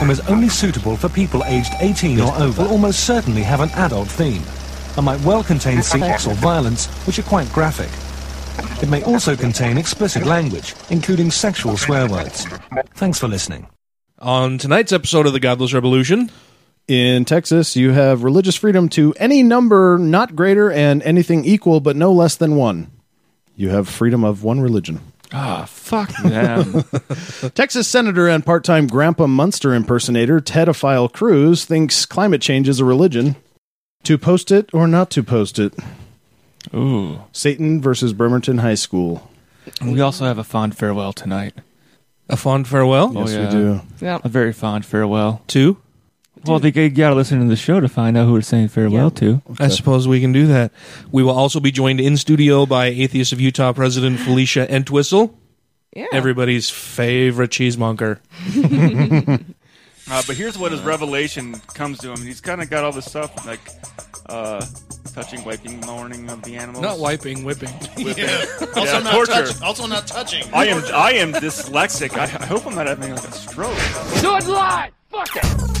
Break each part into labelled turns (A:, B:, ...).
A: and was only suitable for people aged 18 or over, will almost certainly have an adult theme, and might well contain sex or violence, which are quite graphic. It may also contain explicit language, including sexual swear words. Thanks for listening.
B: On tonight's episode of The Godless Revolution,
C: In Texas, you have religious freedom to any number not greater and anything equal but no less than one. You have freedom of one religion.
B: ah, fuck
D: Um,
B: them.
C: Texas Senator and part time Grandpa Munster impersonator Tedophile Cruz thinks climate change is a religion. To post it or not to post it?
D: Ooh.
C: Satan versus Bremerton High School.
D: And we also have a fond farewell tonight.
B: a fond farewell
C: Yes,
D: Oh, yeah.
C: we do.
E: Yeah.
D: A very fond farewell.
B: to.
D: Well, they you gotta listen to the show to find out who we're saying farewell to.
B: I suppose we can do that. We will also be joined in studio by Atheists of Utah President Felicia Entwistle,
E: Yeah.
B: everybody's favorite cheesemonger.
F: Uh, but here's what his revelation comes to him. He's kind of got all this stuff like uh, touching, wiping, lowering of the animals.
G: Not wiping, whipping.
F: Whipping. Yeah, torture.
H: also not touching.
F: I am I am dyslexic. I, I hope I'm not having like a stroke.
I: Do it live! Fuck it!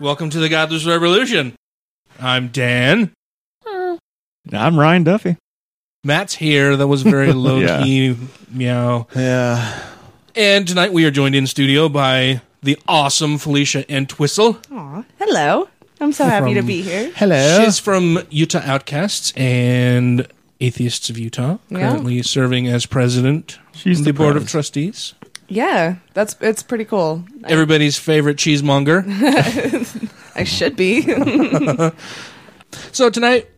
B: Welcome to the Godless Revolution. I'm Dan.
D: I'm Ryan Duffy.
B: Matt's here. That was very low key meow.
C: Yeah.
B: And tonight we are joined in studio by the awesome Felicia Entwistle.
E: Aw. Hello. I'm so happy to
B: From-
E: be here.
C: Hello.
B: She's from Utah Outcasts and Atheists of Utah,
E: Yeah.
B: currently serving as president
D: She's
B: of
D: the
B: the board of
D: pres.
B: trustees.
E: Yeah, that's it's pretty cool.
B: Everybody's favorite cheesemonger.
E: I should be.
B: so tonight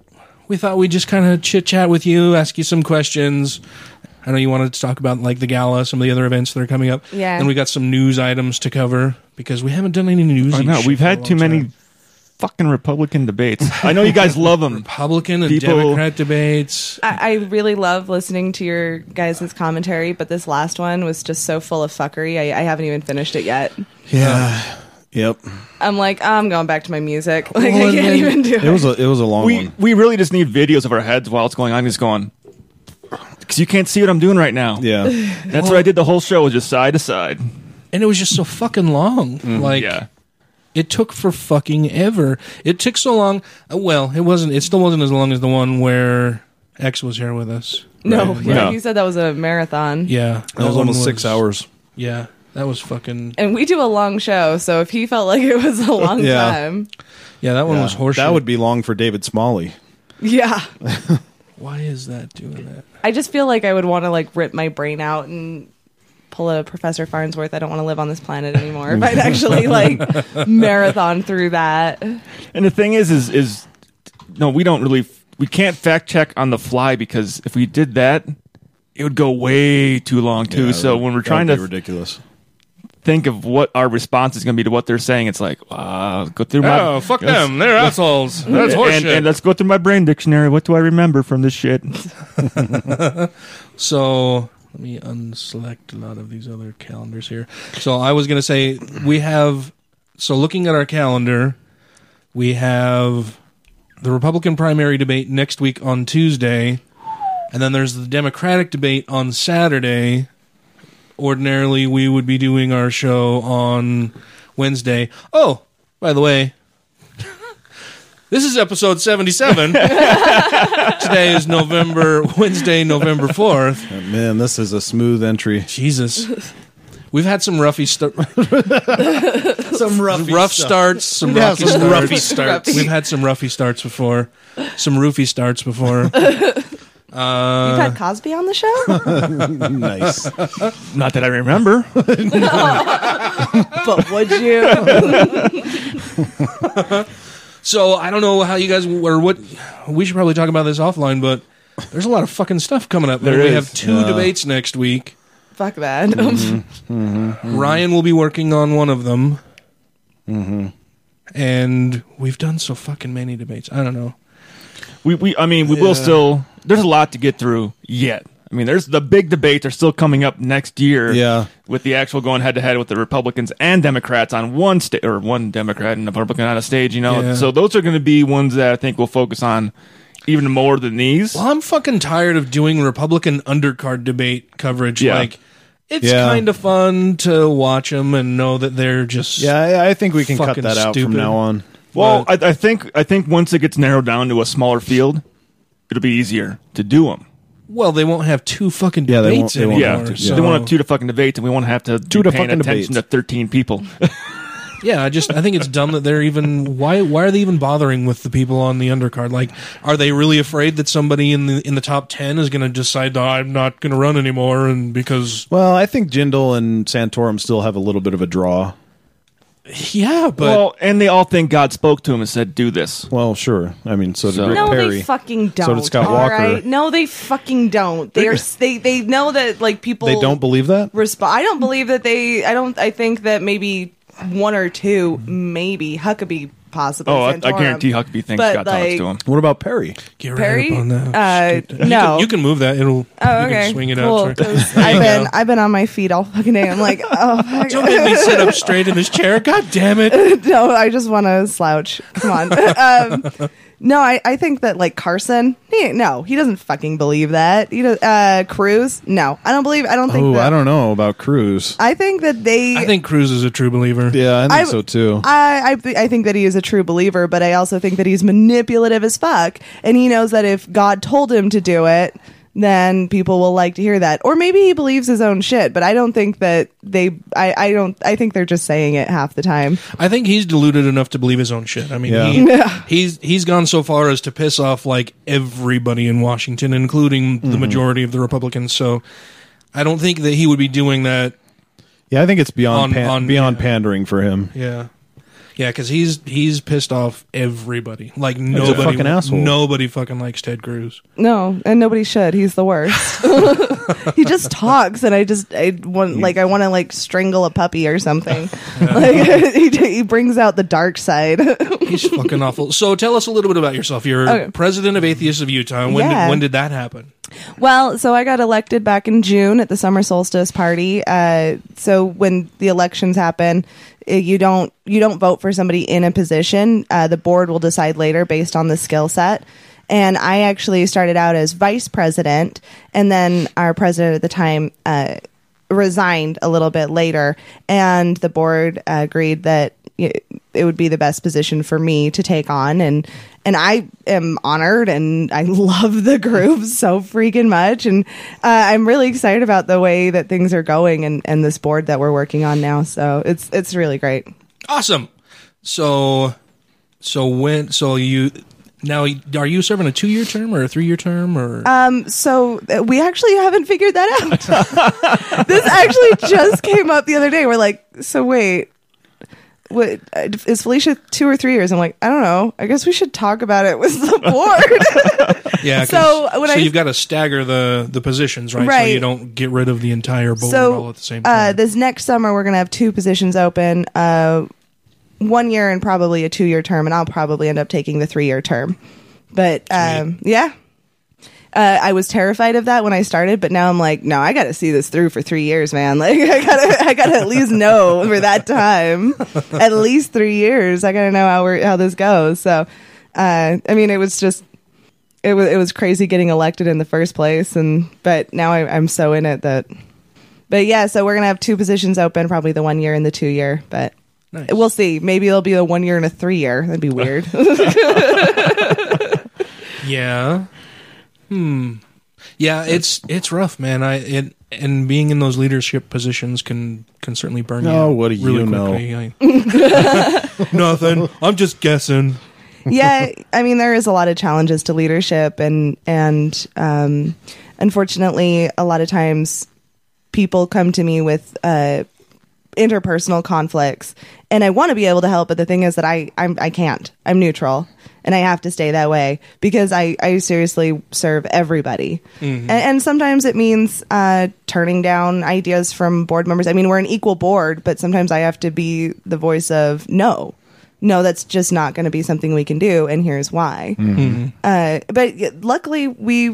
B: we thought we'd just kind of chit chat with you, ask you some questions. I know you wanted to talk about like the gala, some of the other events that are coming up.
E: Yeah.
B: And we got some news items to cover because we haven't done any news.
D: I know. We've had too many fucking Republican debates. I know you guys love them.
B: Republican and
D: people-
B: Democrat debates.
E: I, I really love listening to your guys' commentary, but this last one was just so full of fuckery. I, I haven't even finished it yet.
C: Yeah. Yep.
E: I'm like, "Oh, I'm going back to my music. Like
B: Well,
E: I
B: and
E: can't
B: then-
E: even do
C: It was a it was a long
D: We
C: one.
D: we really just need videos of our heads while it's going on. Just going because you can't see what I'm doing right now.
C: Yeah.
D: That's what I did. The whole show was just side to side.
B: And it was just so fucking long. like
D: yeah.
B: It took for fucking ever. It took so long. uh, Well, it wasn't. It still wasn't as long as the one where X was here with us.
E: No, yeah,
D: No.
E: you said that was a marathon.
B: Yeah,
C: That was
B: one
C: almost six hours.
B: Yeah, that was fucking.
E: And we do a long show, so if he felt like it was a long
C: Yeah.
E: time,
B: Yeah, that one
C: Yeah.
B: was horseshit.
C: That would be long for David Smalley.
E: yeah.
B: Why is that doing that?
E: I just feel like I would want to like rip my brain out and pull a Professor Farnsworth. I don't want to live on this planet anymore. if I'd actually like marathon through that.
D: And the thing is, is, is no, we don't really, we can't fact check on the fly because if we did that, it would go way too long too.
C: Yeah,
D: so when we're
C: that
D: trying
C: would
D: to
C: be ridiculous.
D: think of what our response is going to be to what they're saying, it's like, uh, go through my,
B: Oh, fuck
D: let's-
B: them! They're assholes. That's horseshit.
D: and, and let's go through my brain dictionary. What do I remember from this shit?
B: So let me unselect a lot of these other calendars here. So I was going to say we have. So looking at our calendar, we have the Republican primary debate next week on Tuesday, and then there's the Democratic debate on Saturday. Ordinarily, we would be doing our show on Wednesday. Oh, by the way, this is episode 77. Today is November, Wednesday, November 4th.
C: Man, this is a smooth entry.
B: Jesus. We've had some roughy st-
C: Some rough,
B: rough starts, some rocky
C: some
B: starts.
C: roughy
E: starts.
B: We've had some roughy starts before, some roofy starts before.
E: You've
D: Uh,
E: had Cosby on the show,
C: nice.
D: Not that I remember.
E: but would you?
B: So I don't know how you guys or what. We should probably talk about this offline, but there's a lot of fucking stuff coming up.
D: There
B: we
D: is.
B: have two debates next week.
E: Fuck
D: Mm-hmm.
E: that.
B: Ryan will be working on one of them. and we've done so fucking many debates. I don't know.
D: We, we I mean, we will
B: Yeah.
D: still. There's a lot to get through yet. I mean, there's the big debates are still coming up next year.
C: Yeah.
D: with the actual going head to head with the Republicans and Democrats on one stage or one Democrat and a Republican on a stage. You know,
B: Yeah.
D: so those are going to be ones that I think we'll focus on even more than these.
B: Well, I'm fucking tired of doing Republican undercard debate coverage.
D: Yeah.
B: Like, it's
C: Yeah.
B: kind of fun to watch them and know that they're just
C: Yeah, I, I think we can cut
B: Fucking
C: that out
B: stupid.
C: from now on.
D: Well, I, I think I think once it gets narrowed down to a smaller field, it'll be easier to do them.
B: Well, they won't have two fucking
C: Yeah, they won't-
B: debates
C: they won't
B: anymore.
D: Yeah,
B: so-
D: they won't have two to fucking debates, and we won't have to two
C: to
D: paying
C: fucking
D: attention
C: debates.
D: to thirteen people.
B: Yeah, I just I think it's dumb that they're even why why are they even bothering with the people on the undercard? Like, are they really afraid that somebody in the in the top ten is going to decide "Oh, I'm not going to run anymore and because
C: Well, I think Jindal and Santorum still have a little bit of a draw.
B: yeah, but
D: well, and they all think God spoke to him and said, "Do this."
C: Well, sure. I mean, so did
D: So-
C: Rick
E: No,
C: Perry.
E: they fucking don't.
C: So did Scott
E: all
C: Walker.
E: right? No, they fucking don't. They are. s- They they know that like people.
C: They don't believe that.
E: respond. I don't believe that they. I don't. I think that maybe one or two, maybe Huckabee, possibly.
D: Oh, I, I
E: Santorum.
D: guarantee Huckabee thinks
E: But,
D: God
E: like-
D: talks to him.
C: What about Perry?
B: get right
E: Perry?
B: up on that.
E: Uh,
B: Shit. You
E: no.
B: can, you can move that. It'll
E: Oh,
B: you
E: okay.
B: can swing it
E: cool.
B: out.
E: 'cause I've been I've been on my feet all fucking day. I'm like, oh, fuck.
B: Don't make me sit up straight in this chair. God damn it!
E: no, I just want to slouch. Come on. um, no, I, I think that like Carson, he, no, he doesn't fucking believe that. He does, uh, Cruz, no, I don't believe. I don't think.
C: Oh,
E: that,
C: I don't know about Cruz.
E: I think that they.
B: I think Cruz is a true believer.
C: Yeah, I think
E: I-
C: so too.
E: I, I th- I think that he is a true believer, but I also think that he's manipulative as fuck, and he knows that if God told him to do it, then people will like to hear that. Or maybe he believes his own shit, but I don't think that they. I, I don't. I think they're just saying it half the time.
B: I think he's deluded enough to believe his own shit. I mean,
C: Yeah.
B: he, he's he's gone so far as to piss off like everybody in Washington, including
C: Mm-hmm.
B: the majority of the Republicans. So I don't think that he would be doing that.
C: yeah, I think it's beyond
B: on-
C: pan-
B: on-
C: beyond
B: yeah.
C: pandering for him.
B: Yeah, yeah, because he's he's pissed off everybody. Like nobody,
C: fucking asshole.
B: nobody fucking likes Ted Cruz.
E: No, and nobody should. He's the worst. he just talks, and I just I want like I want to like strangle a puppy or something. like he, he brings out the dark side.
B: He's fucking awful. So tell us a little bit about yourself. You're
E: Okay.
B: president of Atheists of Utah. When
E: Yeah.
B: did, when did that happen?
E: Well, so I got elected back in June at the summer solstice party. Uh, so when the elections happen, eh, you don't you don't vote for somebody in a position. Uh, the board will decide later based on the skill set. And I actually started out as vice president, and then our president at the time uh, resigned a little bit later, and the board uh, agreed that it it would be the best position for me to take on, and and I am honored, and I love the group so freaking much, and uh, I'm really excited about the way that things are going, and and this board that we're working on now. So it's it's really great.
B: Awesome. So so when so you now are you serving a two year term or a three year term or
E: so uh, we actually haven't figured that out. this actually just came up the other day. We're like, so wait, what uh, is Felicia two or three years? I'm like, I don't know. I guess we should talk about it with the board.
B: yeah? 'cause-
E: so when I-
B: you've got to stagger the the positions right? so
E: Right.
B: you don't get rid of the entire board
E: so
B: all at the same
E: Uh,
B: time.
E: this next summer, we're gonna have two positions open. Uh, one year and probably a two year term, and I'll probably end up taking the three year term. But um, yeah. Uh, I was terrified of that when I started, but now I'm like, no, I got to see this through for three years, man. Like, I gotta, I gotta at least know for that time, at least three years. I gotta know how we're, how this goes. So, uh, I mean, it was just, it was, it was crazy getting elected in the first place, and but now I, I'm so in it that but yeah, so we're gonna have two positions open, probably the one year and the two year. But
B: Nice.
E: we'll see. Maybe it'll be a one year and a three year. That'd be weird.
B: yeah. Hmm. Yeah, it's it's rough, man. I it and being in those leadership positions can can certainly burn you.
C: Oh,
B: out
C: what do you
B: really
C: know?
B: quickly. I- Nothing. I'm just guessing.
E: yeah, I mean there is a lot of challenges to leadership, and and um, unfortunately, a lot of times people come to me with uh, interpersonal conflicts, and I want to be able to help, but the thing is that I I'm, I can't. I'm neutral, and I have to stay that way because I I seriously serve everybody, and, and sometimes it means uh, turning down ideas from board members. I mean, we're an equal board, but sometimes I have to be the voice of no no, that's just not going to be something we can do, and here's why. Uh, but y- luckily, we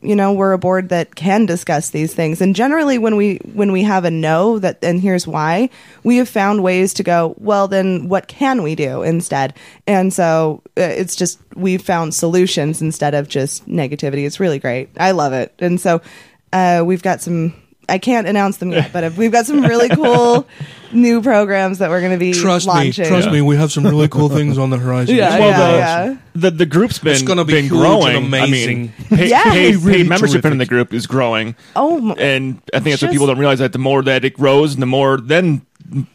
E: you know we're a board that can discuss these things, and generally when we when we have a no that and here's why, we have found ways to go. Well, then what can we do instead? And so uh, it's just we've found solutions instead of just negativity. It's really great. I love it, and so uh, we've got some. I can't announce them yet, but we've got some really cool new programs that we're going to be
B: Trust
E: launching.
B: me, trust me. We have some really cool things on the horizon.
E: Yeah,
D: Well,
E: yeah,
D: the,
E: yeah.
D: the the group's been
B: It's gonna be
D: been
B: huge and
D: growing.
B: amazing.
D: I mean, pay,
E: Yes.
D: pay-
E: Really,
B: really
D: paid membership
B: terrific.
D: in the group is growing,
E: Oh, my-
D: and I think that's what
E: Just-
D: people don't realize that the more that it grows, the more then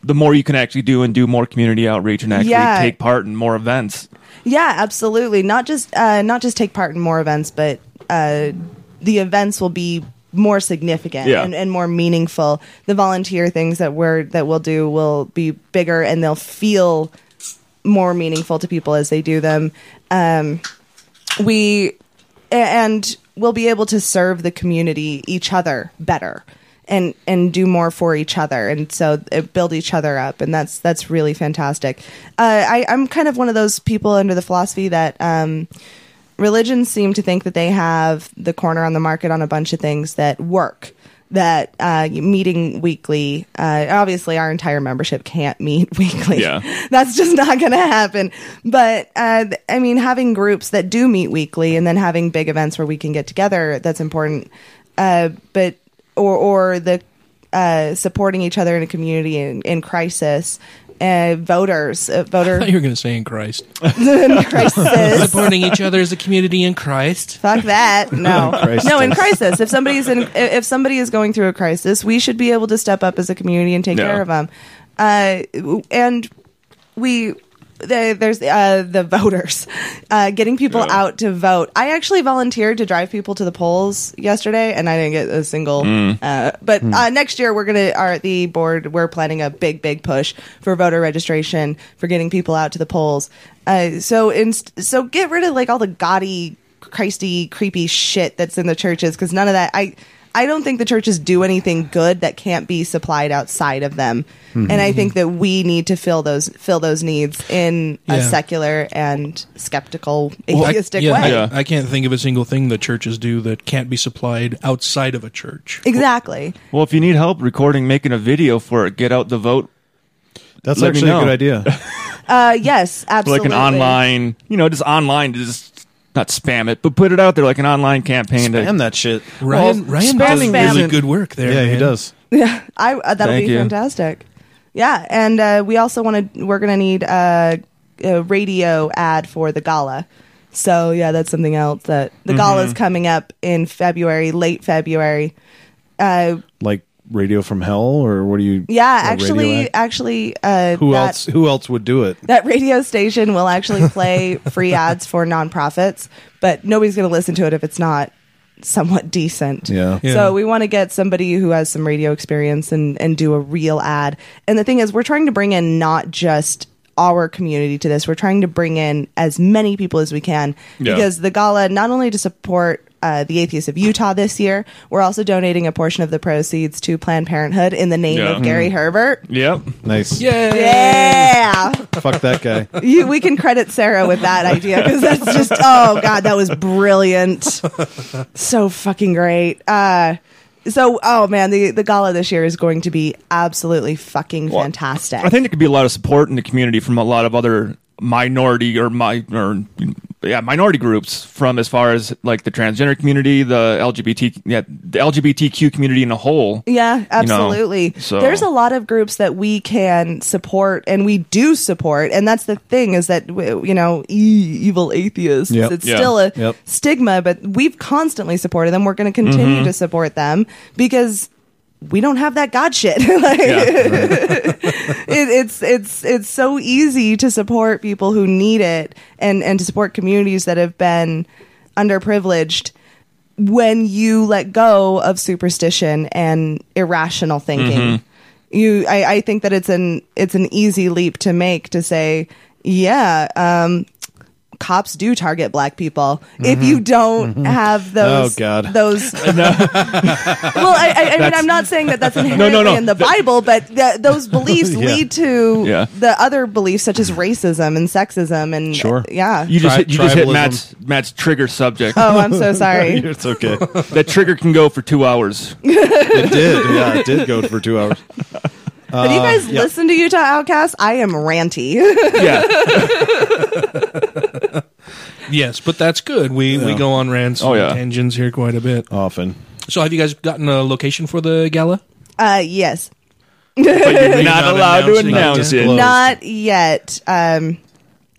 D: the more you can actually do and do more community outreach and actually
E: Yeah.
D: take part in more events.
E: Yeah, absolutely. Not just uh, not just take part in more events, but uh, the events will be more significant
D: Yeah.
E: and, and more meaningful. The volunteer things that we're that we'll do will be bigger, and they'll feel more meaningful to people as they do them. Um, we a- and we'll be able to serve the community each other better and and do more for each other and so uh, build each other up and that's that's really fantastic uh, I, i'm kind of one of those people under the philosophy that um, religions seem to think that they have the corner on the market on a bunch of things that work that uh, meeting weekly uh, obviously our entire membership can't meet weekly
D: Yeah.
E: that's just not going to happen. But uh, th- I mean, having groups that do meet weekly and then having big events where we can get together, that's important. Uh, but or or the uh, supporting each other in a community in, in crisis, uh, voters, uh,
B: I
E: voter
B: thought you were going to say in Christ.
E: in crisis.
B: Supporting each other as a community in Christ.
E: Fuck that. No.
C: Crisis.
E: no, in crisis. If somebody's in if somebody is going through a crisis, we should be able to step up as a community and take
D: Yeah.
E: care of them. Uh, and we the, there's uh, the voters uh, getting people
D: Yeah.
E: out to vote. I actually volunteered to drive people to the polls yesterday, and I didn't get a single.
D: Hmm.
E: Uh, but uh, next year, we're gonna are at the board. We're planning a big, big push for voter registration for getting people out to the polls. Uh, so inst- so get rid of like all the gaudy, Christy, creepy shit that's in the churches because none of that I. I don't think the churches do anything good that can't be supplied outside of them,
B: Mm-hmm.
E: and I think that we need to fill those fill those needs in a
B: Yeah.
E: secular and skeptical
B: Well, I-
E: atheistic
B: yeah, I,
E: way.
D: Yeah.
B: I can't think of a single thing that churches do that can't be supplied outside of a church.
E: Exactly.
D: Well, if you need help recording, making a video for it, get out the vote,
C: That's
D: Let me
C: actually a
D: know.
C: good idea.
E: Uh, yes, absolutely.
D: like an online, you know, just online, just not spam it, but put it out there like an online campaign. to,
C: Spam that shit.
B: Ryan,
D: Well,
B: Ryan does
E: spamming
B: really
E: isn't-
B: good work there.
C: Yeah, he
B: man.
C: does.
E: Yeah, I uh, that'll
D: Thank
E: be
D: you.
E: fantastic. Yeah, and uh, we also want to. We're going to need a, a radio ad for the gala. So yeah, that's something else that
C: Mm-hmm.
E: the gala is coming up in February, late February. Uh,
C: Like Radio from Hell, or what do you?
E: yeah,
C: like Radio
E: actually,
C: Act?
E: actually, uh,
C: who
E: that-
C: else? Who else would do it?
E: that radio station will actually play free ads for nonprofits, but nobody's going to listen to it if it's not somewhat decent.
C: Yeah.
B: Yeah.
E: So we want to get somebody who has some radio experience and and do a real ad. And the thing is, we're trying to bring in not just our community to this. We're trying to bring in as many people as we can
D: Yeah.
E: because the gala not only to support uh, the Atheists of Utah this year, we're also donating a portion of the proceeds to Planned Parenthood in the name
D: Yeah. Mm-hmm.
E: of Gary Herbert.
D: Yep.
C: Nice.
B: Yeah.
E: Yeah
C: Fuck that guy.
E: you, we can credit Sarah with that idea because that's just oh god, that was brilliant, so fucking great. Uh, so oh man, the the gala this year is going to be absolutely fucking fantastic.
D: I think there could be a lot of support in the community from a lot of other minority or my or yeah minority groups from as far as like the transgender community, the LGBT yeah the LGBTQ community in a whole.
E: Yeah,
D: know,
E: absolutely.
D: so-
E: There's a lot of groups that we can support and we do support, and that's the thing is that w- you know, e- evil atheists.
C: Yep.
E: It's
D: Yeah.
E: still a
C: Yep.
E: stigma, but we've constantly supported them. We're going to continue
D: Mm-hmm.
E: to support them because we don't have that god shit. like, it, it's it's it's so easy to support people who need it and and to support communities that have been underprivileged when you let go of superstition and irrational thinking
C: Mm-hmm.
E: you I, I think that it's an it's an easy leap to make to say yeah um cops do target black people if you don't have those
C: Mm-hmm. Oh, God.
E: those well I, I, I mean I'm not saying that that's inherently in the Bible but th- those beliefs
C: Yeah.
E: lead to
D: Yeah.
E: the other beliefs such as racism and sexism and
C: Sure.
E: yeah
D: You just
C: Tri-
D: hit, you just hit
C: tribalism.
D: Matt's Matt's trigger subject.
E: oh I'm so sorry
C: it's okay.
D: That trigger can go for two hours.
C: It did. Yeah, it did go for two hours.
E: Have you guys
C: yeah.
E: listen to Utah Outcast? I am ranty.
D: Yeah,
B: Yes, but that's good. We we
C: Yeah.
B: go on rants
D: Oh,
B: and
D: yeah.
B: tangents here quite a bit.
C: Often.
B: So have you guys gotten a location for the gala?
E: uh, yes,
D: but you're not,
B: not
D: allowed to
B: announcing it
D: announce
C: yet.
D: it.
C: Blow.
E: not yet. Um,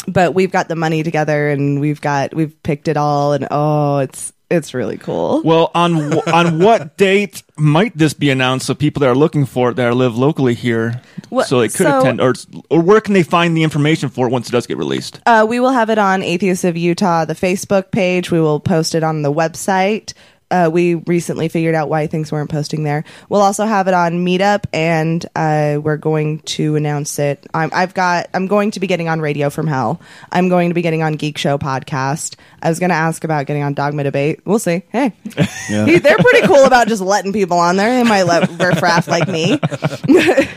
E: but we've got the money together, and we've got we've picked it all, and oh, it's it's really cool.
D: Well, on w- on what date might this be announced? So people that are looking for it, that are live locally here,
E: Well,
D: so they could
E: so-
D: attend, or s- or where can they find the information for it once it does get released?
E: Uh, we will have it on Atheists of Utah, the Facebook page. We will post it on the website. Uh, we recently figured out why things weren't posting there. We'll also have it on Meetup, and uh, we're going to announce it. I'm, I've got. I'm going to be getting on Radio from Hell. I'm going to be getting on Geek Show podcast. I was going to ask about getting on Dogma Debate. We'll see. Hey, He- they're pretty cool about just letting people on there. They might let riffraff like me.
B: Hey,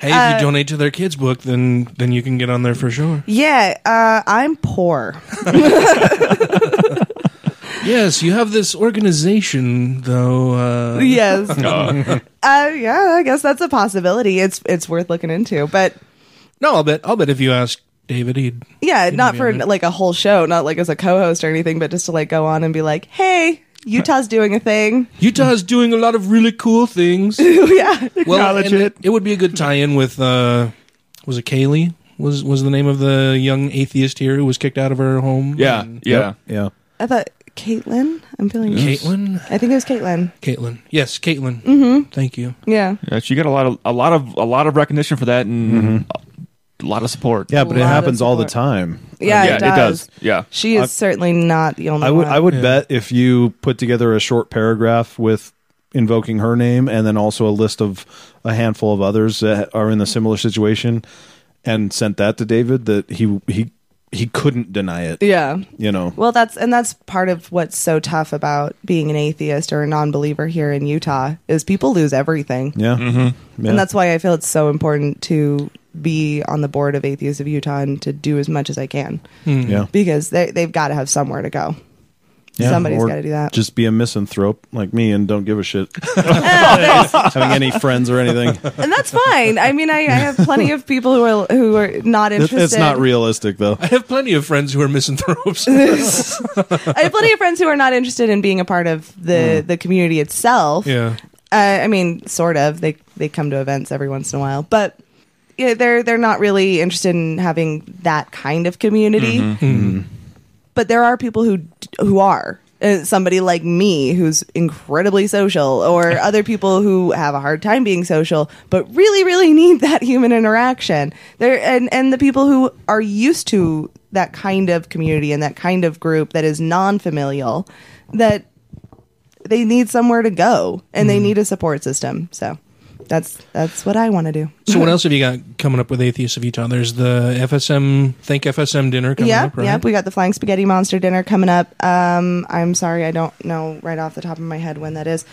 E: Uh,
B: if you donate to their kids book, then then you can get on there for sure.
E: Yeah, uh, I'm poor.
B: Yes, you have this organization though. Uh,
E: yes. Uh. yeah, I guess that's a possibility. It's it's worth looking into, but
B: No, I'll bet I'll bet if you ask David, he'd
E: yeah, not for
B: yeah.
E: like a whole show, not like as a co-host or anything, but just to like go on and be like, hey. Utah's doing a thing.
B: Utah's doing a lot of really cool things.
E: yeah.
B: well, and it. would be a good tie-in with uh, was it Kaylee? Was was the name of the young atheist here who was kicked out of her home?
D: Yeah,
B: And-
D: yeah.
C: Yeah.
E: I thought Caitlin. I'm feeling
B: Caitlin.
E: I think it was Caitlin.
B: Caitlin. Yes, Caitlin. Mm-hmm. Thank you.
E: Yeah.
D: Yeah, she got a lot of a lot of a lot of recognition for that and a lot of support.
C: Yeah, but it
E: Lot of
C: happens all the
E: support.
C: time.
E: Yeah,
D: yeah,
E: it, does.
D: Yeah,
E: She is
C: I-
E: certainly not the only
C: I would
E: one.
C: I would
B: Yeah.
C: bet if you put together a short paragraph with invoking her name and then also a list of a handful of others that are in a similar situation and sent that to David that he he he couldn't deny it.
E: Yeah.
C: You know.
E: Well, that's and that's part of what's so tough about being an atheist or a non-believer here in Utah is people lose everything.
C: yeah. Yeah.
E: And that's why I feel it's so important to be on the board of Atheists of Utah and to do as much as I can
C: yeah.
E: because they, they've got to have somewhere to go.
C: Yeah,
E: Somebody's
C: or
E: got to do that.
C: Just be a misanthrope like me and don't give a shit
E: Yeah, there's-
C: having any friends or anything.
E: and that's fine. I mean, I, I have plenty of people who are who are not
C: It's,
E: interested.
C: it's not realistic though.
B: I have plenty of friends who are misanthropes. yeah.
E: I have plenty of friends who are not interested in being a part of the
C: Mm.
E: the community itself. uh, I mean, sort of. They they come to events every once in a while, but yeah, they're they're not really interested in having that kind of community. But there are people who who are Uh, somebody like me who's incredibly social, or other people who have a hard time being social, but really really need that human interaction. There and and the people who are used to that kind of community and that kind of group that is non familial that they need somewhere to go and
B: Mm-hmm.
E: they need a support system. So that's that's what I want to do.
B: So what else have you got coming up with Atheists of Utah? There's the FSM Thank FSM dinner coming
E: Yep,
B: up, right?
E: yep. We got the Flying Spaghetti Monster dinner coming up. Um, I'm sorry, I don't know right off the top of my head when that is.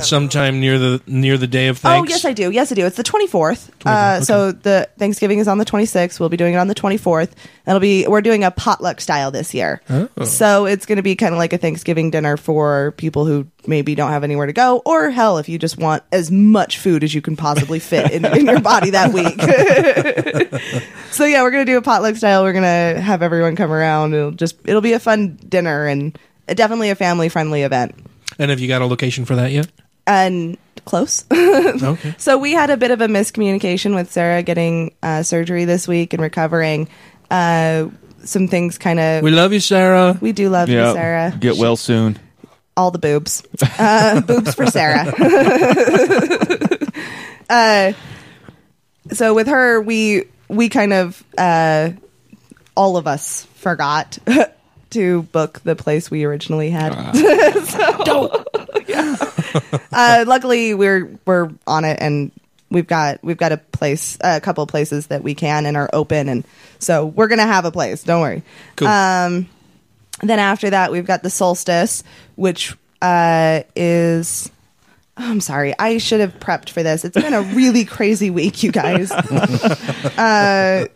B: Sometime near the near the day of thanks.
E: Oh, yes, I do. Yes, I do. It's the 24th. Uh, So the Thanksgiving is on the 26th. We'll be doing it on the 24th. It'll be we're doing a potluck style this year. So it's going to be kind of like a Thanksgiving dinner for people who maybe don't have anywhere to go, or hell, if you just want as much food as you can possibly fit in, in your body that week. so yeah, we're gonna do a potluck style. We're gonna have everyone come around. It'll just it'll be a fun dinner and definitely a family friendly event.
B: And have you got a location for that yet?
E: And close.
B: Okay.
E: So we had a bit of a miscommunication with Sarah getting uh, surgery this week and recovering. Uh, some things kind of
B: We
E: we,
B: love you, Sarah.
E: do love you,
D: yeah.
E: Sarah.
D: Get well soon.
E: All the boobs, uh, boobs for Sarah. uh, so with her, we we kind of uh, all of us forgot to book the place we originally had. So- yeah. uh, luckily, we're we're on it and we've got we've got a place a couple of places that we can and are open and so we're gonna have a place don't worry
B: Cool.
E: um then after that we've got the solstice which uh is oh, i'm sorry i should have prepped for this it's been a really crazy week you guys uh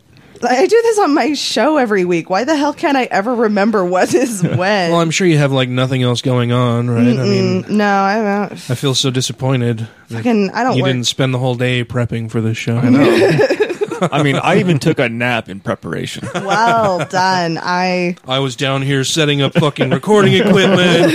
E: I do this on my show every week. Why the hell can't I ever remember what is when?
B: Well, I'm sure you have like nothing else going on, right? I mean,
E: Mm, no, I'm out.
B: I feel so disappointed. that
E: Fucking- I don't
B: You
E: work.
B: didn't spend the whole day prepping for this show. I
D: I mean, I even took a nap in preparation.
E: Well done. I
B: I was down here setting up fucking recording equipment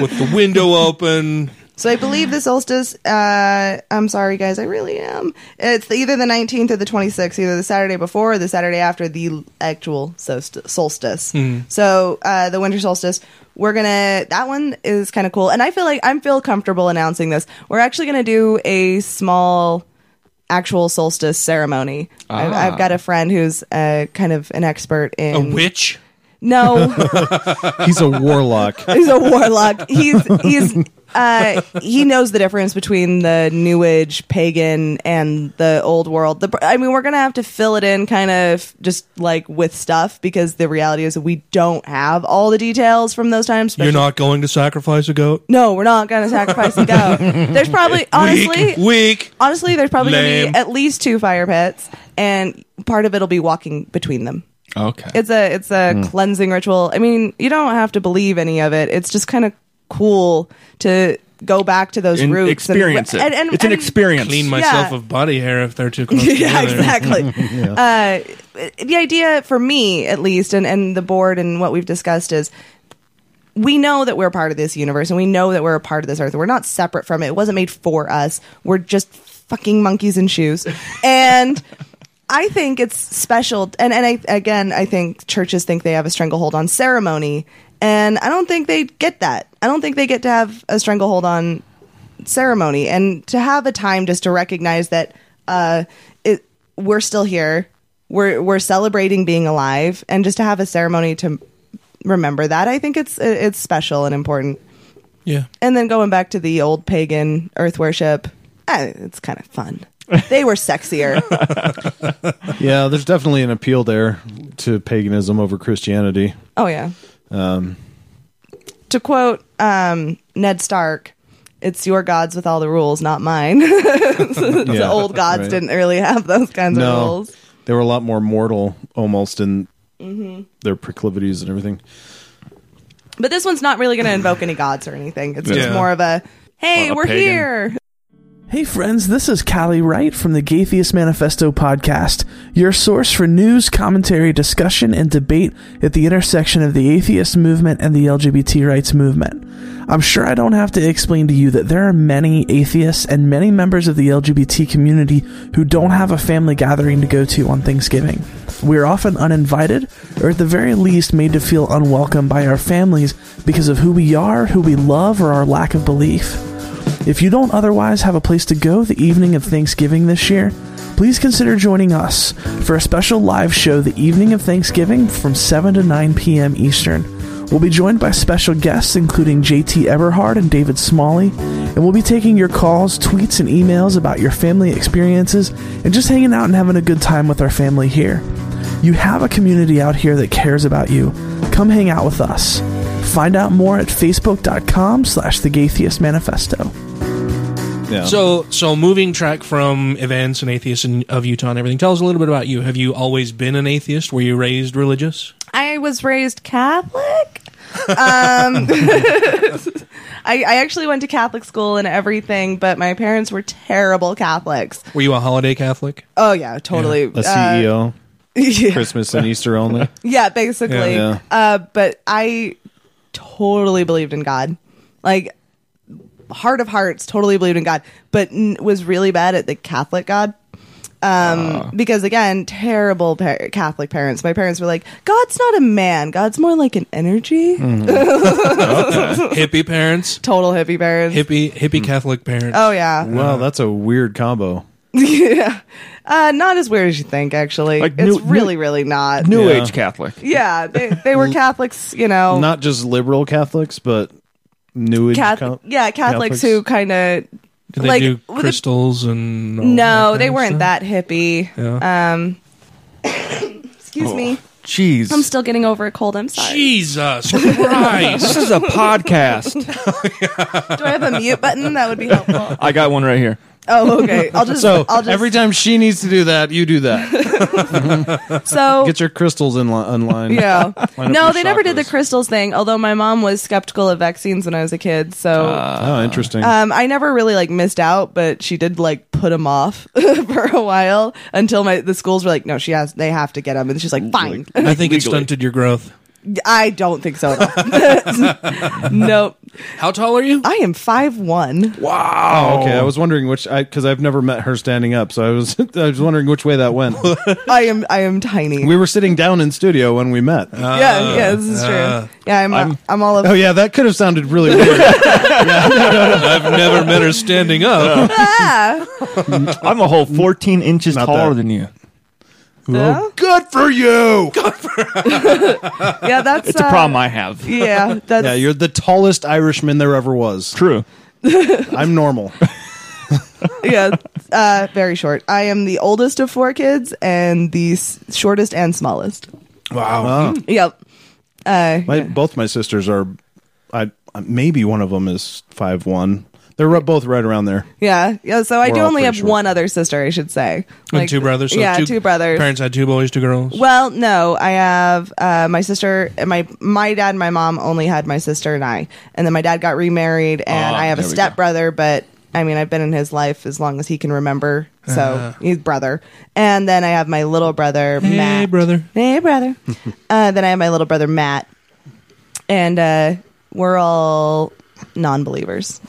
B: with the window open.
E: so I believe the solstice. Uh, I'm sorry, guys. I really am. It's either the 19th or the 26th, either the Saturday before or the Saturday after the actual solst- solstice. So uh, the winter solstice. We're gonna. That one is kind of cool, and I feel like I'm feel comfortable announcing this. We're actually gonna do a small actual solstice ceremony. I've,
D: Ah.
E: I've got a friend who's uh, kind of an expert in
B: A witch?
E: No.
C: He's a warlock.
E: he's a warlock. He's he's uh, he knows the difference between the new age pagan and the old world. The, I mean, we're gonna have to fill it in, kind of just like with stuff, because the reality is that we don't have all the details from those times.
B: You're not going to sacrifice a goat?
E: No, we're not gonna sacrifice a goat. There's probably honestly
B: Weak. Weak.
E: honestly there's probably gonna
B: Lame.
E: be at least two fire pits, and part of it'll be walking between them.
D: Okay.
E: It's a it's a cleansing ritual. I mean, you don't have to believe any of it. It's just kind of cool to go back to those
D: And
E: roots
D: experience
E: and,
D: it.
E: And, and-
D: it's an
E: and-
D: experience.
B: Clean myself
E: Yeah.
B: of body hair if they're too close
E: yeah,
B: together.
E: exactly. uh, the idea for me, at least, and, and the board and what we've discussed is we know that we're a part of this universe and we know that we're a part of this earth. We're not separate from it. It wasn't made for us. We're just fucking monkeys in shoes. And I think it's special. And, and I, again, I think churches think they have a stranglehold on ceremony. And I don't think they get that. I don't think they get to have a stranglehold on ceremony and to have a time just to recognize that uh it we're still here we're we're celebrating being alive and just to have a ceremony to remember that i think it's it- it's special and important
B: Yeah.
E: and then going back to the old pagan earth worship eh, it's kind of fun they were sexier
C: yeah, there's definitely an appeal there to paganism over Christianity.
E: oh yeah um to quote um ned stark it's your gods with all the rules not mine the
C: Yeah,
E: old gods
C: right.
E: didn't really have those kinds of
C: No,
E: rules
C: they were a lot more mortal almost in
E: Mm-hmm.
C: their proclivities and everything.
E: But this one's not really going to invoke any gods or anything. It's just
B: Yeah.
E: more of a, hey,
D: Or a
E: we're
D: pagan.
E: here.
G: Hey friends, this is Callie Wright from the Gaytheist Manifesto podcast, your source for news, commentary, discussion, and debate at the intersection of the atheist movement and the LGBT rights movement. I'm sure I don't have to explain to you that there are many atheists and many members of the LGBT community who don't have a family gathering to go to on Thanksgiving. We are often uninvited, or at the very least made to feel unwelcome by our families because of who we are, who we love, or our lack of belief. If you don't otherwise have a place to go the evening of Thanksgiving this year, please consider joining us for a special live show the evening of Thanksgiving from 7 to 9 p.m. Eastern. We'll be joined by special guests including JT Eberhard and David Smalley, and we'll be taking your calls, tweets, and emails about your family experiences and just hanging out and having a good time with our family here. You have a community out here that cares about you. Come hang out with us. Find out more at facebook.com slash the Gaytheist Manifesto.
C: Yeah.
B: So, so moving track from events and atheists in, of Utah and everything, tell us a little bit about you. Have you always been an atheist? Were you raised religious?
E: I was raised Catholic. Um, I, I actually went to Catholic school and everything, but my parents were terrible Catholics.
B: Were you a holiday Catholic?
E: Oh, yeah, totally.
C: a
E: Uh,
C: CEO,
E: yeah.
C: Christmas and Easter only.
E: Yeah, basically.
C: Yeah.
E: Uh, but I totally believed in God. Like, heart of hearts, totally believed in God, but n- was really bad at the Catholic God. Um,
C: Ah.
E: because again, terrible par- Catholic parents. My parents were like, God's not a man. God's more like an energy.
C: Mm-hmm.
E: Oh.
B: hippie parents,
E: Total hippie parents.
B: hippie hippie Catholic parents.
E: oh, yeah.
C: Wow, that's a weird combo.
E: yeah. Uh, not as weird as you think, actually.
D: Like
E: it's
D: new-
E: really, really not.
D: New
C: Yeah.
D: Age Catholic.
E: yeah. They, they were Catholics, you know.
C: Not just liberal Catholics, but new age
E: Oh. Cath-
C: com-
E: yeah, Catholics, who kind of
B: Did they
E: like
B: do
E: with the-
B: crystals and all
E: no,
B: Oh, that
E: they
B: kind of
E: weren't
B: stuff?
E: that hippie.
B: Yeah.
E: Um, excuse me.
D: Jeez.
E: I'm still getting over a cold. I'm sorry.
B: Jesus Christ.
D: this is a podcast.
E: Do I have a mute button? That would be helpful.
D: I got one right here.
E: Oh, okay. I'll just.
C: so
E: I'll just,
C: every time Um, she needs to do that, you do that.
E: so
C: Get your crystals in li- in line.
E: yeah.
C: Line up
E: no,
C: your
E: they never did the
C: chakras.
E: crystals thing. Although my mom was skeptical of vaccines when I was a kid, so
C: Oh, interesting.
E: um, I never really like missed out. But she did like put them off for a while until my the schools were like, no, she has they have to get them, and she's like, fine.
B: I think it stunted your growth.
E: I don't think so. At all. nope.
B: How tall are you?
E: I am five one.
C: Oh, okay. I was wondering which I because I've never met her standing up, so I was I was wondering which way that went.
E: I am. I am tiny.
C: we were sitting down in studio when we met.
E: yeah, yeah, this is true. Yeah, I'm. I'm, all of.
C: oh yeah, that could have sounded really weird.
B: I've never met her standing up.
E: Ah!
D: I'm a whole 14 inches
C: Not
D: taller
C: that.
D: than you.
E: Yeah.
C: Good for you.
E: yeah, that's
D: It's a
E: uh,
D: problem I have.
E: Yeah, that's
C: Yeah, you're the tallest Irishman there ever was.
D: True.
C: I'm normal.
E: yeah, uh, very short. I am the oldest of four kids and the s- shortest and smallest.
C: Wow.
E: Yep. Uh,
C: My, both my sisters are, I maybe one of them is five one. They're ri- both right around there.
E: yeah, yeah. So I
C: We're
E: do
C: all
E: only
C: pretty
E: have
C: short.
E: one other sister, I should say.
B: and two brothers. So
E: yeah, two, brothers.
B: Parents had two boys, two girls.
E: Well, no, I have uh, my sister. and My my dad and my mom only had my sister and I, and then my dad got remarried, and
D: Ah,
E: I have a
D: there we go.
E: stepbrother. But I mean, I've been in his life as long as he can remember, so he's brother. And then I have my little brother,
B: Hey,
E: Matt.
B: brother.
E: Hey, brother. uh, then I have my little brother, Matt, and uh, we're all non-believers.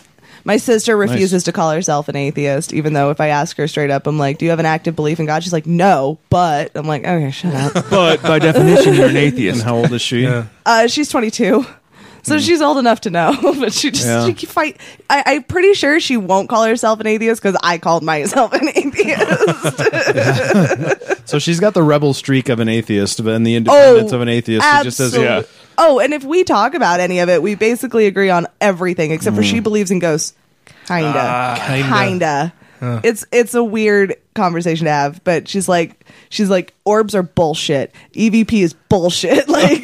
E: My sister refuses to call herself an atheist, even though if I ask her straight up, I'm like, "Do you have an active belief in God?" She's like, "No," but I'm like, "Okay, shut up."
D: But by definition, you're
C: And
D: an atheist.
C: how old is she?
B: Yeah.
E: Uh, she's 22. So
B: Hmm.
E: she's old enough to know, but she just
C: Yeah.
E: she can fight. I, I'm pretty sure she won't call herself an atheist because I called myself an atheist.
C: So she's got the rebel streak of an atheist, but and the independence
E: Oh,
C: of an atheist. She just says,
E: absolute- Oh, and if we talk about any of it, we basically agree on everything except for she believes in ghosts. Kinda,
B: kinda.
E: kinda. It's it's a weird conversation to have, but she's like she's like orbs are bullshit. EVP is bullshit. Like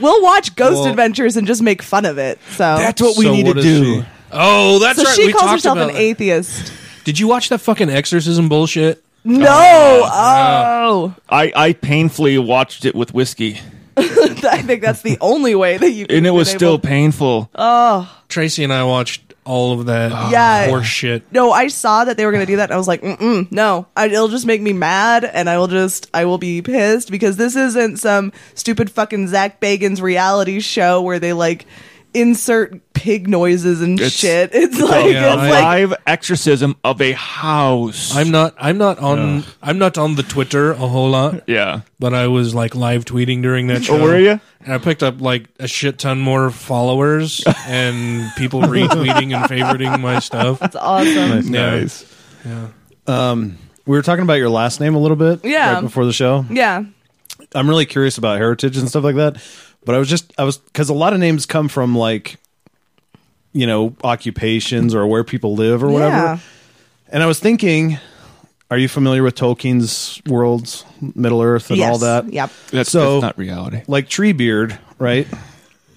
E: we'll watch Ghost
C: Well-
E: Adventures and just make fun of it. So
D: what
C: So what is she?
B: Oh, that's
E: so
B: right.
E: she
B: we
E: calls
B: talked
E: herself
B: about
E: an
B: that.
E: atheist.
B: Did you watch that fucking exorcism bullshit?
E: No, oh,
D: I, I painfully watched it with whiskey,
E: I think that's the only way that you.
D: and it was
E: been
D: still
E: able-
D: painful.
G: Oh,
B: Tracy and I watched all of that
E: Yeah.
B: horse shit.
E: no, I saw that they were going to do that, and I was like, Mm-mm, no, I, it'll just make me mad, and I will just, I will be pissed because this isn't some stupid fucking Zach Bagans reality show where they like insert pig noises and
D: It's-
E: shit. It's like,
B: yeah,
E: it's
B: I-
E: like,
D: Live exorcism of a house.
B: I'm not. I'm not on. I'm not on the Twitter a whole lot,
D: yeah.
B: but I was like live tweeting during that show.
D: Oh, were you?
B: And I picked up like a shit ton more followers and people retweeting and favoriting my stuff.
E: it's awesome.
B: Yeah.
C: We were talking about your last name a little bit,
E: Yeah.
C: right before the show.
E: Yeah.
C: I'm really curious about heritage and stuff like that. But I was just I was because a lot of names come from like, you know, occupations or where people live or whatever.
E: Yeah.
C: And I was thinking, are you familiar with Tolkien's worlds, Middle Earth, and all
E: Yes.
C: that?
E: Yep.
D: That's,
C: So-
D: that's not reality.
C: Like Treebeard, right?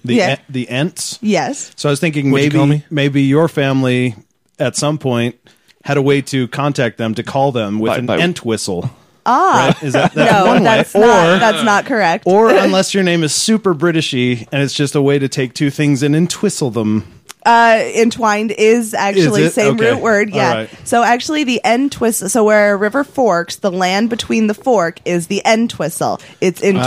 C: The
E: Yeah.
C: en- the Ents.
E: Yes.
C: So I was thinking
B: What'd you
C: maybe
B: call me?
C: maybe your family at some point had a way to contact them to call them with
D: By-
C: an
D: by-
C: Ent whistle.
E: Ah.
C: Is that that's
E: No,
C: one
E: that's
C: way?
E: not,
C: or
E: that's not correct.
C: or unless your name is super Britishy and it's just a way to take two things and entwistle them.
E: uh, entwined is actually
C: Is it?
E: same
C: Okay.
E: root word. Yeah.
C: All right.
E: So actually, the end twist. So where a river forks, the land between the fork is the end twistle. It's entwined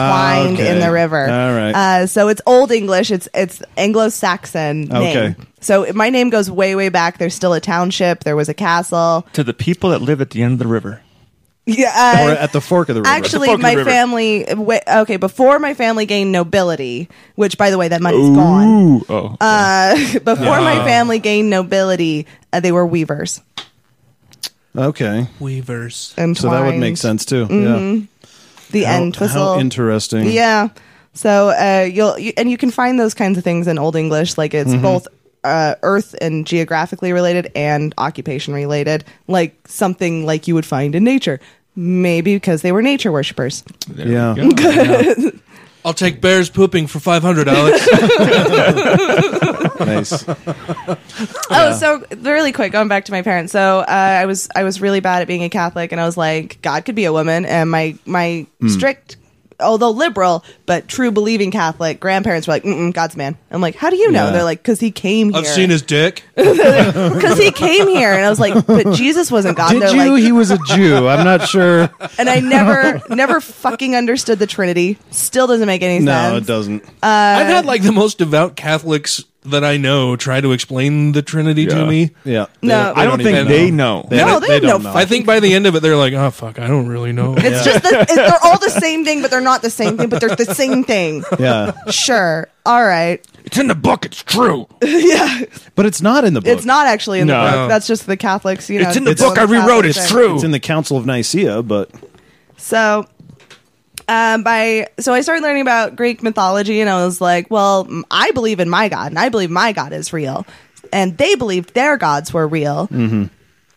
C: Ah, okay.
E: in the river.
C: All right.
E: Uh, so it's Old English. It's it's Anglo-Saxon
C: Okay.
E: name. So it- my name goes way way back. There's still a township. There was a castle.
D: To the people that live at the end of the river.
E: Yeah.
C: or
E: uh,
C: at the fork of the river.
E: Actually,
D: Fork of the
E: my
D: River.
E: family. wa- Okay, before my family gained nobility, which by the way, that money's gone.
D: Ooh. Oh.
E: Uh, before my family gained nobility, uh, they were weavers.
C: okay,
B: Weavers.
E: Entwined.
C: so that would make sense too.
E: The
C: Yeah,
E: end
C: how,
E: Mm-hmm. twistle.
C: how interesting. Mm-hmm.
E: yeah. So uh, you'll you, and you can find those kinds of things in Old English, like it's both uh, Earth and geographically related and occupation related, like something like you would find in nature. Maybe because they were nature worshippers.
C: yeah.
B: I'll take bears pooping for 500, Alex.
C: nice.
E: Oh, so really quick, going back to my parents. So uh, I was I was really bad at being a Catholic, and I was like, God could be a woman. And my my
B: Hmm.
J: Mm.
E: strict, although liberal but true believing Catholic grandparents were like, Mm-mm, God's a man. I'm like, how do you know?
B: Yeah.
E: They're like, because he came.
B: I've seen his dick.
E: Uh, because he came here, and I was like, but Jesus wasn't God.
C: Did
E: They're
C: you?
E: like-
C: he was a Jew. I'm not sure.
E: and I never never fucking understood the Trinity. Still doesn't make any
B: No,
E: sense. Uh,
B: it
C: doesn't.
B: I've had like the most devout Catholics that I know try to explain the Trinity to me.
C: Yeah.
E: No. I don't
D: think they know.
E: They No, don't- they they have don't no know.
B: I think by the end of it, they're like, oh, fuck, I don't really know.
E: It's just the, it, they're all the same thing, but they're not the same thing. But they're the same thing.
C: Yeah.
E: Sure. All right.
D: It's in the book. It's true.
E: yeah.
C: But it's not in the book.
E: It's not actually in the
C: No.
E: book. That's just the Catholics. You know, doing the Catholic thing.
C: It's in the Council of Nicaea, but
E: So, um, by so I started learning about Greek mythology, and I was like, well, m- I believe in my God, and I believe my God is real, and they believed their gods were real.
B: Mm-hmm.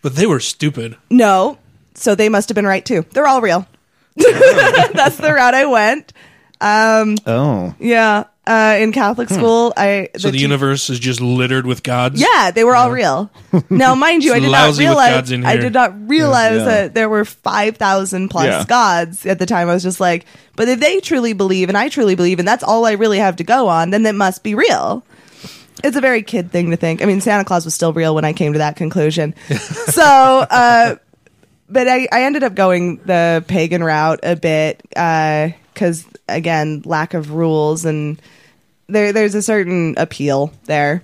B: But they were stupid.
E: No, so they must have been right too. They're all real. That's the route I went. Um,
C: oh.
E: yeah, uh, in Catholic
B: Hmm.
E: school, I
B: So the
E: te-
B: universe is just littered with gods.
E: Yeah, they were all real. Now, mind you, I
B: It's
E: did not
B: lousy with
E: realize
B: gods in
E: I
B: here.
E: did not realize
B: Yeah.
E: that there were five thousand plus
B: Yeah.
E: gods at the time. I was just like, but if they truly believe and I truly believe, and that's all I really have to go on, then that must be real. It's a very kid thing to think. I mean, Santa Claus was still real when I came to that conclusion. so, uh, but I, I ended up going the pagan route a bit because, again, lack of rules and there, there's a certain appeal there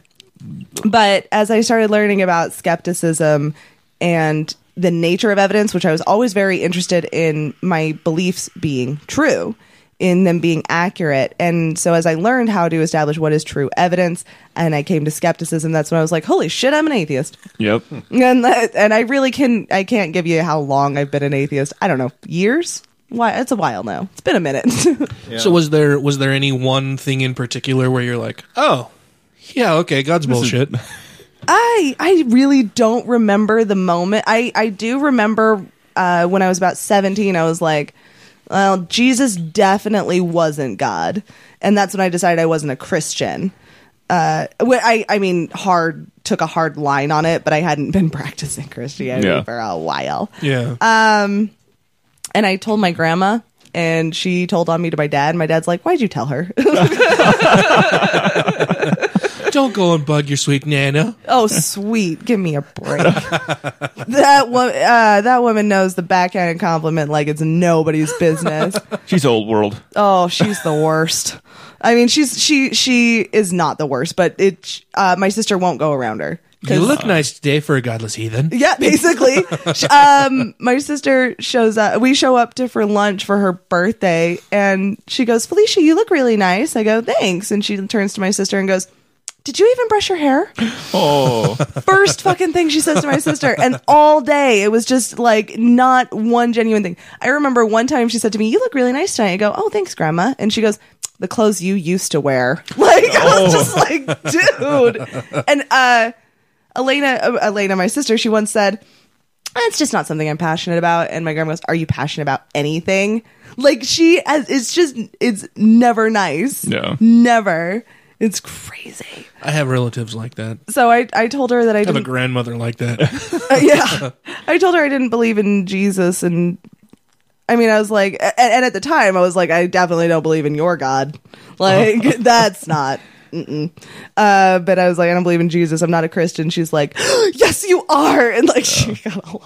E: but as I started learning about skepticism and the nature of evidence, which I was always very interested in my beliefs being true, in them being accurate. And so as I learned how to establish what is true evidence and I came to skepticism, that's when I was like, holy shit, I'm an atheist.
D: Yep.
E: And that- and I really can I can't give you how long I've been an atheist. I don't know, years? Why it's a while now. It's been a minute.
B: So was there was there any one thing in particular where you're like, oh, yeah, okay, God's bullshit.
E: I I really don't remember the moment. I I do remember uh, when I was about seventeen. I was like, well, Jesus definitely wasn't God, and that's when I decided I wasn't a Christian. Uh, wh- I I mean, hard took a hard line on it, but I hadn't been practicing Christianity
B: Yeah.
E: for a while.
B: Yeah.
E: Um, and I told my grandma, and she told on me to my dad. And my dad's like, "Why'd you tell her?"
B: Don't go and bug your sweet nana.
E: Oh, sweet. Give me a break. that wo- uh, that woman knows the backhand compliment like it's nobody's business.
D: She's old world.
E: oh, she's the worst. I mean, she's she she is not the worst, but it uh, my sister won't go around her. 'Cause-
B: You look nice today for a godless heathen.
E: yeah, basically. Sh- um, my sister shows up. We show up to for lunch for her birthday, and she goes, "Felicia, you look really nice." I go, "Thanks," and she turns to my sister and goes, "Did you even brush your hair?"
D: Oh.
E: first fucking thing she says to my sister and all day it was just like not one genuine thing i remember one time she said to me you look really nice tonight i go oh thanks grandma and she goes the clothes you used to wear like i was just like dude and uh elena uh, elena my sister she once said it's just not something i'm passionate about and my grandma goes are you passionate about anything like she has, it's just it's never nice
B: No.
E: never it's crazy
B: I have relatives like that.
E: so i i told her that i
B: I have a
E: didn't
B: grandmother like that.
E: uh, yeah. I told her I didn't believe in Jesus and I mean I was like and, and at the time I was like I definitely don't believe in your god. Like that's not mm-mm. Uh, but I was like, I don't believe in Jesus. I'm not a Christian. She's like, yes, you are. And like, she got all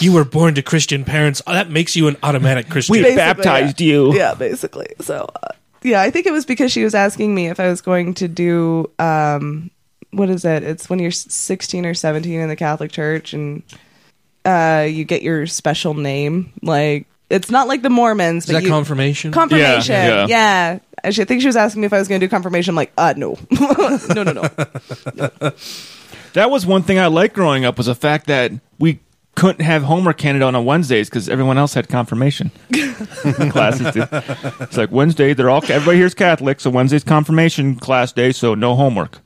B: you were born to Christian parents. Oh, That makes you an automatic Christian.
E: Basically, yeah. Yeah, basically. So, uh, yeah, I think it was because she was asking me if I was going to do um, what is it? It's when you're s- 16 or 17 in the Catholic Church and uh, you get your special name. Like it's not like the Mormons.
B: Is
E: but
B: that
E: you-
B: confirmation?
E: Confirmation.
B: Yeah,
E: Yeah.
B: yeah.
E: I should- I think she was asking me if I was going to do confirmation. I'm like, uh, no, no, no, no.
D: That was one thing I liked growing up was the fact that we couldn't have homework handed out on Wednesdays because everyone else had confirmation classes. Did. It's like Wednesday, they're all everybody here's Catholic, so Wednesday's confirmation class day, so no homework.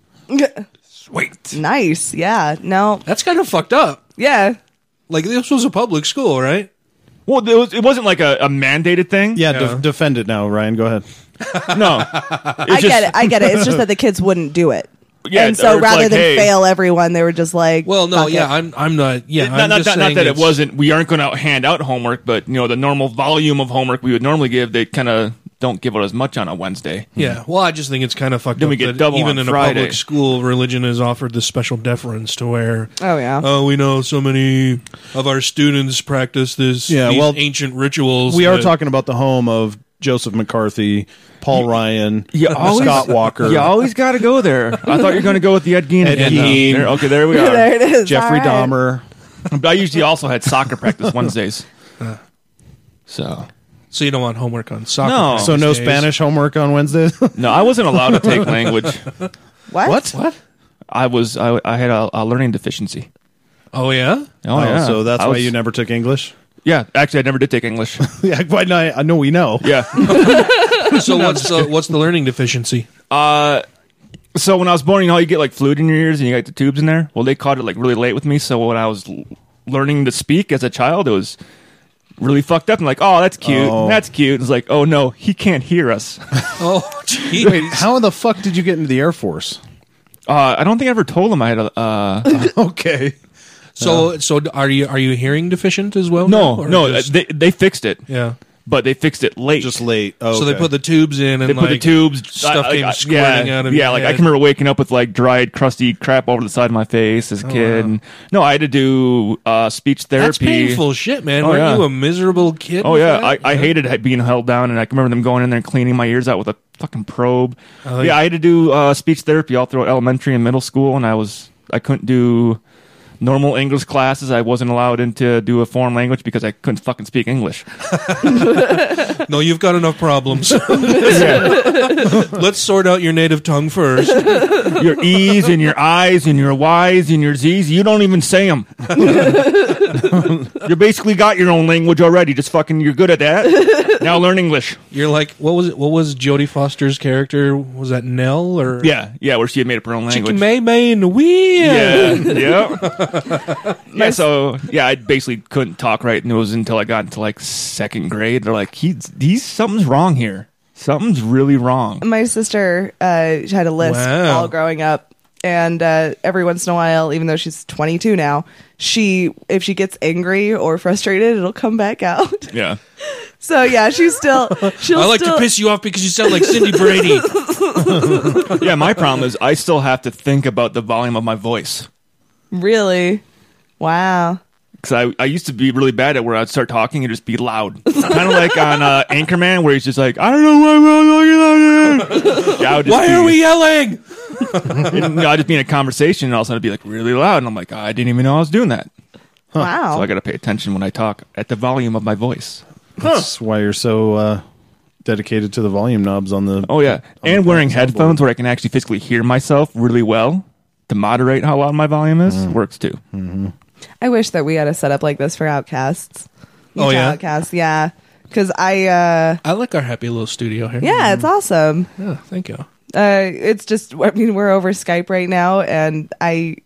E: Sweet. Nice. Yeah. No.
B: That's kind of fucked up.
E: Yeah.
B: Like this was a public school, right?
D: Well, it, was, it wasn't like a, a mandated thing.
C: Yeah, def- defend it now, Ryan. Go ahead.
D: no,
E: I get it. I get it. It's just that the kids wouldn't do it.
D: Yeah,
E: and
D: or
E: so
D: it's
E: rather
D: like,
E: than
D: hey-
E: fail everyone, they were just like,
B: Well, no,
E: fuck
B: yeah,
E: it.
B: I'm I'm not. Yeah,
D: not,
B: I'm
D: not,
B: just
D: not, not
B: saying
D: that it
B: it's-
D: wasn't. We aren't going to hand out homework, but you know the normal volume of homework we would normally give, they kind of don't give out as much on a Wednesday.
B: Yeah, well, I just think it's kind of fucked
D: Then
B: up
D: we get
B: that
D: double
B: even
D: on
B: in a
D: Friday.
B: public school, religion is offered this special deference to where,
E: Oh, yeah.
B: oh, we know so many of our students practice this,
C: Yeah,
B: these
C: well,
B: ancient rituals.
C: We are
B: that-
C: talking about the home of Joseph McCarthy, Paul Ryan,
D: You always-
C: Scott Walker,
D: You always got to go there. I thought you were going to go with the Ed Gein.
C: Ed
D: again, though.
C: Gein.
D: There- okay, there we are.
E: there it is.
C: Jeffrey
E: All right.
C: Dahmer.
D: But I usually also had soccer practice Wednesdays. So oh,
B: So you don't want homework on soccer.
D: No.
B: practice
C: So no
B: days.
C: Spanish homework on Wednesdays.
D: no, I wasn't allowed to take language.
E: What?
D: What? I was. I, I had a, a learning deficiency.
B: Oh yeah.
D: Oh, yeah.
C: so that's
D: I
C: why
D: was-
C: you never took English.
D: Yeah, actually, I never did take English.
C: yeah, why not? I know we know.
D: Yeah.
B: So what's the, what's the learning deficiency?
D: Uh, so when I was born, you know, how you get like fluid in your ears and you got the tubes in there. Well, they caught it like really late with me. So when I was l- learning to speak as a child, it was really fucked up. And like, oh, that's cute.
C: Oh.
D: That's cute. It's like, oh no, he can't hear us. uh,
B: Oh, geez.
C: How the fuck did you get into the Air Force?
D: Uh, I don't think I ever told him I had a. Uh,
C: Okay.
B: so so are you are you hearing deficient as well? now,
D: no,
B: or
D: no, uh,
B: just-
D: they they fixed it.
B: yeah.
D: but they fixed it late.
C: Just late. Oh,
B: So they
C: okay.
B: put the tubes in and
D: They put
B: like,
D: the tubes
B: stuff
D: I- I-
B: came
D: I-
B: squirting
D: yeah,
B: out of
D: yeah.
B: your
D: Like I
B: head.
D: can remember waking up with like dried, crusty crap over the side of my face as a kid.
B: Oh, wow.
D: No, I had to do uh, speech therapy.
B: That's painful shit, man.
D: Oh,
B: Weren't
D: yeah.
B: you a miserable kid?
D: Oh
B: with
D: yeah,
B: that?
D: I, I hated ha- being held down, and I can remember them going in there and cleaning my ears out with a fucking probe.
B: Oh,
D: yeah,
B: yeah.
D: I had to do uh, speech therapy all throughout elementary and middle school, and I was I couldn't do normal English classes. I wasn't allowed in to do a foreign language because I couldn't fucking speak English.
B: No, you've got enough problems.
D: Yeah.
B: Let's sort out your native tongue first.
D: your E's and your I's and your Y's and your Z's, you don't even say them. you basically got your own language already. Just fucking, you're good at that. Now learn English.
B: You're like, what was it? What was Jodie Foster's character? Was that Nell or
D: Yeah, yeah, where she had made up her own language.
B: Chicken May May in the wheel?
D: Yeah, yeah. yeah, so yeah, I basically couldn't talk right, and it was until I got into like second grade. They're like, he's he's something's wrong here. Something's really wrong.
E: my sister uh, she had a list
B: Wow.
E: all growing up and uh, every once in a while even though she's 22 now she if she gets angry or frustrated it'll come back out
D: Yeah,
E: so yeah she's still she'll
B: I like
E: still-
B: to piss you off because you sound like Cindy Brady.
D: yeah. My problem is I still have to think about the volume of my voice.
E: really wow
D: because I, I used to be really bad at where I'd start talking and just be loud, kind of like on uh, Anchorman where he's just like, I don't know why we're all talking loud here." Yeah, I would just
B: Why are
D: be-
B: we yelling?
D: You know, I'd just be in a conversation and all of a sudden I'd be like really loud, and I'm like, I didn't even know I was doing that.
E: wow
D: So I got to pay attention when I talk at the volume of my voice.
C: That's why you're so uh, dedicated to the volume knobs on the.
D: Oh yeah, and wearing headphones where I can actually physically hear myself really well to moderate how loud my volume is works too.
E: I wish that we had a setup like this for outcasts
B: Oh, yeah?
E: outcasts yeah because i uh
B: I like our happy little studio here.
E: yeah it's awesome
B: Yeah, thank you.
E: uh, it's just I mean we're over Skype right now, and I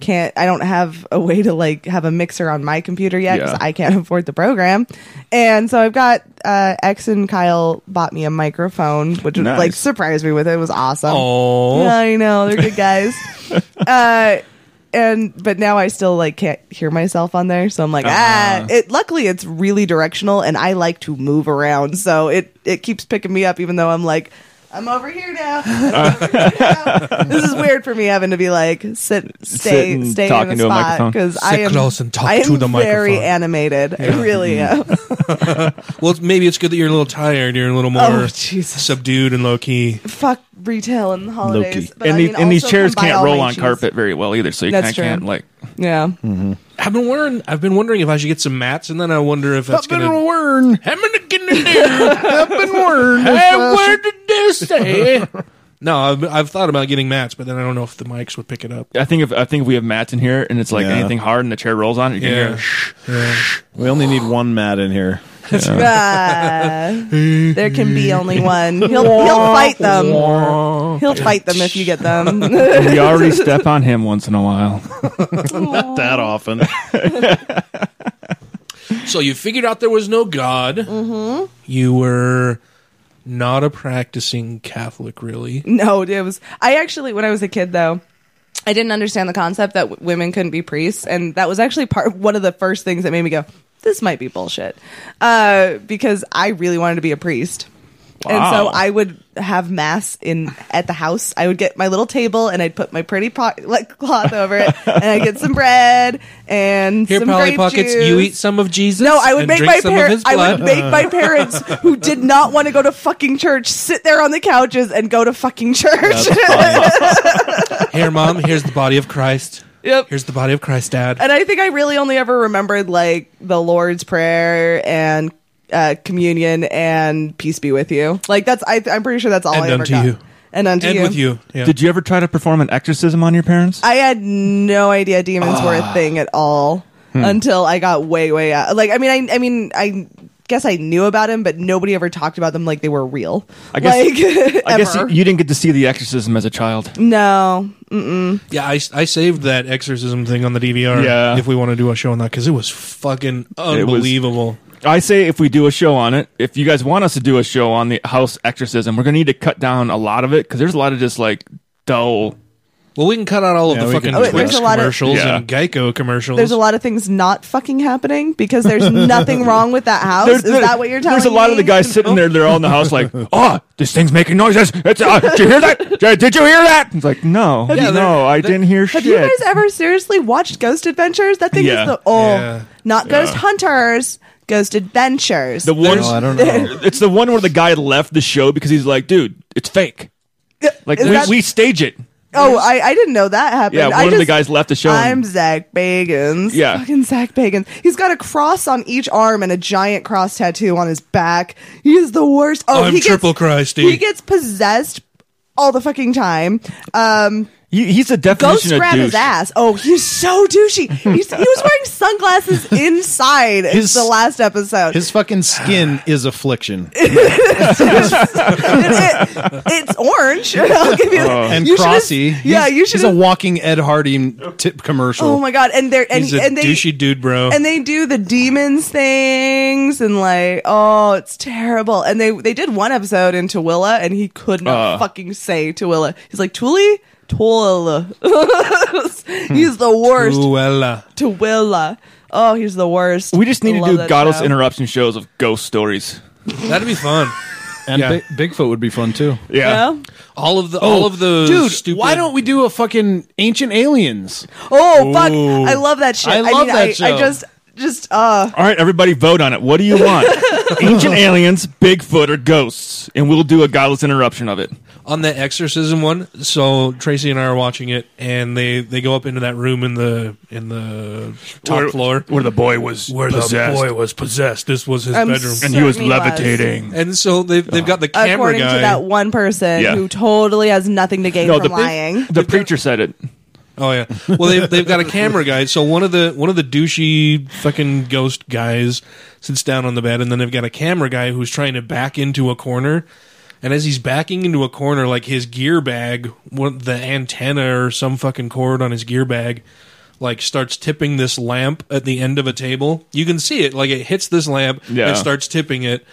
E: can't. I don't have a way to like have a mixer on my computer yet because
D: Yeah.
E: I can't afford the program. And so I've got uh, X and Kyle bought me a microphone, which
D: Nice.
E: like surprised me with it. It was awesome.
B: Oh,
E: Yeah, I know they're good guys. uh, and but now I still like can't hear myself on there, so I'm like ah. It luckily it's really directional, and I like to move around, so it it keeps picking me up, even though I'm like. I'm over here now. I'm over here now. this is weird for me having to be like sit, stay,
D: and
E: stay
D: talk
E: in a
D: into a
E: spot
D: microphone.
E: because
B: Sit
E: I am
B: close and talk
E: I am
B: to the
E: very
B: microphone. Mm-hmm.
E: animated. I really am.
B: well, maybe it's good that you're a little tired. You're a little more
E: Oh, Jesus.
B: subdued and low key.
E: Fuck retail and the holidays.
C: Loki.
E: But
D: and,
E: I
D: the-
E: mean,
D: and these
E: also
D: chairs
E: come buy
D: can't
E: all
D: roll
E: my
D: on
E: cheese.
D: carpet very well either, so you
E: That's
D: kind of
E: true.
D: can't like.
E: Yeah.
B: I've been wondering. I've been wondering if I should get some mats, and then I wonder if that's
C: Been
B: gonna.
C: worn.
B: I'm gonna get in there.
C: Been worn.
B: Hey, where did this say? No, I've, I've thought about getting mats, but then I don't know if the mics would pick it up.
D: I think if I think if we have mats in here and it's like
C: Yeah.
D: anything hard and the chair rolls on, it, you can
B: Yeah.
D: hear. Shh.
C: We only need one mat in here.
E: Ah, there can be only one. He'll, he'll fight them. He'll fight them if you get them.
D: we already step on him once in a while.
C: Not that often.
B: So you figured out there was no God.
E: Mhm.
B: You were not a practicing Catholic, really.
E: No, it was. I actually, when I was a kid, though, I didn't understand the concept that w- women couldn't be priests, and that was actually part one of the first things that made me go, "This might be bullshit," uh, because I really wanted to be a priest. And so
J: Wow.
E: I would have mass in at the house. I would get my little table and I'd put my pretty po- like cloth over it, and I'd get some bread and
B: Here,
E: some
B: Polly
E: grape
B: Pockets,
E: juice.
B: you eat some of Jesus.
E: No, I would
B: and
E: make
B: drink
E: my
B: some of his
E: parents. I would
B: blood.
E: make my parents who did not want to go to fucking church sit there on the couches and go to fucking church.
B: Here, mom. Here's the body of Christ.
E: Yep.
B: Here's the body of Christ, Dad.
E: and I think I really only ever remembered like the Lord's Prayer and uh, communion and peace be with you. Like that's I, I'm pretty sure that's all
D: And
E: I ever
D: unto
E: got.
D: you.
E: And unto you.
D: Did you ever try to perform an exorcism on your parents?
E: I had no idea demons were a thing at all
D: Ah. Hmm.
E: until I got way way out. Like I mean I I mean I guess I knew about him, but nobody ever talked about them like they were real.
D: I guess.
E: like,
D: I guess
E: ever.
D: you, you didn't get to see the exorcism as a child.
E: No. Mm-mm.
B: Yeah, I, I saved that exorcism thing on the DVR.
D: Yeah.
B: If we want to do a show on that, because it was fucking
D: It was-
B: unbelievable.
D: I say if we do a show on it, if you guys want us to do a show on the house exorcism, we're gonna need to cut down a lot of it because there's a lot of just like oh. dull.
B: Well, we can cut out all of the fucking
E: Oh,
B: Twitch commercials and Geico commercials.
E: There's a lot of things not fucking happening because there's nothing wrong with that house. Oh, Is that what you're telling
D: There's a lot
E: me?
D: of the guys sitting there. They're all in the house like, oh, this thing's making noises. It's, uh, did you hear that? Did did you hear that? It's like, no,
E: Have you-
D: no, I didn't hear
E: Have
D: shit.
E: you guys ever seriously watched Ghost Adventures? That thing
D: Yeah.
E: is the oh,
D: Yeah.
E: not Ghost
D: Yeah.
E: Hunters, Ghost Adventures.
D: the one, It's the one where the guy left the show because he's like, dude, it's fake. Like
E: is
D: we,
E: that-
D: we stage it.
E: oh, I, I didn't know that happened.
D: Yeah,
E: I
D: one of the
E: just-
D: guys left the show.
E: I'm
D: and-
E: Zach Bagans.
D: Yeah.
E: fucking Zach Bagans. He's got a cross on each arm and a giant cross tattoo on his back. He's the worst. Oh,
B: I'm
E: he gets-
B: triple Christy.
E: He gets possessed all the fucking time. Um,
D: he's a
E: ghost
D: definition of
E: grab his
D: douche.
E: ass. Oh, he's so douchey. He's, he was wearing sunglasses inside.
C: His-
E: It's the last episode.
C: His fucking skin is affliction.
E: it's orange. I'll give
D: Oh.
E: you.
B: Uh,
E: that.
C: and
E: You should've-
C: Crossy.
E: Yeah,
C: he's-
E: you
C: He's
E: should.
C: a walking Ed Hardy tip commercial.
E: Oh my god! And they're and, and they
B: dude, bro.
E: and they do the demons things and like oh it's terrible and they they did one episode in Tooele and he could not
J: Uh.
E: fucking say Tooele he's like Tuli Tooele he's the worst
B: Cruella.
E: Tooele oh he's the worst
D: We just need to
E: Love
D: do
E: that
D: godless
E: show.
D: interruption shows of ghost stories.
B: That'd be fun.
C: And Big, Bigfoot would be fun too.
D: Yeah.
B: All of the
C: Oh,
B: all of the
C: dude.
B: stupid
C: Why don't we do a fucking ancient aliens?
E: oh fuck
C: Ooh.
E: I love that shit
C: I love
E: mean,
C: that
E: I,
C: show.
E: I just just uh
D: All right, everybody vote on it. What do you want? Ancient aliens, Bigfoot, or ghosts? And we'll do a godless interruption of it.
B: on the exorcism one so tracy and i are watching it and they they go up into that room in the in the top
D: Where-
B: floor
D: where the boy was
B: where
D: possessed.
B: the boy was possessed this was his
E: I'm
B: bedroom
E: And he was certain he was. levitating.
B: and so they've, they've got the camera
E: according
B: guy
E: to that one person
B: Yeah.
E: who totally has nothing to gain
B: No,
E: from
B: the-
E: lying
D: The preacher said it.
B: Oh yeah. Well, they've they've got a camera guy. So one of the one of the douchey fucking ghost guys sits down on the bed, and then they've got a camera guy who's trying to back into a corner. And as he's backing into a corner, like his gear bag, one, the antenna or some fucking cord on his gear bag, like starts tipping this lamp at the end of a table. You can see it, like it hits this lamp
D: Yeah.
B: and starts tipping it.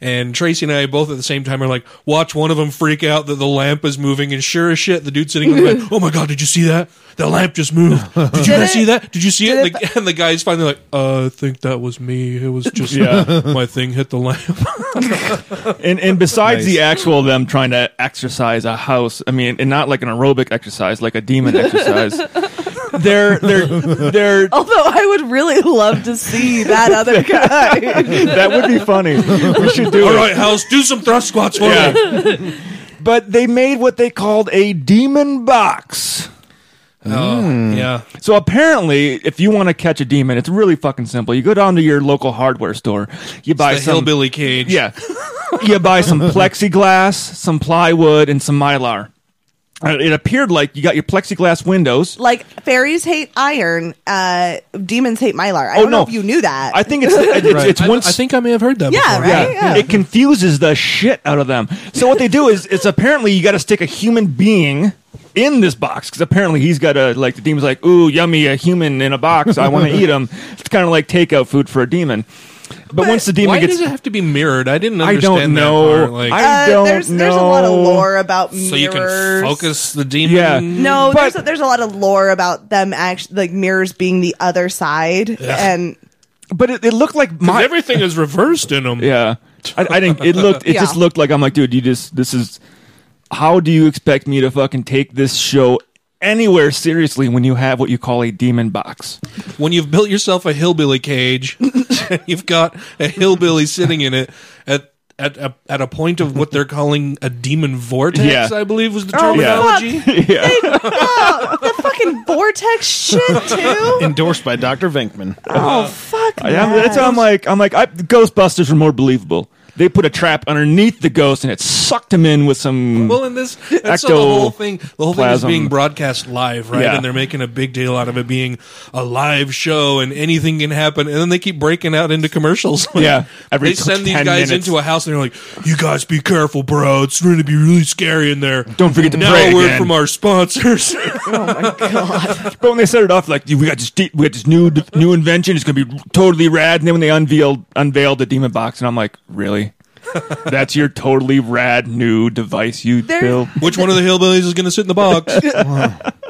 B: And Tracy and I both at the same time are like, watch one of them freak out that the lamp is moving, and sure as shit, the dude sitting on the bed, oh my god, did you see that? The lamp just moved. Did you
D: Did it-
B: see that? Did you see it? Like, and the guy's finally like, uh, I think that was me. It was just
D: Yeah.
B: my thing hit the lamp.
D: And and besides the actual them trying to exercise a house, I mean, and not like an aerobic exercise, like a demon exercise. they're they're they're
E: although I would really love to see that other guy
D: that would be funny. We should do
B: All
D: it.
B: right, House, do some thrust squats for
D: Yeah.
B: me.
D: But they made what they called a demon box.
B: Oh, yeah.
D: So apparently, if you want to catch a demon, it's really fucking simple. You go down to your local hardware store, you buy
B: the
D: some
B: hillbilly cage.
D: Yeah, you buy some plexiglass, some plywood, and some mylar. Uh, It appeared like you got your plexiglass windows.
E: Like fairies hate iron, uh, demons hate mylar. I
D: Oh,
E: don't
D: no.
E: know if you knew that.
D: I think it's it's,
B: Right.
D: it's
B: I-
D: once
B: I think I may have heard that.
E: Yeah,
B: before.
E: right? Yeah.
D: It confuses the shit out of them. So what they do is it's apparently you got to stick a human being in this box because apparently he's got a like the demon's like ooh yummy a human in a box I want to eat him. It's kind of like takeout food for a demon. But, once the demon
B: Why
D: gets
B: does it have to be mirrored? I didn't
D: I
B: understand
D: don't know.
B: that part. Like,
D: I-
E: uh,
D: don't
E: there's there's a lot of
D: know.
E: lore about mirrors.
B: so you can focus the demon.
D: Yeah.
E: No,
D: But-
E: there's a, there's a lot of lore about them actually like mirrors being the other side, and
D: but it, it looked like
B: 'Cause
D: my
B: everything is reversed in them.
D: Yeah, I, I didn't. It looked. It
E: Yeah.
D: just looked like I'm like, dude, you just. This is. How do you expect me to fucking take this show anywhere seriously when you have what you call a demon box?
B: When you've built yourself a hillbilly cage, and you've got a hillbilly sitting in it at at a, at a point of what they're calling a demon vortex.
D: Yeah.
B: I believe was the
E: Oh,
D: yeah.
B: terminology.
D: yeah.
E: oh, the fucking vortex shit too.
C: Endorsed by Dr. Venkman.
E: Oh fuck!
D: I, am that's
E: that.
D: how I'm like. I'm like. I, Ghostbusters were more believable. They put a trap underneath the ghost and it sucked him in with some.
B: Well, in this, and so the whole
D: Ectoplasm.
B: thing, the whole thing is being broadcast live, right?
D: Yeah.
B: And they're making a big deal out of it being a live show, and anything can happen. And then they keep breaking out into commercials. Like,
D: Yeah. Every
B: they send these
D: 10
B: guys
D: minutes.
B: into a house, and they're like, "You guys be careful, bro. It's going to be really scary in there."
D: Don't forget to
B: now
D: pray
B: a word
D: again."
B: from our sponsors.
D: but when they set it off, like we got this, de- we got this new new invention. It's gonna be totally rad. And then when they unveiled unveiled the demon box, and I'm like, really? That's your totally rad new device you
E: There-
D: built.
B: Which one of the hillbillies is going to sit in the box?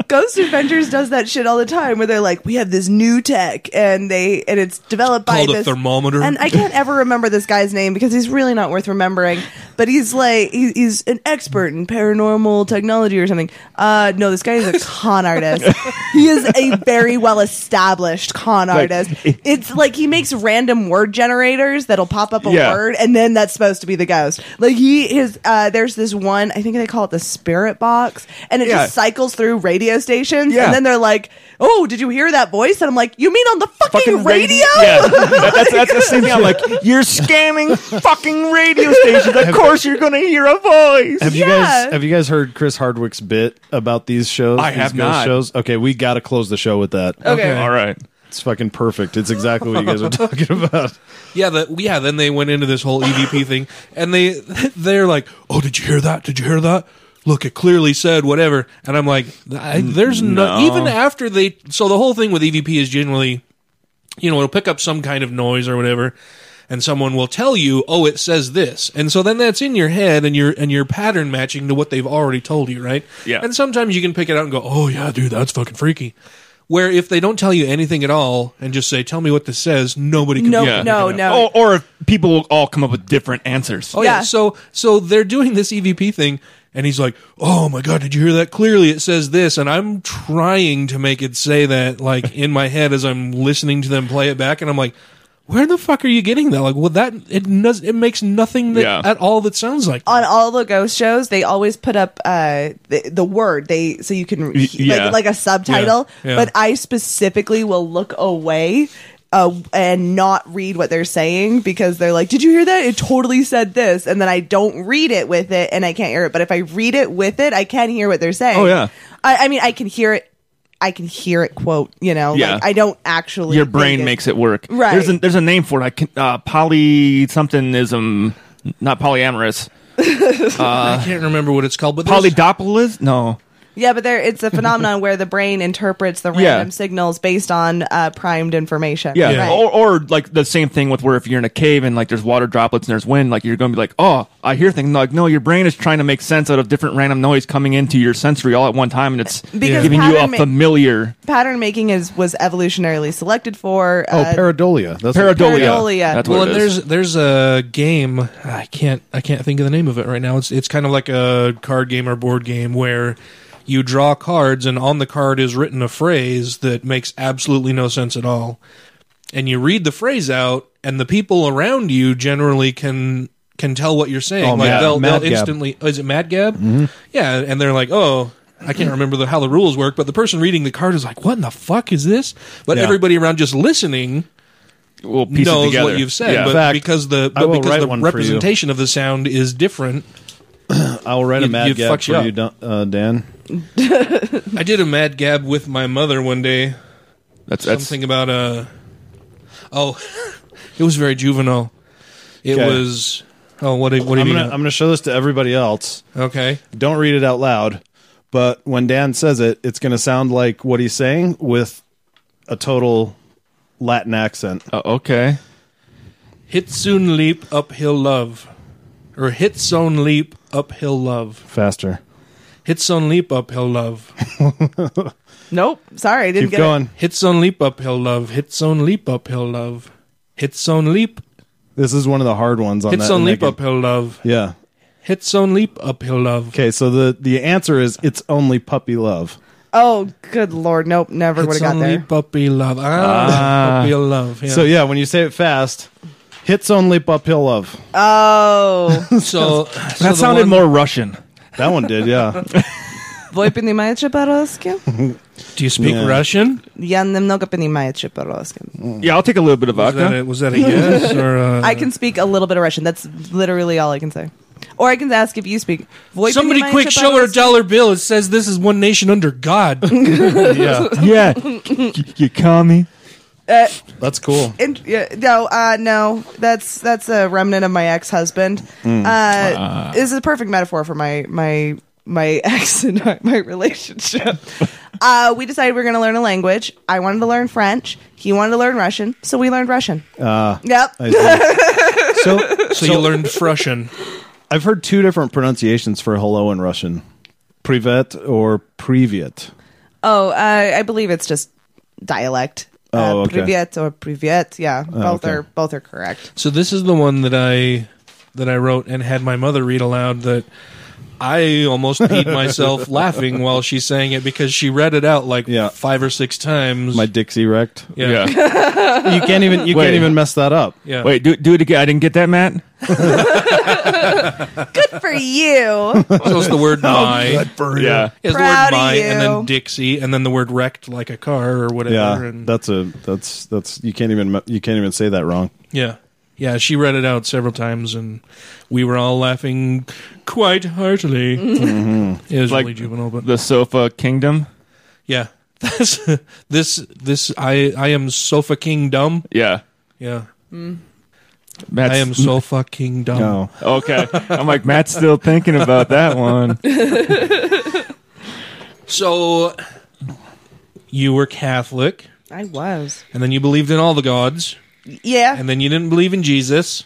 E: Ghost Adventures does that shit all the time, where they're like, "We have this new tech, and they and it's developed by
B: Called a
E: this
B: thermometer.
E: And I can't ever remember this guy's name because he's really not worth remembering. But he's like, he, he's an expert in paranormal technology or something. Uh, no, this guy is a con artist. he is a very well established con artist. It's like he makes random word generators that'll pop up a
D: Yeah.
E: word, and then that's supposed to be the ghost. Like he is. Uh, there's this one. I think they call it the spirit box, and it
D: Yeah.
E: just cycles through radio stations,
D: Yeah.
E: and then they're like, "Oh, did you hear that voice?" And I'm like, "You mean on the fucking, radio?"
D: Yeah, That- that's, that's the same thing. I'm like, you're scamming fucking radio stations. Of course, you're gonna hear a voice.
C: Have you
E: Yeah.
C: guys have you guys heard Chris Hardwick's bit about these shows?
D: I
C: these
D: have
C: ghost
D: not.
C: Shows? Okay, we got to close the show with that.
E: Okay.
D: All right.
C: It's fucking perfect. It's exactly what you guys were talking about.
B: Yeah, the, yeah. Then they went into this whole EVP thing, and they they're like, "Oh, did you hear that? Did you hear that? Look, it clearly said whatever." And I'm like, I, "There's no,
D: No.
B: even after they." So the whole thing with EVP is generally, you know, it'll pick up some kind of noise or whatever, and someone will tell you, "Oh, it says this," and so then that's in your head and your and your pattern matching to what they've already told you, right?
D: Yeah.
B: And sometimes you can pick it out and go, "Oh yeah, dude, that's fucking freaky." Where if they don't tell you anything at all and just say, "Tell me what this says," nobody can.
E: No,
B: pick it
E: Oh, no,
B: up.
E: no.
D: Or, or if people will all come up with different answers.
B: Oh yeah.
E: Yeah.
B: So so they're doing this EVP thing, and he's like, "Oh my god, did you hear that? Clearly, it says this." And I'm trying to make it say that, like in my head as I'm listening to them play it back, and I'm like, "Where the fuck are you getting that? Like, well, that it does it makes nothing that,
D: Yeah.
B: at all that sounds like."
E: on all the ghost shows, they always put up uh, the, the word they so you can
D: Y- yeah.
E: like, like a subtitle.
B: Yeah, yeah.
E: But I specifically will look away uh, and not read what they're saying because they're like, "Did you hear that? It totally said this," and then I don't read it with it, and I can't hear it. But if I read it with it, I can hear what they're saying.
D: Oh, yeah.
E: I, I mean, I can hear it. I can hear it. Quote, you know,
D: Yeah.
E: like I don't actually.
D: Your
E: think
D: brain makes it work.
E: Right.
D: There's a, there's a name for it. I can, uh, poly somethingism, not polyamorous.
B: I can't remember what it's called, but there's-
D: Polydopolis? No.
E: Yeah, but there it's a phenomenon where the brain interprets the
D: Yeah.
E: random signals based on uh, primed information.
D: Yeah.
E: Right.
D: Or, or like the same thing with where if you're in a cave and like there's water droplets and there's wind, like you're going to be like, oh, I hear things. Like, no, your brain is trying to make sense out of different random noise coming into your sensory all at one time and it's
E: Because
D: giving you a
E: pattern ma-
D: familiar
E: Pattern making is was evolutionarily selected for.
C: Oh,
E: uh,
C: pareidolia. That's
D: pareidolia.
E: Pareidolia.
D: That's what
B: Well,
D: it
B: and
D: is.
B: there's there's a game I can't I can't think of the name of it right now. It's it's kind of like a card game or board game where you draw cards and on the card is written a phrase that makes absolutely no sense at all. And you read the phrase out and the people around you generally can can tell what you're saying.
C: Oh,
B: like
C: Mad-
B: they'll
C: Mad
B: they'll
C: Gab.
B: instantly oh, is it Mad Gab?
D: Mm-hmm.
B: Yeah, and they're like, "Oh, I can't remember the, how the rules work, but the person reading the card is like, "What in the fuck is this?" But
D: Yeah.
B: everybody around just listening
D: we'll piece it
B: knows
D: together.
B: what you've said,
D: Yeah.
B: but
C: fact,
B: because the
C: I
B: but
C: will
B: because
C: write
B: the
C: one for you.
B: representation of the sound is different,
C: I'll write a
B: You-
C: mad
B: you'd
C: gag
B: fuck you
C: for
B: up.
C: you, Dan- uh, Dan.
B: I did a mad gab with my mother one day.
D: That's- that's-
B: something about a. Oh, it was very juvenile. It
C: Okay.
B: was. Oh, what? do- What do you
C: I'm
B: mean?
C: Gonna, I'm going to show this to everybody else.
B: Okay.
C: Don't read it out loud, but when Dan says it, it's going to sound like what he's saying with a total Latin accent.
D: okay.
B: Hitsoon leap uphill love, or Hitsoon leap uphill love.
C: Faster.
B: Hitsoon leap uphill love.
E: Nope. Sorry, I didn't get it.
B: Hitsoon leap uphill love. Hitsoon leap uphill love. Hitsoon leap.
C: This is one of the hard ones on that.
B: Hitsoon leap
C: naked-
B: uphill love.
C: Yeah.
B: Hitsoon leap uphill love.
C: Okay, so the the answer is it's only puppy love.
E: Oh, good lord. Nope. Never would have
B: It's
E: got
B: only
E: there.
B: puppy love. Ah, puppy love.
C: So yeah, when you say it fast, hits only uphill love.
E: Oh.
B: So
C: That sounded
D: more Russian.
C: That one did, yeah.
E: Voi понимаете по-русски?
B: Do you speak
C: Yeah.
B: Russian?
E: Я немного понимаю по-русски.
D: Yeah, I'll take a little bit of
B: Was that
D: vodka.
B: a, was that a yes or uh, a,
E: I can speak a little bit of Russian. That's literally all I can say. Or I can ask if you speak. Voi
B: Somebody
E: понимаете
B: quick show her a
E: по-русски?
B: dollar bill. It says this is one nation under God.
C: yeah.
D: yeah. you commie.
E: Uh,
C: That's cool.
E: in, yeah, no, uh, no, that's that's a remnant of my ex husband.
C: Mm.
E: Uh,
C: Ah.
E: This is a perfect metaphor for my my my ex and I- my relationship. uh, we decided we were going to learn a language. I wanted to learn French. He wanted to learn Russian, so we learned Russian.
C: Uh,
E: Yep.
C: I see. so,
B: So you learned Russian.
C: I've heard two different pronunciations for hello in Russian. Privet or privet.
E: Oh, uh, I believe it's just dialect.
C: Oh,
E: uh,
C: okay.
E: Privet or privet. Yeah,
B: Oh,
E: both
B: okay.
E: are both are correct.
B: So this is the one that I that I wrote and had my mother read aloud that I almost peed myself laughing while she sang it because she read it out like five or six times.
C: My Dixie wrecked.
B: yeah.
C: you can't even you
D: Wait.
C: can't even mess that up.
B: Yeah.
D: Wait, do do it again. I didn't get that, Matt.
E: Good for you.
B: So it's the word
D: Oh,
B: my.
D: good for you.
B: Yeah. It's
E: Proud
B: the
E: of
B: word my and
E: you.
B: then Dixie and then the word wrecked like a car or whatever.
C: yeah.
B: And
C: That's a that's that's you can't even you can't even say that wrong.
B: yeah. Yeah, she read it out several times and we were all laughing quite heartily.
E: Mm-hmm.
B: It was
D: like
B: really juvenile, but
D: the sofa kingdom.
B: yeah. This this this I I am sofa king dumb.
D: Yeah.
B: Yeah.
D: Matt's-
B: I am so fucking
C: Oh.
B: dumb.
D: No. Okay. I'm like Matt's still thinking about that one.
B: So you were Catholic
E: I was.
B: and then you believed in all the gods
E: Yeah.
B: and then you didn't believe in Jesus.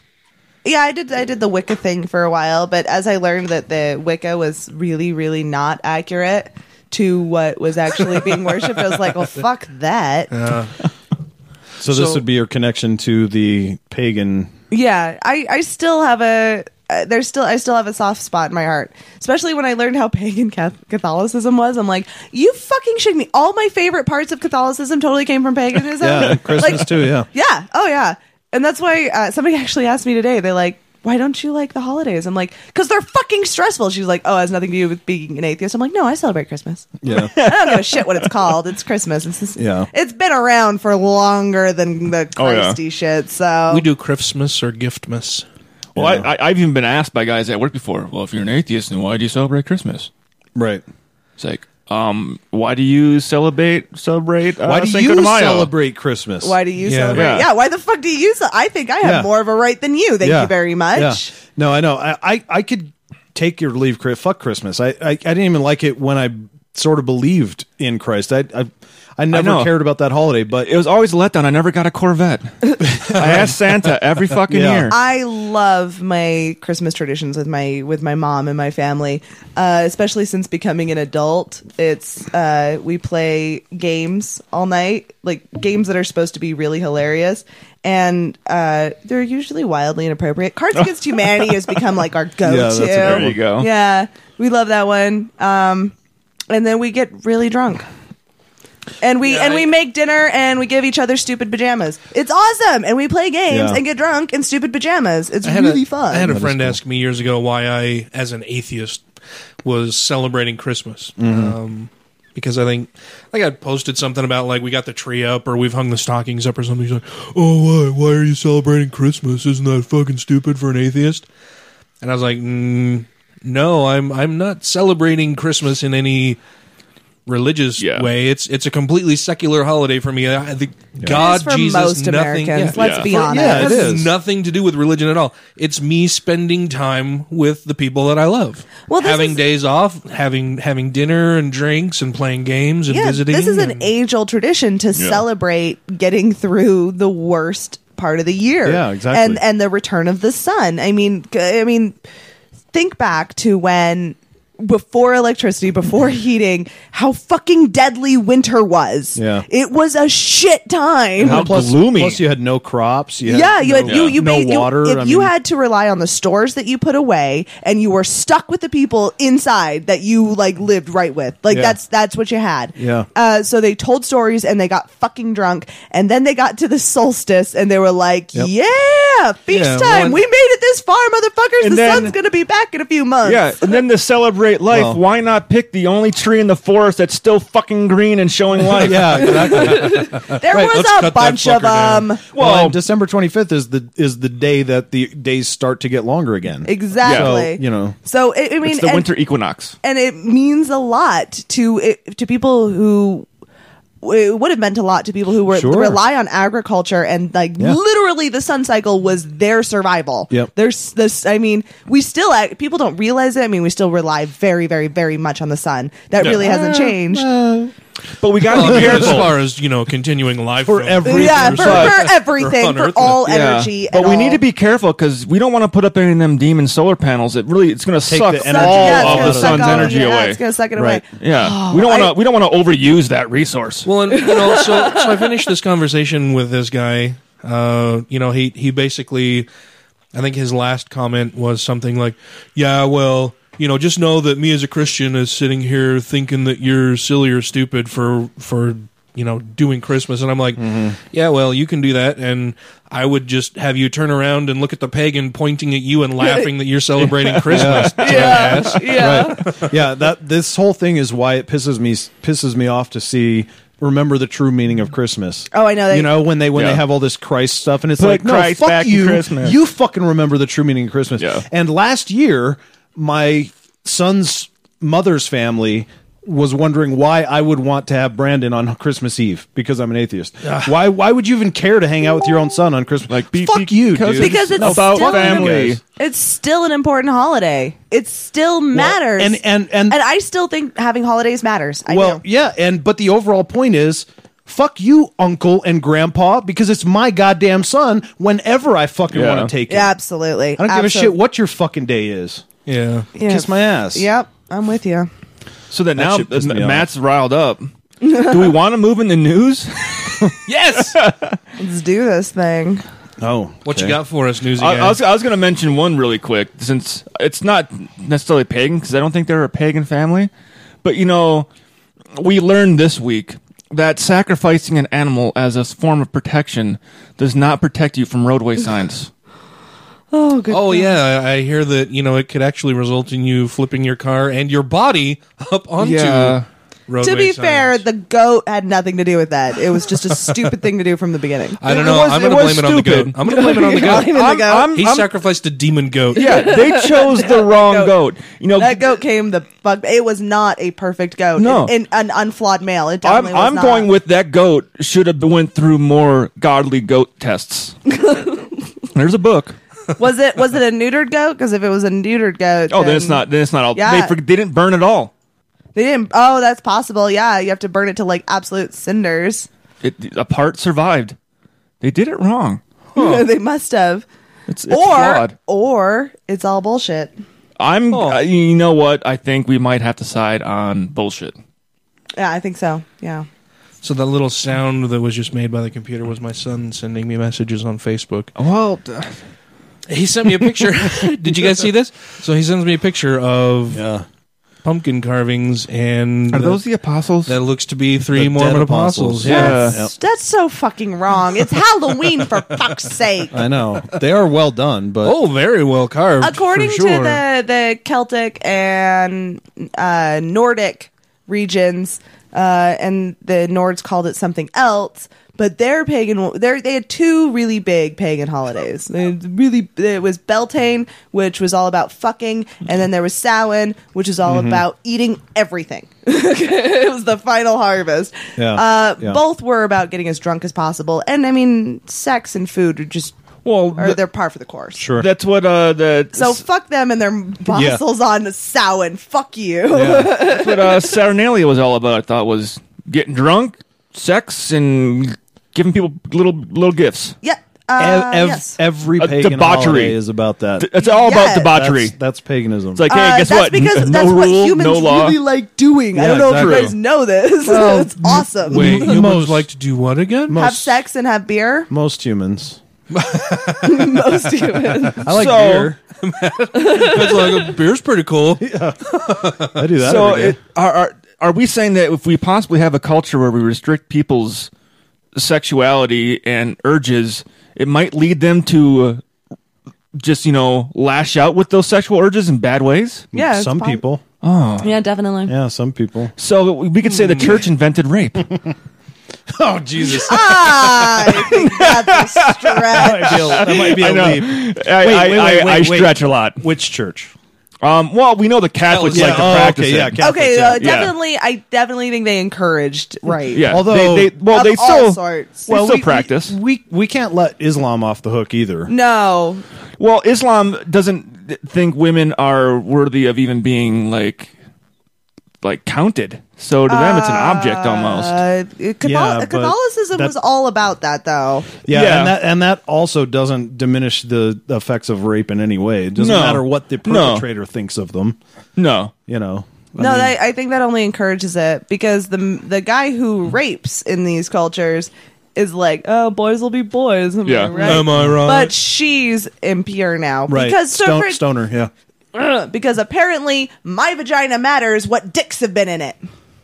E: Yeah, I did. I did the Wicca thing for a while, but as I learned that the Wicca was really, really not accurate to what was actually being worshipped, I was like, "Well, fuck that."
C: So this
E: So-
C: would be your connection to the pagan
E: Yeah, I, I still have a uh, there's still I still have a soft spot in my heart, especially when I learned how pagan Cath- Catholicism was. I'm like, you fucking shitting me! All my favorite parts of Catholicism totally came from paganism.
C: Yeah, and Christmas
E: Like,
C: too, yeah.
E: Yeah. Oh, yeah. And that's why uh, somebody actually asked me today. They're like, why don't you like the holidays? I'm like, because they're fucking stressful. She's like, oh, it has nothing to do with being an atheist. I'm like, no, I celebrate Christmas.
C: Yeah.
E: I don't give a shit what it's called. It's Christmas. It's just,
B: Yeah.
E: It's been around for longer than the
D: Oh, yeah.
E: Christy shit. So
B: We do Christmas or Giftmas.
D: Well, I, I, I've even been asked by guys at work before. Well, if you're an atheist, then why do you celebrate Christmas?
C: Right.
D: It's like, um, why do you celebrate? Celebrate? Uh,
C: Why do
D: Cinco
C: you
D: de Mayo?
C: celebrate Christmas?
E: Why do you celebrate? Yeah. why the fuck do you? ce- I think I have
C: Yeah.
E: more of a right than you. Thank
C: Yeah.
E: you very much.
C: Yeah. No, I know. I, I, I could take your leave. Chri- Fuck Christmas. I, I, I didn't even like it when I sort of believed in Christ. I, I, I never
D: know.
C: cared about that holiday, but
D: it was always a letdown. I never got a Corvette. I asked Santa every fucking year.
E: I love my Christmas traditions with my with my mom and my family, uh, especially since becoming an adult. It's uh, we play games all night, like games that are supposed to be really hilarious, and uh, they're usually wildly inappropriate. Cards Against Humanity has become like our go to.
D: that's a good There you go.
E: Yeah, we love that one. Um, and then we get really drunk. And we and we make dinner and we give each other stupid pajamas. It's awesome. And we play games
B: Yeah.
E: and get drunk in stupid pajamas. It's
B: I had
E: really
B: a,
E: fun.
B: I had a friend ask me years ago why I, as an atheist, was celebrating Christmas.
E: Mm-hmm.
C: Mhm.
B: Um, because I think, I think I posted something about like we got the tree up or we've hung the stockings up or something. He's like, "Oh, why? Why are you celebrating Christmas? Isn't that fucking stupid for an atheist?" And I was like, mm, No, I'm I'm not celebrating Christmas in any religious way. It's it's a completely secular holiday for me. I, the God,
E: It is for
B: Jesus,
E: most
B: nothing.
E: Americans, let's be
B: For-
E: honest.
B: Yeah, it
E: It
B: has
E: is.
B: nothing to do with religion at all. It's me spending time with the people that I love.
E: Well, this
B: having
E: is-
B: days off, having having dinner and drinks, and playing games and
E: yeah,
B: visiting.
E: this is an
B: and-
E: age-old tradition to
B: Yeah.
E: celebrate getting through the worst part of the year.
B: Yeah, exactly.
E: And and the return of the sun. I mean, g- I mean, think back to when before electricity, before heating, how fucking deadly winter was.
C: Yeah.
E: It was a shit time.
C: And plus, Plus, you had no crops. You had
E: yeah, you had
C: no,
E: you you,
C: no
E: made- you-
C: water.
E: if
C: I
E: you
C: mean-
E: had to rely on the stores that you put away, and you were stuck with the people inside that you like lived right with, like
C: Yeah.
E: that's that's what you had.
C: Yeah.
E: Uh, so they told stories and they got fucking drunk, and then they got to the solstice and they were like,
D: Yep.
E: "Yeah, feast
D: Yeah, well,
E: time! we made it this far, motherfuckers!
D: And
E: the
D: then-
E: sun's gonna be back in a few months."
D: Yeah, and then to celebrate life,
E: Well-
D: why not pick the only tree in the forest that's still fucking green and showing life?
C: Yeah, exactly.
E: There was
C: let's
E: a
C: cut that
E: bunch
C: fucker
E: of
C: down.
E: 'em.
C: Well, and December 25th is the is the day that the days start to get longer again.
E: Exactly.
C: So, you know.
E: So I, I mean, and-
D: equinox.
E: and it means a lot to it, to people who it would have meant a lot to people who were
C: Sure.
E: rely on agriculture and like
C: Yeah.
E: literally the sun cycle was their survival.
C: Yep.
E: There's this I mean, we still act- people don't realize it. I mean, we still rely very very very much on the sun. That
B: Yeah.
E: really hasn't
B: Uh,
E: changed.
D: but we got
B: Well,
D: to be
B: as
D: careful.
B: far as you know, continuing life
D: For
B: from-
D: everything.
E: Yeah, for- for everything,
B: on
E: for
B: Earth.
E: all energy
D: But
E: and
D: we
E: all-
D: need to be careful because we don't want to put up any of them demon solar panels. It really it's going to
C: Take
D: suck
C: the energy.
D: all
C: Yeah, it's
D: of
C: gonna
D: the
C: suck
D: sun's
C: all of
D: energy
C: it.
E: Yeah,
D: away.
E: it's gonna suck it
C: Right.
E: away.
D: Yeah,
E: Oh,
D: we don't want
E: I-
D: to we don't want to overuse that resource.
B: Well, and you know, so so I finished this conversation with this guy. Uh, you know, he he basically, I think his last comment was something like, "Yeah, well." You know, just know that me as a Christian is sitting here thinking that you're silly or stupid for for you know doing Christmas, and I'm like, yeah, well, you can do that, and I would just have you turn around and look at the pagan pointing at you and laughing that you're celebrating Christmas. jackass.
C: Right. yeah. That this whole thing is why it pisses me pisses me off to see. Remember the true meaning of Christmas.
E: Oh, I know they-
C: You know when they when
D: Yeah.
C: they have all this Christ stuff, and it's
D: Put
C: like, no,
D: Christ
C: fuck
D: back in
C: you.
D: Christmas.
C: You fucking remember the true meaning of Christmas. And last year, my son's mother's family was wondering why I would want to have Brandon on Christmas Eve because I'm an atheist.
D: Ugh.
C: Why? Why would you even care to hang out with your own son on Christmas? Ah. Like, fuck you, dude.
E: because it's
C: Fuck
E: still
C: you guys.
E: It's still an important holiday. It still matters.
C: and- and- and-
E: I still think having holidays matters. I
C: well,
E: do.
C: yeah, and but the overall point is fuck you, uncle and grandpa, because it's my goddamn son whenever I fucking
E: Yeah.
C: want to take him.
E: Yeah, absolutely.
C: I don't give a
E: Absolute-
C: shit what your fucking day is.
B: Yeah.
E: Yeah.
C: Kiss my ass.
E: Yep, I'm with you.
D: So that
C: That
D: now
C: shit pissed me
D: uh,
C: off.
D: Matt's riled up. Do we want to move in the news?
B: yes.
E: Let's do this thing.
C: Oh,
B: What you got for us, newsy
D: I,
B: guy?
D: I was, I was going to mention one really quick, since it's not necessarily pagan, because I don't think they're a pagan family. But you know, we learned this week that sacrificing an animal as a form of protection does not protect you from roadway signs.
E: Oh, good.
B: Oh yeah, I I hear that you know it could actually result in you flipping your car and your body up onto
D: Yeah.
B: roadway.
E: to be
B: signs.
E: fair, the goat had nothing to do with that. It was just a stupid thing to do from the beginning.
B: I don't
D: It
B: know.
D: was-
B: I'm
D: it
B: going to
D: was
B: blame it on the
D: stupid.
B: goat. I'm going to blame it on the goat.
E: Blame it on the I'm- goat. I'm-
B: he
E: I'm-
B: sacrificed a demon goat.
D: Yeah, they chose the wrong goat. You know,
E: that goat came the fuck. It was not a perfect goat.
D: No.
E: and, an unflawed male. It
D: I'm,
E: definitely was
D: I'm
E: not.
D: going with that goat should have went through more godly goat tests. There's a book.
E: Was it was it a neutered goat? Because if it was a neutered goat,
D: Oh, then it's not. Then it's not all.
E: Yeah.
D: They, for, they didn't burn it all.
E: They didn't. Oh, that's possible. Yeah, you have to burn it to like absolute cinders.
D: It, a part survived. They did it wrong.
E: they must have.
D: It's, it's
E: or
D: flawed.
E: or it's all bullshit.
D: I'm.
B: Oh.
D: uh, you know what? I think we might have to side on bullshit.
E: Yeah, I think so. Yeah.
B: So that little sound that was just made by the computer was my son sending me messages on Facebook.
D: Well,
B: he sent me a picture. Did you guys see this? So he sends me a picture of pumpkin carvings and
D: Are those the apostles?
B: That looks to be three
C: The
B: Mormon
C: dead
B: apostles.
C: apostles.
B: Yeah.
C: Yes. Yep.
E: That's so fucking wrong. It's Halloween for fuck's sake.
C: I know. They are well done, but
B: Oh, very well carved. for
E: According
B: sure.
E: to the the Celtic and uh, Nordic regions, uh, and the Nords called it something else. But their pagan, their, they had two really big pagan holidays. They had really, it was Beltane, which was all about fucking, and then there was Samhain, which is all
J: Mhm.
E: about eating everything. it was the final harvest.
J: Yeah,
E: Uh,
J: yeah.
E: Both were about getting as drunk as possible, and I mean, sex and food are just
D: well,
E: are they're par for the course.
D: Sure. That's what uh, the
E: So fuck them and their muscles on Samhain. Fuck you.
D: That's what uh, Saturnalia was all about. I thought was getting drunk, sex, and giving people little little gifts.
E: Yeah. Uh, yes.
C: Every
D: A
C: pagan
D: debauchery.
C: holiday is about that.
D: D- it's all about
E: Yeah.
D: debauchery.
C: That's, that's paganism.
D: It's like, hey,
E: Uh,
D: guess
E: that's
D: what?
E: because
D: N-
E: that's
D: no
E: what
D: rule,
E: humans
D: no law.
E: really like doing. I
D: Yeah,
E: don't know if
D: exactly.
E: you guys know this.
D: Well,
E: it's awesome.
B: Wait, humans like to do what again?
E: have sex and have beer.
C: Most humans.
E: Most humans.
C: I like
D: So-
C: beer.
B: That's like, beer's pretty cool.
C: I do that.
D: so
C: every day.
D: it, are, are are we saying that if we possibly have a culture where we restrict people's sexuality and urges, it might lead them to uh, just you know lash out with those sexual urges in bad ways?
E: Yeah, it's
C: some
E: fine.
C: people.
D: Oh,
E: Yeah, definitely.
C: Yeah, some people.
D: so we could say the church invented rape.
C: Oh Jesus!
E: Ah, I think that's a stretch.
C: that might be a
D: I know.
C: leap.
D: I,
C: Wait,
D: I,
C: wait, wait,
D: I, I
C: wait, wait.
D: stretch a lot.
C: Which church?
D: Um, well, we know the Catholics
C: Yeah,
D: like to
C: oh,
D: practice
C: okay,
D: it.
C: yeah, Catholics,
E: okay, uh,
D: yeah.
E: definitely. I definitely think they encouraged right.
D: Yeah.
C: Although-
D: they, they, well,
E: Of
D: they
E: all
D: still
E: sorts.
D: they
E: Well,
D: still
C: we-
D: practice.
C: We we can't let Islam off the hook either.
E: No,
D: well, Islam doesn't th- think women are worthy of even being like like counted. So to them, it's an object almost.
E: uh, Catholic-
C: Yeah, but
E: Catholicism
C: that-
E: was all about that, though.
C: Yeah,
D: Yeah.
C: and that and that also doesn't diminish the effects of rape in any way. It doesn't
D: No.
C: matter what the
D: No.
C: perpetrator thinks of them.
D: No,
C: You know. I
E: No,
C: mean,
E: that, I think that only encourages it because the the guy who rapes in these cultures is like, oh, boys will be boys. Am
D: Yeah.
E: I right?
B: Am I right?
E: But she's impure now
C: right?
E: because so
C: Stone,
E: for-
C: stoner, yeah,
E: Ugh, because apparently my vagina matters. What dicks have been in it?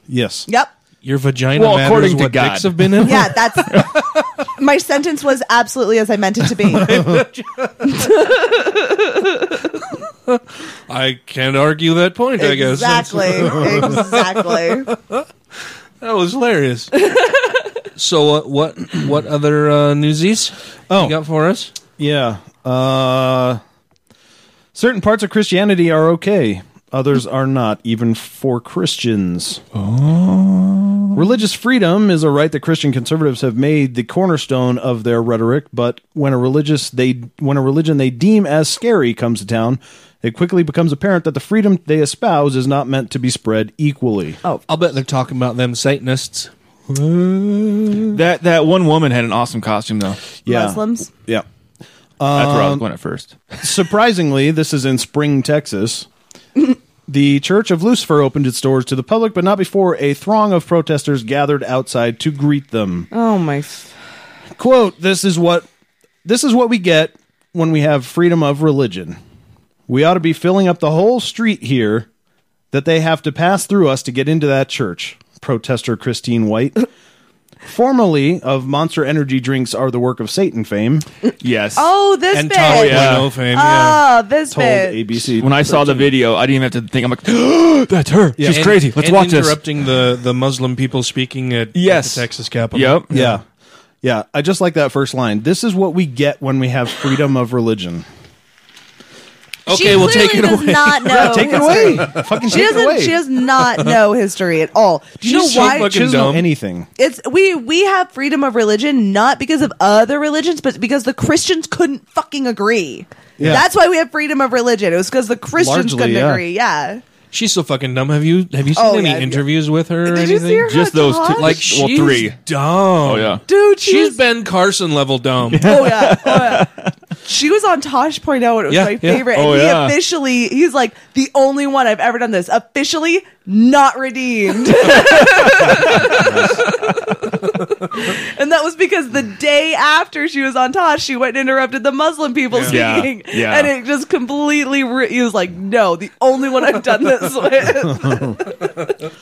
C: yes.
E: Yep.
B: Your vagina
D: Well,
B: matters
D: according to
B: what
D: God.
B: dicks have been in.
E: Yeah, that's my sentence was absolutely as I meant it to be.
B: I can't argue that point. I guess
E: exactly, exactly.
B: that was hilarious. so uh, what? What other uh, newsies
C: Oh.
B: you got for us?
C: Yeah. Uh, certain parts of Christianity are okay, others are not, even for Christians. Religious freedom is a right that Christian conservatives have made the cornerstone of their rhetoric, but when a religious they when a religion they deem as scary comes to town, it quickly becomes apparent that the freedom they espouse is not meant to be spread equally.
B: I'll bet they're talking about them Satanists.
D: that that one woman had an awesome costume though.
C: Yeah.
E: Muslims.
C: Yeah.
D: That's where I was going at first.
C: Surprisingly, this is in Spring, Texas. The Church of Lucifer opened its doors to the public, but not before a throng of protesters gathered outside to greet them.
E: Oh my. F-
C: Quote, this is what this is what we get when we have freedom of religion. We ought to be filling up the whole street here that they have to pass through us to get into that church. Protester Christine White, formerly of Monster Energy drinks are the work of Satan fame,
D: Yes.
E: oh, this
B: and
E: bitch.
B: Tom
D: yeah.
B: 2.0 fame. yeah.
E: Oh, this
C: told
E: bitch.
C: ABC.
D: When I saw the video, I didn't even have to think. I'm like, that's her. She's
B: And-
D: crazy. Let's
B: and
D: watch this.
B: interrupting the the Muslim people speaking at, at
D: Yes.
B: the Texas Capitol.
D: Yep.
C: Yeah. Yeah. I just like that first line. This is what we get when we have freedom of religion.
B: Okay,
E: she
B: we'll take it
E: clearly does
B: away.
E: Not know
C: Take it away. Fucking
E: She
C: take it
E: doesn't.
C: away.
E: She does not know history at all. Do you know
B: She's so
E: why?
B: fucking
C: She doesn't know
B: dumb.
C: anything.
E: it's we we have freedom of religion not because of other religions, but because the Christians couldn't fucking agree.
C: Yeah.
E: That's why we have freedom of religion. It was because the Christians
C: Largely,
E: couldn't
C: yeah.
E: agree. Yeah.
B: She's so fucking dumb. Have you have you seen
E: Oh,
B: any
E: yeah, yeah.
B: interviews with her? or
E: Did you
B: anything?
E: see her?
D: Just those two.
E: Hot
B: Like
D: Like, well,
B: she's
D: three.
B: dumb.
D: Oh yeah.
E: Dude, she
B: She's
E: was,
B: Ben Carson level dumb.
E: oh, yeah, oh yeah. She was on Tosh Point oh, and it was
B: Yeah,
E: my
B: yeah.
E: favorite.
D: Oh,
E: and
D: yeah.
E: he officially he's like the only one I've ever done this. Officially not redeemed. and that was because the day after she was on Tosh, she went and interrupted the Muslim people
D: Yeah.
E: speaking.
D: Yeah.
E: And it just completely re- he was like, No, the only one I've done this with.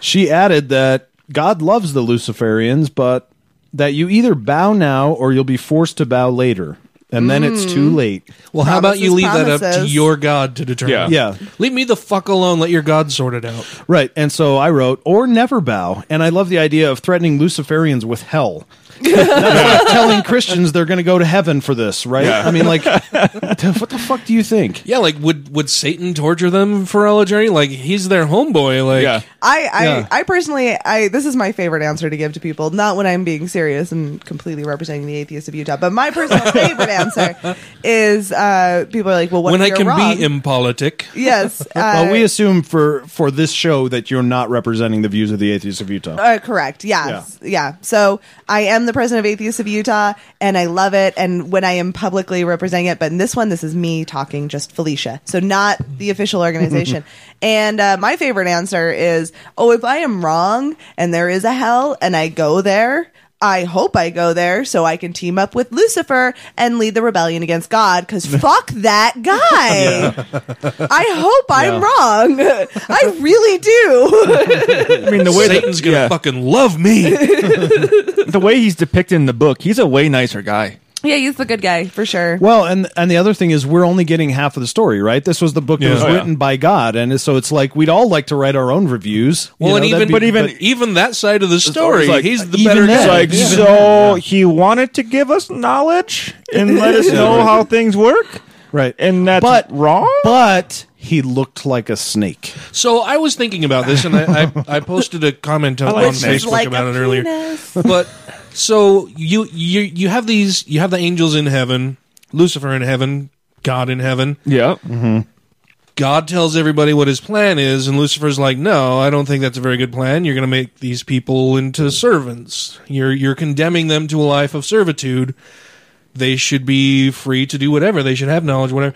C: She added that God loves the Luciferians, but that you either bow now or you'll be forced to bow later. and then it's too late.
B: Well, how about you leave that up to
C: promises.
B: your God to determine?
C: Yeah. Yeah.
B: Leave me the fuck alone. Let your God sort it out.
C: Right. And so I wrote, or never bow. And I love the idea of threatening Luciferians with hell. That's like telling Christians they're going to go to heaven for this, right?
B: Yeah.
C: I mean, like, what the fuck do you think?
B: Yeah, like would would Satan torture them for all a journey? Like he's their homeboy. Like
E: I, I,
B: Yeah.
E: I personally, I this is my favorite answer to give to people. Not when I'm being serious and completely representing the atheists of Utah, but my personal favorite answer is uh, people are like, "Well, what
B: when
E: if
B: I
E: you're
B: can
E: wrong?
B: be impolitic.
E: yes, uh,
C: well, we assume for for this show that you're not representing the views of the atheists of Utah.
E: Uh, correct. Yes. Yeah. So I am the president of Atheists of Utah, and I love it. And when I am publicly representing it, but in this one, this is me talking, just Felicia. So not the official organization. and uh, my favorite answer is, oh, if I am wrong and there is a hell, and I go there. I hope I go there so I can team up with Lucifer and lead the rebellion against God because fuck that guy. I hope I'm
B: Yeah.
E: wrong. I really do.
D: I mean, the way
B: Satan's gonna fucking love
D: me. the way he's depicted in the book, he's a way nicer guy.
E: Yeah, he's the good guy for sure.
C: Well, and and the other thing is we're only getting half of the story, right? This was the book that
B: Yeah.
C: was
B: Oh, yeah.
C: written by God, and so it's like we'd all like to write our own reviews.
B: Well,
C: You
B: and
C: know,
B: even
C: that'd be-
B: but even even that side of the story,
C: always like,
B: he's the
C: even
B: better
C: then,
B: guy.
C: like,
B: Even-
D: So he wanted to give us knowledge and let us know how things work.
C: Right.
D: And that's
C: But-
D: wrong.
C: But he looked like a snake.
B: So I was thinking about this, and I, I, I posted a comment on,
C: I like
B: on
C: snakes.
B: Facebook
C: Like
B: about
C: a
B: it earlier.
C: penis.
B: But so you you you have these you have the angels in heaven, Lucifer in heaven, God in heaven.
D: Yeah.
B: God tells everybody what his plan is, and Lucifer's like, "No, I don't think that's a very good plan. You're going to make these people into servants. You're you're condemning them to a life of servitude. They should be free to do whatever. They should have knowledge, whatever."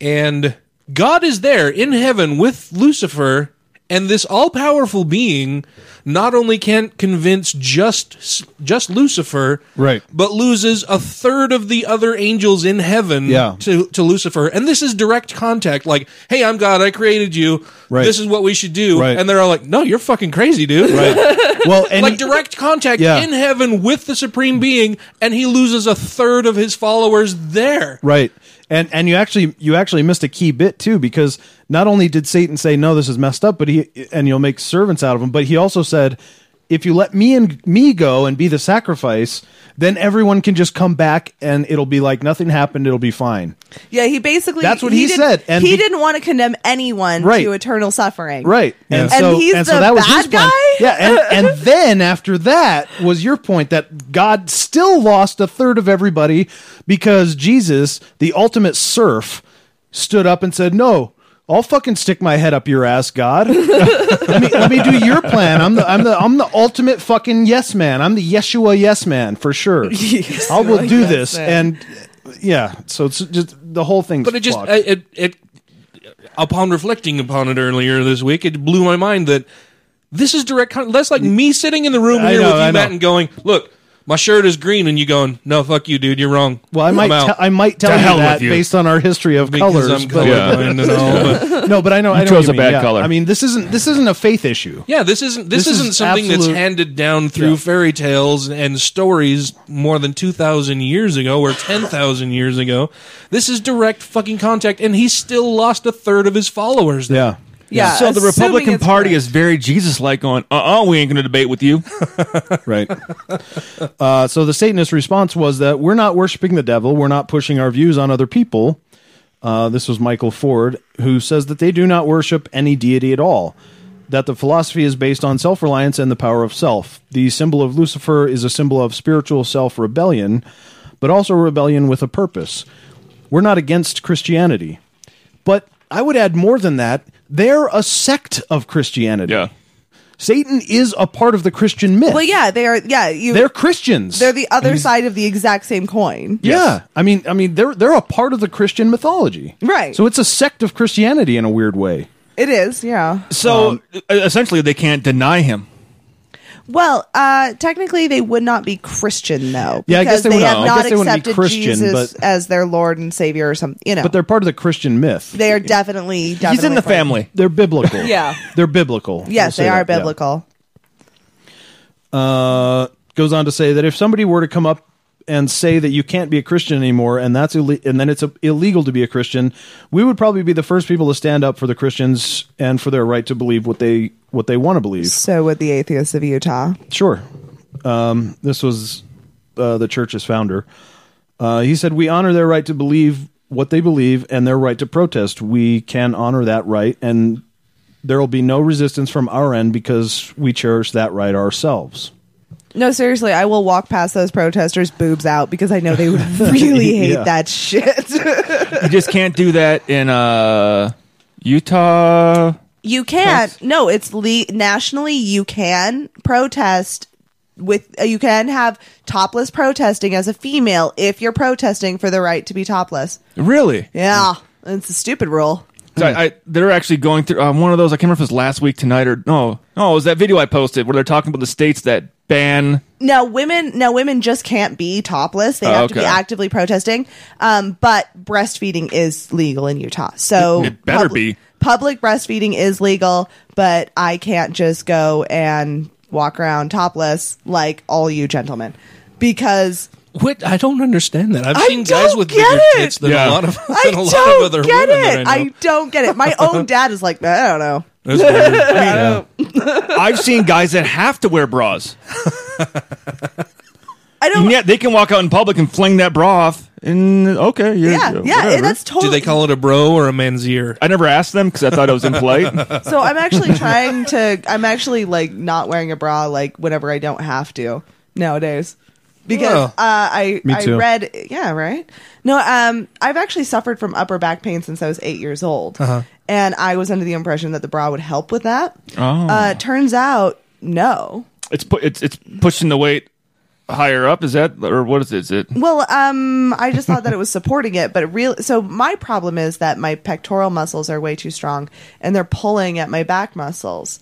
B: And God is there in heaven with Lucifer, and this all-powerful being not only can't convince just just Lucifer,
C: Right.
B: but loses a third of the other angels in heaven
C: Yeah.
B: to, to Lucifer. And this is direct contact. Like, hey, I'm God. I created you.
C: Right.
B: This is what we should do.
C: Right.
B: And they're all like, no, you're fucking crazy, dude.
C: Well, and
B: like direct contact
C: Yeah.
B: in heaven with the supreme being, and he loses a third of his followers there.
C: Right. And and you actually you actually missed a key bit too because not only did Satan say no this is messed up but he and you'll make servants out of them but he also said if you let me and me go and be the sacrifice then everyone can just come back and it'll be like nothing happened it'll be fine.
E: Yeah, he basically
C: That's what he
E: did-
C: said, and
E: he
C: be-
E: didn't want to condemn anyone
C: Right.
E: to eternal suffering.
C: Right.
E: And, he's the bad
C: plan.
E: guy.
C: Yeah, and, and then after that was your point that God still lost a third of everybody because Jesus, the ultimate serf, stood up and said, No, I'll fucking stick my head up your ass, God. let me let me do your plan. I'm the I'm the I'm the ultimate fucking yes man. I'm the Yeshua yes man for sure. I will
B: Yeshua
C: do
B: yes
C: this.
B: man.
C: And yeah, so it's just the whole thing.
B: But it just I- it it upon reflecting upon it earlier this week, it blew my mind that this is direct. Con- that's like me sitting in the room
C: I
B: here
C: know,
B: with
C: I
B: you, Matt,
C: know.
B: and going, "Look, my shirt is green," and you going, "No, fuck you, dude. You're wrong."
C: Well, I might
B: I'm out."
C: tell I might tell
B: To hell
C: you
B: with
C: that
B: you.
C: based on our history of
B: Because
C: colors.
B: I'm
C: but-
B: colorblind and all, but-
C: no, but I know
B: You
C: I know
B: chose
C: what
B: a
C: mean,
B: bad
C: yeah.
B: color.
C: I mean, this isn't this isn't a faith issue.
B: Yeah, this isn't this,
C: This
B: isn't
C: is
B: something that's
C: absolute-
B: handed down through fairy tales and stories more than two thousand years ago or ten thousand years ago. This is direct fucking contact, and he still lost a third of his followers. There.
E: Yeah,
D: So the
E: assuming
D: Republican
E: it's
D: Party is very Jesus like going, uh uh we ain't going to debate with you.
C: right. Uh, so the Satanist response was that we're not worshiping the devil. We're not pushing our views on other people. Uh, this was Michael Ford, who says that they do not worship any deity at all. That the philosophy is based on self reliance and the power of self. The symbol of Lucifer is a symbol of spiritual self rebellion, but also rebellion with a purpose. We're not against Christianity. But I would add more than that. They're a sect of Christianity. Yeah. Satan is a part of the Christian myth.
E: Well, yeah, they are. Yeah, you.
C: They're Christians.
E: they're the other
C: Mhm.
E: side of the exact same coin.
C: Yeah. I mean I mean they're they're a part of the Christian mythology.
E: Right.
C: So it's a sect of Christianity in a weird way.
E: It is. Yeah.
D: So e-, essentially, they can't deny him.
E: Well, uh, technically, they would not be Christian though.
C: Yeah, I guess
E: because
C: they would-
E: have
C: no, I
E: not
C: guess they wouldn't be
E: accepted
C: Christian,
E: Jesus
C: but-
E: as their Lord and Savior or something. You know,
C: But they're part of the Christian myth.
E: they are definitely, definitely part-
C: They're biblical.
E: Yeah.
C: They're biblical.
E: Yes,
C: We'll say
E: they are
C: that, yeah.
E: biblical.
C: Uh, goes on to say that if somebody were to come up and say that you can't be a Christian anymore, and that's Ill- and then it's uh, illegal to be a Christian, we would probably be the first people to stand up for the Christians and for their right to believe what they what they want to believe.
E: So would the atheists of Utah.
C: Sure. Um, this was uh, the church's founder. Uh, he said, We honor their right to believe what they believe and their right to protest. We can honor that right, and there will be no resistance from our end because we cherish that right ourselves.
E: No, seriously, I will walk past those protesters' boobs out because I know they would really hate
D: Yeah.
E: that shit.
D: you just can't do that in uh, Utah.
E: You can. No, it's le- nationally you can protest with uh, you can have topless protesting as a female if you're protesting for the right to be topless.
D: Really?
E: Yeah, it's a stupid rule.
D: So I, I, they're actually going through uh, one of those. I can't remember if it was last week, tonight, or no. No, it was that video I posted where they're talking about the states that ban.
E: No, women no women just can't be topless. They
D: Oh,
E: have to be
D: okay.
E: actively protesting. Um, but breastfeeding is legal in Utah. So
D: It better
E: public-
D: be.
E: Public breastfeeding is legal, but I can't just go and walk around topless like all you gentlemen. Because
B: What I don't understand that. I've
E: I
B: seen guys
E: don't
B: with
E: get
B: bigger
E: it.
B: tits than
E: Yeah.
B: a lot of
E: I
B: than a lot of
E: don't
B: other
E: get
B: women
E: it.
B: that I know.
E: I don't get it. My own dad is like, I don't know.
B: That's weird.
D: I have seen guys that have to wear bras.
E: I
D: don't. Yeah, they can walk out in public and fling that bra off. And okay, you're- whatever.
B: Do they call it a bro or a man's ear?
D: I never asked them because I thought it was impolite.
E: So I'm actually trying to. I'm actually like not wearing a bra like whenever I don't have to nowadays because
J: Well,
E: uh, I
J: Oh. me
E: I
J: too.
E: read yeah right no um I've actually suffered from upper back pain since I was eight years old
J: Uh-huh.
E: and I was under the impression that the bra would help with that.
D: Oh.
E: Uh, turns out no.
D: It's pu- it's it's pushing the weight higher up. Is that or what is it? Is it
E: Well, um, I just thought that it was supporting it, but it really. So my problem is that my pectoral muscles are way too strong, and they're pulling at my back muscles.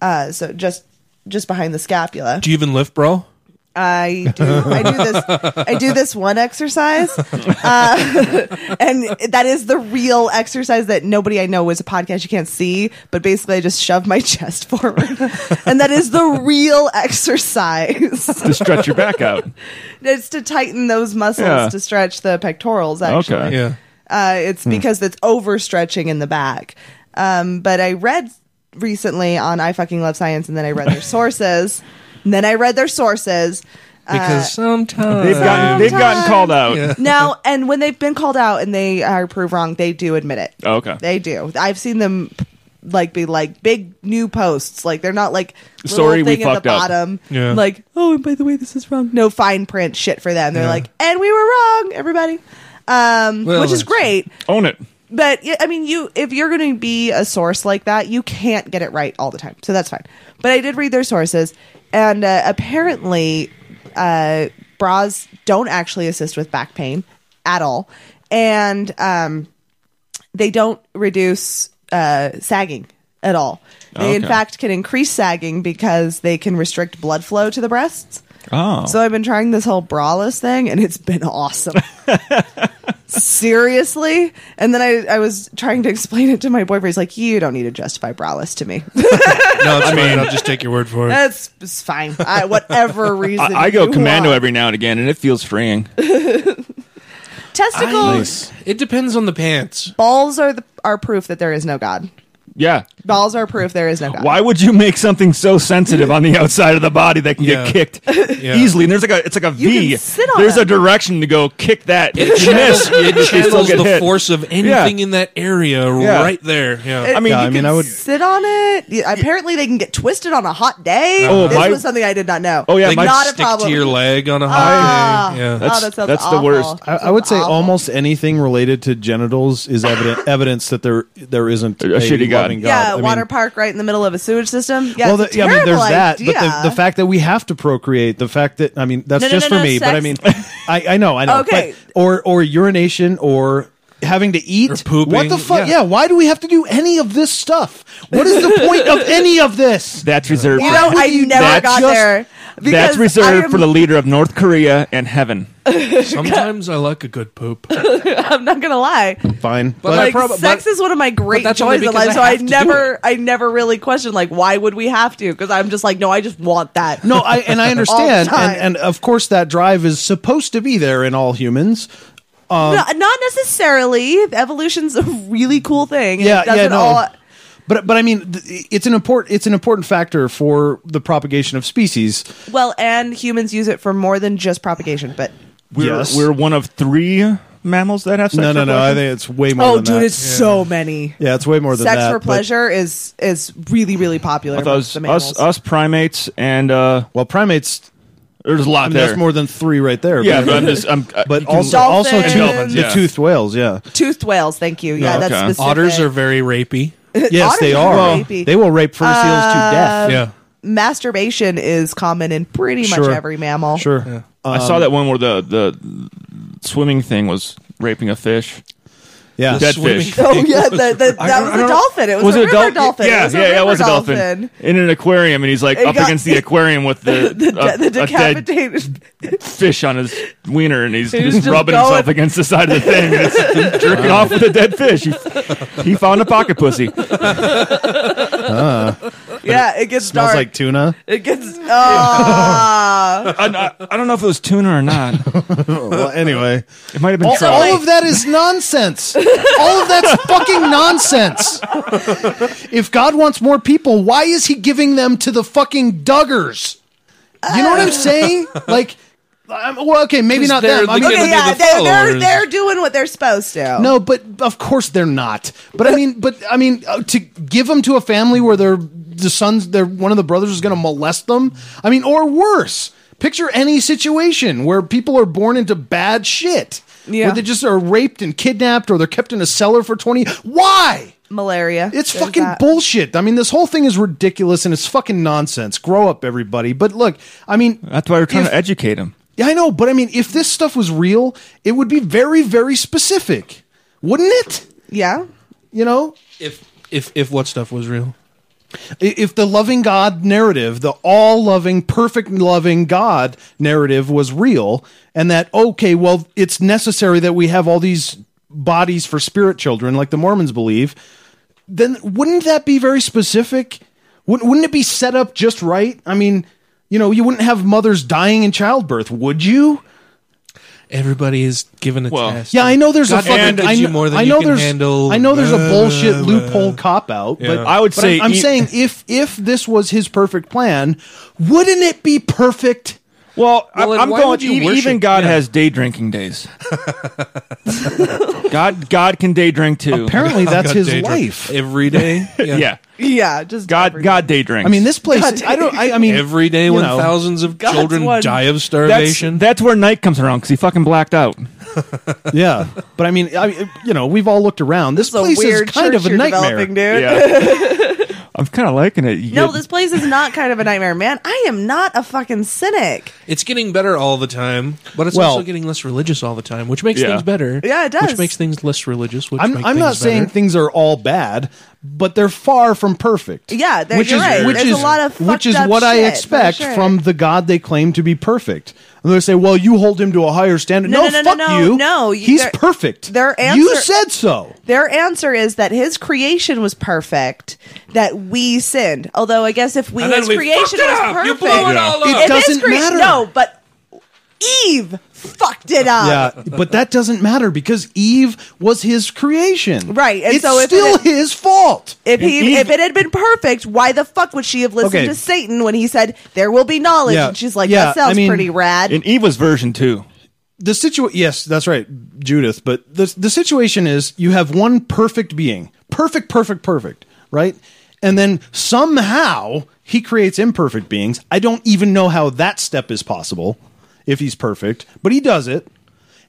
E: Uh, so just just behind the scapula.
B: Do you even lift, bro?
E: I do. I do this. I do this one exercise, uh, and that is the real exercise that nobody I know was a podcast. You can't see, but basically, I just shove my chest forward, and that is the real exercise
D: to stretch your back out?
E: it's to tighten those muscles
D: Yeah.
E: to stretch the pectorals. Actually,
D: Okay. Yeah.
E: uh, it's
D: Hmm.
E: because it's overstretching in the back. Um, but I read recently on I fucking love science, and then I read their sources, and then I read their sources uh,
B: Because sometimes
D: They've gotten- they've gotten called out. Yeah.
E: now, and when they've been called out and they are proved wrong, they do admit it.
D: Oh, okay.
E: they do. I've seen them like be like big new posts. Like they're not like little
D: Sorry, we
E: thing at
D: fucked
E: the
D: up.
E: bottom.
D: Yeah.
E: Like oh, and by the way, this is wrong. No fine print shit for them. They're
D: Yeah.
E: like, and we were wrong, everybody. Um,
D: Well,
E: which
D: that's-
E: is great.
D: Own it.
E: But yeah, I mean, you if you're going to be a source like that, you can't get it right all the time, so that's fine. But I did read their sources, and uh, apparently, uh, bras don't actually assist with back pain at all, and um, they don't reduce uh, sagging at all. They in
J: Okay.
E: fact can increase sagging because they can restrict blood flow to the breasts.
J: Oh.
E: So I've been trying this whole braless thing and it's been awesome. Seriously? And then I, I was trying to explain it to my boyfriend. He's like, You don't need to justify braless to me.
B: No, it's fine. I'll just take your word for it.
E: That's it's fine. I, whatever reason.
D: I, I go
E: you
D: commando
E: want.
D: every now and again, and it feels freeing.
E: Testicles,
B: It depends on the pants.
E: balls are, the, are proof that there is no God.
D: Yeah.
E: Balls are proof there is no God.
D: Why would you make something so sensitive on the outside of the body that can
B: Yeah.
D: get kicked
B: Yeah.
D: easily? And there's like a it's like a V.
B: can sit on
D: there's
B: it.
D: a direction to go kick that.
B: It
D: If you
B: channels,
D: miss, you
B: it
D: still
B: channels
D: get
B: the
D: hit.
B: force of anything in that area
D: Yeah.
B: right there. Yeah.
E: It-
C: Yeah, I mean, I would.
E: sit on it. Yeah, Apparently, they can get twisted on a hot day.
B: Oh,
E: this
B: my-
E: was something I did not know.
B: Oh yeah,
E: Like,
B: might
E: not a
B: stick
E: problem.
B: to your leg on a
E: Ah.
B: hot day. Yeah,
E: Oh, That's- that sounds
C: that's
E: that's the awful.
C: the worst.
E: worst.
C: I, I would say almost anything related to genitals is evident, evidence that there there isn't a,
D: shitty God.
C: loving God.
E: Yeah,
C: I mean-
E: water park right in the middle of a sewage system. Yeah,
C: well,
E: it's
C: the,
E: a
C: yeah, I mean, there's
E: terrible
C: that, but
E: idea.
C: the, the fact that we have to procreate, the fact that I mean, that's
E: No, no,
C: just
E: no,
C: for
E: no,
C: me. But I
E: sex-
C: mean, I, I know, I know.
E: Okay.
C: But, or or urination or having to eat, or pooping. What the fuck?
J: yeah.
C: Yeah. Why do we have to do any of this stuff? What is the point of any of this?
D: That's reserved.
E: You know, I never got there. Because
D: That's reserved
E: I am-
D: for the leader of North Korea and heaven.
B: Sometimes I like a good poop.
E: I'm not gonna lie.
C: Fine.
E: But like sex is one of my great
B: that's only
E: joys in
B: because
E: life,
B: I
E: so I
B: have to do
E: never, I never really questioned like why would we have to? Because I'm just like, no, I just want that.
C: No, I and I
E: All the
C: understand,
E: time.
C: and, and of course that drive is supposed to be there in all humans. Um,
E: No, not necessarily. Evolution's a really cool thing. and
C: yeah,
E: it doesn't
C: yeah, no.
E: all-
C: but but I mean, th- it's an important it's an important factor for the propagation of species.
E: well, and humans use it for more than just propagation. But
D: We're,
C: Yes.
D: we're one of three mammals that have sex.
C: No,
D: for
C: no, no.
D: pleasure?
C: I think it's way more.
E: oh,
C: than
E: dude,
C: that.
E: it's so many.
C: yeah, it's way more than
E: Sex
C: that.
E: for
C: but-
E: pleasure is is really really popular.
D: I thought it was
E: amongst the mammals.
D: us, us primates and uh,
C: well, primates.
D: There's a lot
C: I mean,
D: there.
C: that's more than three right there.
D: Yeah, but I'm just- I'm- I-
C: but
D: you can-
C: also also
E: Dolphins.
C: too-
E: Dolphins,
C: the
D: yeah.
C: toothed whales. Yeah,
E: Toothed whales. Thank you. Yeah,
D: okay.
E: that's specific.
B: Otters are very rapey.
C: yes,
E: Otters
C: they
E: are
C: are.
E: rapey.
C: They will rape fur seals to
E: Uh,
C: death.
B: yeah.
E: Masturbation is common in pretty much
C: Sure.
E: every mammal.
C: Sure.
D: I saw
E: um,
D: that one where the the swimming thing was raping a fish.
C: Yeah.
D: Dead
B: swimming-
D: fish.
E: Oh yeah, the, the, that was a dolphin. It was, a,
D: it
E: river
D: dol-
E: dolphin.
D: Yeah,
E: it was a
D: yeah, yeah, it was a
E: river
D: dolphin. Uh, in an aquarium, and he's like
E: It
D: up
E: got-
D: against the aquarium with the,
E: The, de-
D: a,
E: the
D: a uh, dead
E: decapitated.
D: fish on his wiener, and he's,
E: He was
D: just,
E: just
D: rubbing himself
E: going-
D: against the side of the thing, and it's jerking off with a dead fish. He, he found a pocket pussy.
E: yeah, it gets
C: Smells
E: dark.
C: like tuna.
E: it gets. ah.
D: I, I- I don't know if it was tuna or not.
C: Oh, well, anyway.
D: It might have been
C: All,
D: trout.
C: all of that is nonsense. all of that's fucking nonsense. If God wants more people, why is he giving them to the fucking Duggars? You know what I'm saying? Like, I'm, well, okay, maybe not
B: they're
C: them.
B: the
C: I mean,
B: It'll be
E: okay, yeah,
B: the
E: they're, they're
B: followers.
E: they're doing what they're supposed to.
C: no, but of course they're not. But I mean, but I mean, uh, to give them to a family where their the sons, their one of the brothers is going to molest them. I mean, or worse. Picture any situation where people are born into bad shit.
E: Yeah.
C: Where they just are raped and kidnapped, or they're kept in a cellar for twenty. Why?
E: malaria.
C: It's
E: There's
C: fucking
E: that.
C: bullshit. I mean, this whole thing is ridiculous and it's fucking nonsense. Grow up, everybody. But look, I mean,
D: That's why we're trying
C: if-
D: to educate him.
C: yeah, I know, but I mean, if this stuff was real, it would be very, very specific, wouldn't it?
E: Yeah,
C: You know,
B: If if if what stuff was real?
C: I- if the loving God narrative, the all loving, perfect loving God narrative was real, and that, okay, well, it's necessary that we have all these bodies for spirit children, like the Mormons believe, then wouldn't that be very specific? Wouldn't, wouldn't it be set up just right? I mean, you know, you wouldn't have mothers dying in childbirth, would you?
B: Everybody is given a
D: Well,
B: test.
C: Yeah, I know there's
B: God
C: a fucking.
B: gives
C: I,
B: you
C: kn-
B: more than
C: I
B: you
C: know
B: can
C: there's.
B: handle.
C: I know there's a
B: Blah,
C: bullshit
B: blah,
C: loophole cop out, but
D: I would
C: but
D: say
C: I'm, I'm
D: e-
C: saying if if this was his perfect plan, wouldn't it be perfect?
D: Well,
B: Well,
D: I,
B: then
D: I'm
B: why
D: going.
B: would you
D: e-
B: worship-
D: even God
B: yeah.
D: has day drinking days. God, God can day drink too.
C: Apparently, that's
B: God,
C: his
B: day drink.
C: life.
B: every day.
D: yeah.
E: yeah. Just
D: God,
E: every-
D: God day drinks.
C: I mean, this place. I don't. I, I mean,
B: every day
C: you
B: when
C: know,
B: thousands of
E: God's
B: children
E: one-
B: die of
D: that's
B: starvation.
D: that's where night comes around because he fucking blacked out.
C: Yeah, but I mean, I, you know, we've all looked around. This,
E: It's a
C: place is
E: weird
C: kind
E: church
C: of a
E: you're
C: nightmare.
E: developing, dude.
D: Yeah, I'm kind of liking it. You
E: No,
D: get-
E: this place is not kind of a nightmare, man. I am not a fucking cynic.
B: it's getting better all the time, but it's
C: Well-
B: also getting less religious all the time, which makes
D: Yeah.
B: things better.
E: Yeah, it does.
B: Which makes things less religious. Which
C: I'm,
B: make
C: I'm
B: things
C: not saying
B: better.
C: things are all bad, but they're far from perfect.
E: Yeah, there- you're right. There's a lot of
C: which
E: fucked
C: is
E: up
C: what I
E: shit, for
C: expect
E: sure.
C: from the God they claim to be perfect. And they say, "Well, you hold him to a higher standard."
E: No,
C: No,
E: no, no,
C: fuck
E: no, no,
C: you.
E: no, you-
C: he's
E: their-
C: perfect.
E: their
C: you
E: answer-
C: said so.
E: Their answer is that his creation was perfect, that we sinned. Although I guess if we
B: And then
E: his
B: we
E: creation
B: fucked it
E: was
B: up! You
E: perfect,
B: blew it all
E: If
B: up!
E: his
C: doesn't
E: crea-
C: matter.
E: No, but Eve fucked it up.
C: Yeah, but that doesn't matter because Eve was his creation.
E: Right, and
C: it's
E: so if it-
C: still his fault.
E: If he
D: Eve-
E: if it had been perfect, why the fuck would she have listened
C: Okay.
E: to Satan when he said there will be knowledge?
C: Yeah,
E: And she's like,
C: yeah,
E: that sounds
C: I mean-
E: pretty rad.
D: in Eva's version too.
C: the situation yes that's right judith but the, the situation is you have one perfect being perfect perfect perfect right and then somehow he creates imperfect beings i don't even know how that step is possible if he's perfect but he does it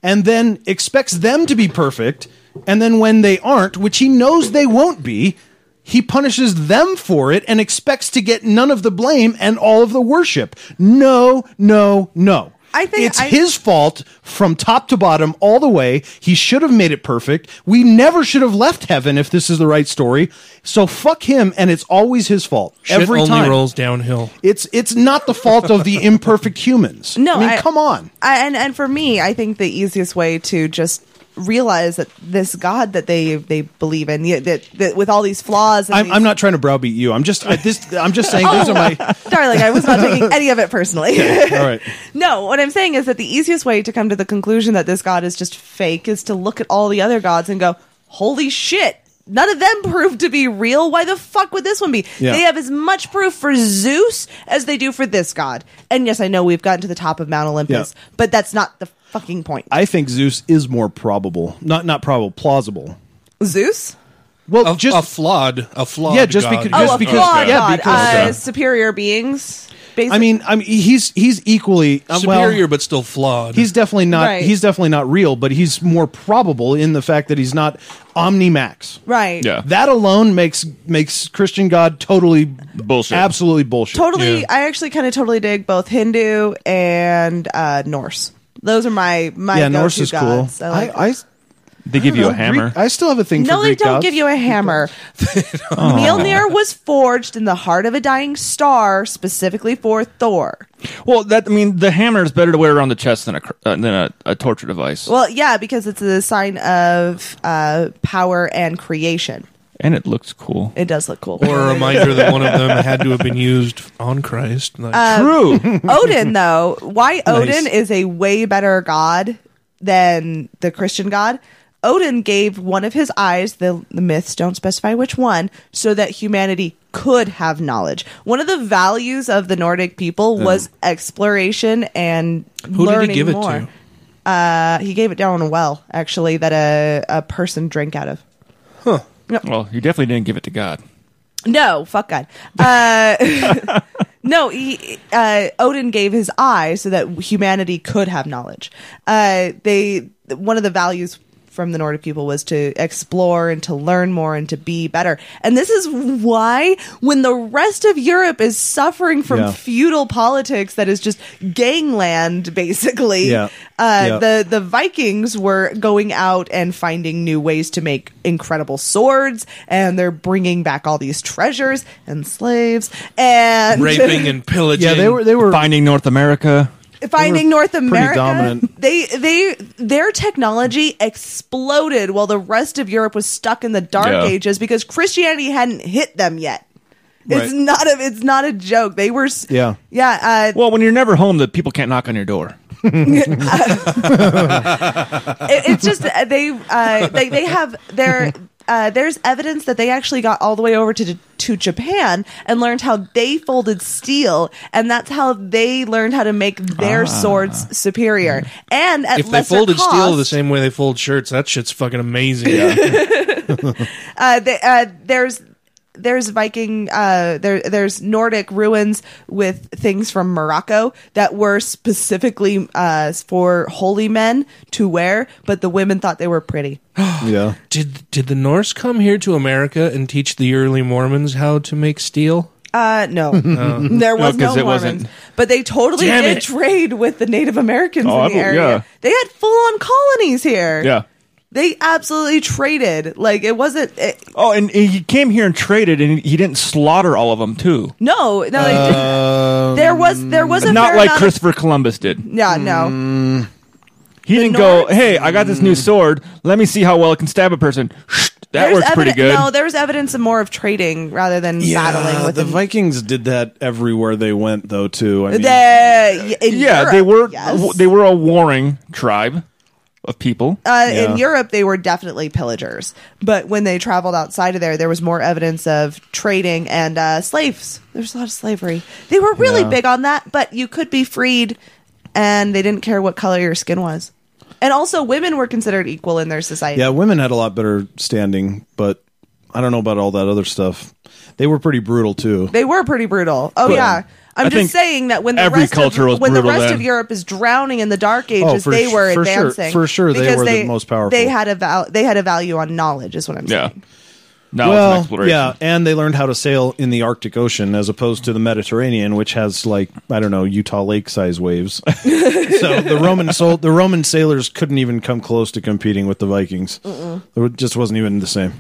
C: and then expects them to be perfect and then when they aren't which he knows they won't be he punishes them for it and expects to get none of the blame and all of the worship no no no
E: I think
J: it's
E: I-
J: his fault from top to bottom, all the way. He should have made it perfect. We never should have left heaven if this is the right story. So fuck him, and it's always his fault
B: Shit
J: every
B: only
J: time.
B: rolls downhill.
J: It's it's not the fault of the imperfect humans.
E: No,
J: I mean, come on.
E: I, and and for me, I think the easiest way to just realize that this God that they they believe in, yeah, that, that with all these flaws, and
J: I'm,
E: these-
J: I'm not trying to browbeat you. I'm just I, this. I'm just saying those are my.
E: darling, I was not taking any of it personally.
J: Okay, all right.
E: no, what I'm saying is that the easiest way to come to the conclusion that this God is just fake is to look at all the other gods and go, holy shit. None of them proved to be real. Why the fuck would this one be?
K: Yeah.
E: They have as much proof for Zeus as they do for this god. And yes, I know we've gotten to the top of Mount Olympus,
J: Yeah.
E: but that's not the fucking point.
J: I think Zeus is more probable, not not probable, plausible.
E: Zeus?
J: Well,
B: just a flawed, a flawed.
J: Yeah, just beca-
E: Oh,
J: just
E: a
J: because-
E: flawed
J: yeah,
E: god.
J: because-
E: uh,
J: Okay.
E: superior beings. Basically.
J: I mean, I mean, he's he's equally uh, well-
B: superior, but still flawed.
J: He's definitely not.
E: Right.
J: He's definitely not real, but he's more probable in the fact that he's not Omnimax.
E: Right. Yeah.
J: That alone makes makes Christian God totally bullshit. Absolutely bullshit.
E: totally i actually kind of totally dig both hindu and uh norse those are my my
J: yeah,
E: go-to
J: Norse is cool.
E: gods. I like-
D: they give you a
J: know, Greek-
D: hammer.
J: I still have a thing.
E: no
J: for
E: they
J: Greek
E: don't
J: gods. Oh.
E: give you a hammer Mjolnir was forged in the heart of a dying star specifically for Thor.
D: Well, that I mean, the hammer is better to wear around the chest than a cr- uh, than a, a torture device,
E: Well, yeah, because it's a sign of uh, power and creation.
D: and it looks cool.
E: It does look cool.
B: or a reminder that one of them had to have been used on Christ. Like,
E: Um, Odin, though, why Odin
B: Nice.
E: is a way better god than the Christian god. Odin gave one of his eyes, the, the myths don't specify which one, so that humanity could have knowledge. One of the values of the Nordic people
B: Yeah.
E: was exploration and
B: Who did he
E: learning
B: give it
E: more. Uh, he gave it down a well, actually, that a, a person drank out of.
D: Huh. Well, you definitely didn't give it to God.
E: No, fuck God. Uh, no, he, uh, Odin gave his eye so that humanity could have knowledge. Uh, they one of the values from the Nordic people was to explore and to learn more and to be better. And this is why when the rest of Europe is suffering from
J: Yeah.
E: feudal politics that is just gangland basically,
J: Yeah.
E: Uh,
J: Yeah.
E: the the Vikings were going out and finding new ways to make incredible swords, and they're bringing back all these treasures and slaves and
B: raping and pillaging.
D: Yeah, they were they were finding North America.
E: finding North America.
D: dominant.
E: They they their technology exploded while the rest of Europe was stuck in the dark
D: Yeah.
E: ages because Christianity hadn't hit them yet. It's
D: Right.
E: not a it's not a joke. They were s-
D: Yeah.
E: yeah. Uh,
D: Well, when you're never home, the people can't knock on your door.
E: it, it's just uh, they uh, they they have their uh, there's evidence that they actually got all the way over to to Japan and learned how they folded steel, and that's how they learned how to make their
B: Ah.
E: swords superior and at
B: if they
E: lesser
B: folded
E: cost,
B: steel the same way they fold shirts, that shit's fucking amazing.
E: uh, they, uh, there's there's Viking uh, there there's Nordic ruins with things from Morocco that were specifically uh, for holy men to wear, but the women thought they were pretty.
B: yeah. Did did the Norse come here to America and teach the early Mormons how to make steel?
E: Uh, no,
D: Oh.
B: No.
E: there was
B: No,
E: no,
B: 'cause it
E: Mormons,
B: wasn't-
E: but they totally
B: Damn
E: did
B: it.
E: trade with the Native Americans
D: Oh, I
E: in the
D: bel-
E: area.
D: yeah.
E: They had full on colonies here.
D: Yeah.
E: they absolutely traded. Like it wasn't. It,
D: Oh, and he came here and traded, and he didn't slaughter all of them too.
E: no, no, they didn't.
D: Um,
E: There was- there was a
D: not
E: fair
D: like Mm,
E: amount of-
D: Christopher Columbus did.
E: Yeah, no.
D: He didn't go. Hey, I got this new sword. Let me see how well it can stab a person. That
E: There's
D: works pretty
E: eviden-
D: good.
E: No, there was evidence of more of trading rather than battling with
C: the
E: them.
C: Vikings did that everywhere they went, though. Too. I mean,
E: The- in
D: yeah, they
E: Europe,
D: were uh,
E: yes.
D: they were a warring tribe of people.
E: Uh, In Europe, they were definitely pillagers, but when they traveled outside of there, there was more evidence of trading and uh, slaves. There's a lot of slavery. They were really
J: Yeah.
E: big on that, but you could be freed, and they didn't care what color your skin was. And also, women were considered equal in their society.
C: yeah, women had a lot better standing, but I don't know about all that other stuff. They were pretty brutal too.
E: They were pretty brutal. Oh
C: But-
E: yeah. I'm
C: I think
E: just saying that when the
C: every
E: rest
C: culture was
E: of, when the
C: brutal
E: rest
C: then. Oh,
E: of Europe is drowning in the dark ages,
C: for
E: they
C: su-
E: were
C: for sure-
E: advancing.
C: for sure they
E: because
C: were the most powerful.
E: They had a val- they had a value on knowledge is what I'm saying.
D: No,
C: well,
D: it's an exploration.
C: yeah, and they learned how to sail in the Arctic Ocean as opposed to the Mediterranean, which has like I don't know Utah Lake size waves. so the Roman sol- the Roman sailors couldn't even come close to competing with the Vikings.
J: Mm-mm.
C: It just wasn't even the same.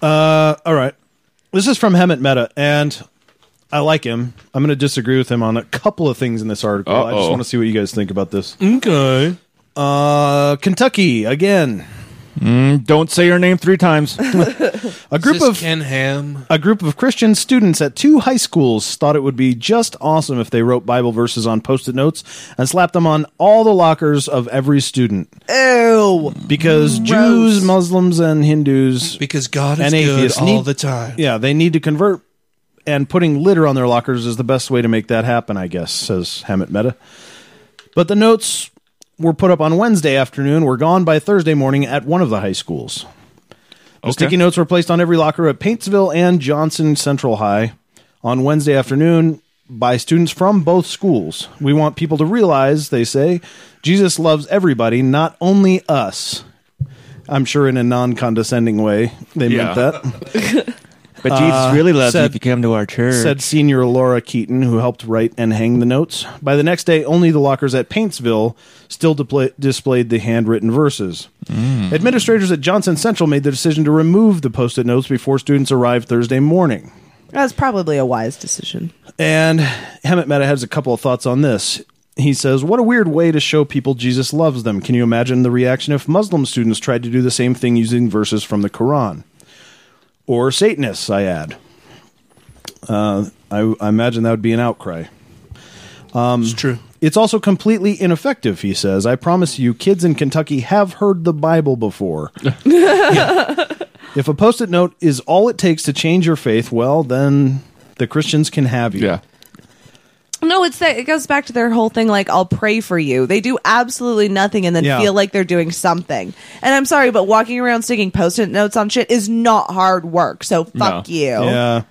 C: Uh, all right, this is from Hemet Meta, and I like him. I'm going to disagree with him on a couple of things in this article. I just
B: Uh-oh.
C: want to see what you guys think about this.
D: Mm.
B: Okay.
C: Uh, Kentucky again.
D: Mm, don't say your name three times.
C: a group of
B: Ken Ham.
C: A group of Christian students at two high schools thought it would be just awesome if they wrote Bible verses on post it notes and slapped them on all the lockers of every student.
E: Ew!
C: Because Jews, Muslims, and Hindus.
B: Because God is
C: and
B: good
C: atheists
B: all
C: need-
B: the time.
C: Yeah, they need to convert. And putting litter on their lockers is the best way to make that happen, I guess, says Hammett Meta. But the notes were put up on Wednesday afternoon, were gone by Thursday morning at one of the high schools. The
D: Okay.
C: sticky notes were placed on every locker at Paintsville and Johnson Central High on Wednesday afternoon by students from both schools. We want people to realize, they say, Jesus loves everybody, not only us. I'm sure in a non condescending way they meant
D: Yeah.
C: that.
D: But Jesus really loves you
C: said-
D: if you come to our church.
C: Said senior Laura Keaton, who helped write and hang the notes. By the next day, only the lockers at Paintsville still depla displayed the handwritten verses. Administrators at Johnson Central made the decision to remove the post it notes before students arrived Thursday morning.
E: That's probably a wise decision.
C: And Hemet Meta has a couple of thoughts on this. He says, What a weird way to show people Jesus loves them. Can you imagine the reaction if Muslim students tried to do the same thing using verses from the Quran? Or Satanists, I add. Uh, I, I imagine that would be an outcry. Um, it's
B: true.
C: It's also completely ineffective, he says. I promise you, kids in Kentucky have heard the Bible before. If a post it note is all it takes to change your faith, well, then the Christians can have you. Yeah.
E: No, it's that it goes back to their whole thing like I'll pray for you. They do absolutely nothing and then
C: Yeah.
E: feel like they're doing something. And I'm sorry, but walking around sticking post-it notes on shit is not hard work. So fuck you.
C: Yeah.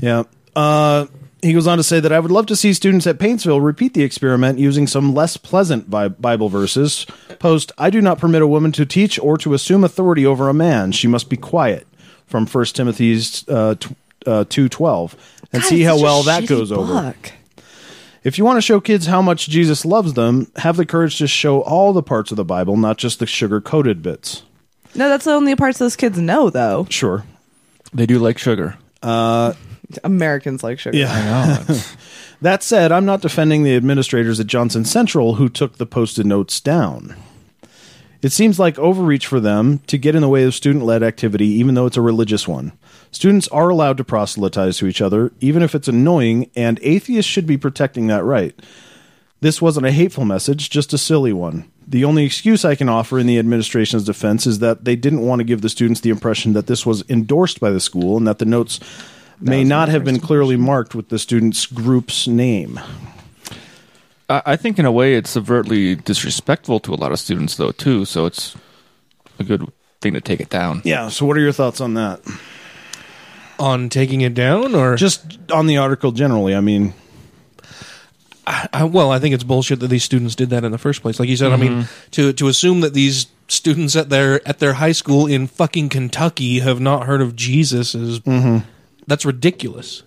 C: Yeah. Uh, he goes on to say that I would love to see students at Paintsville repeat the experiment using some less pleasant Bi- Bible verses. Post, I do not permit a woman to teach or to assume authority over a man. She must be quiet. From 1 Timothy's uh, t- uh, 2.12. And see
J: it's
C: how
J: such a
C: well that
J: shitty
C: goes over.
J: book.
C: If you want to show kids how much Jesus loves them, have the courage to show all the parts of the Bible, not just the sugar-coated bits.
E: No, that's the only parts those kids know though.
C: Sure.
D: They do like sugar.
C: Uh,
E: Americans like sugar.
C: Yeah. that said, I'm not defending the administrators at Johnson Central who took the posted notes down. It seems like overreach for them to get in the way of student led activity, even though it's a religious one. Students are allowed to proselytize to each other, even if it's annoying, and atheists should be protecting that right. This wasn't a hateful message, just a silly one. The only excuse I can offer in the administration's defense is that they didn't want to give the students the impression that this was endorsed by the school and that the notes may not have been clearly marked with the students' group's name.
D: I, I think in a way it's overtly disrespectful to a lot of students though too. So it's a good thing to take it down.
C: Yeah, so what are your thoughts on that?
B: On taking it down or
C: just on the article generally? I mean,
B: I, I, well, I think it's bullshit that these students did that in the first place. Like you said, I mean,
D: Mhm.
B: to to assume that these students at their at their high school in fucking Kentucky have not heard of Jesus is that's ridiculous.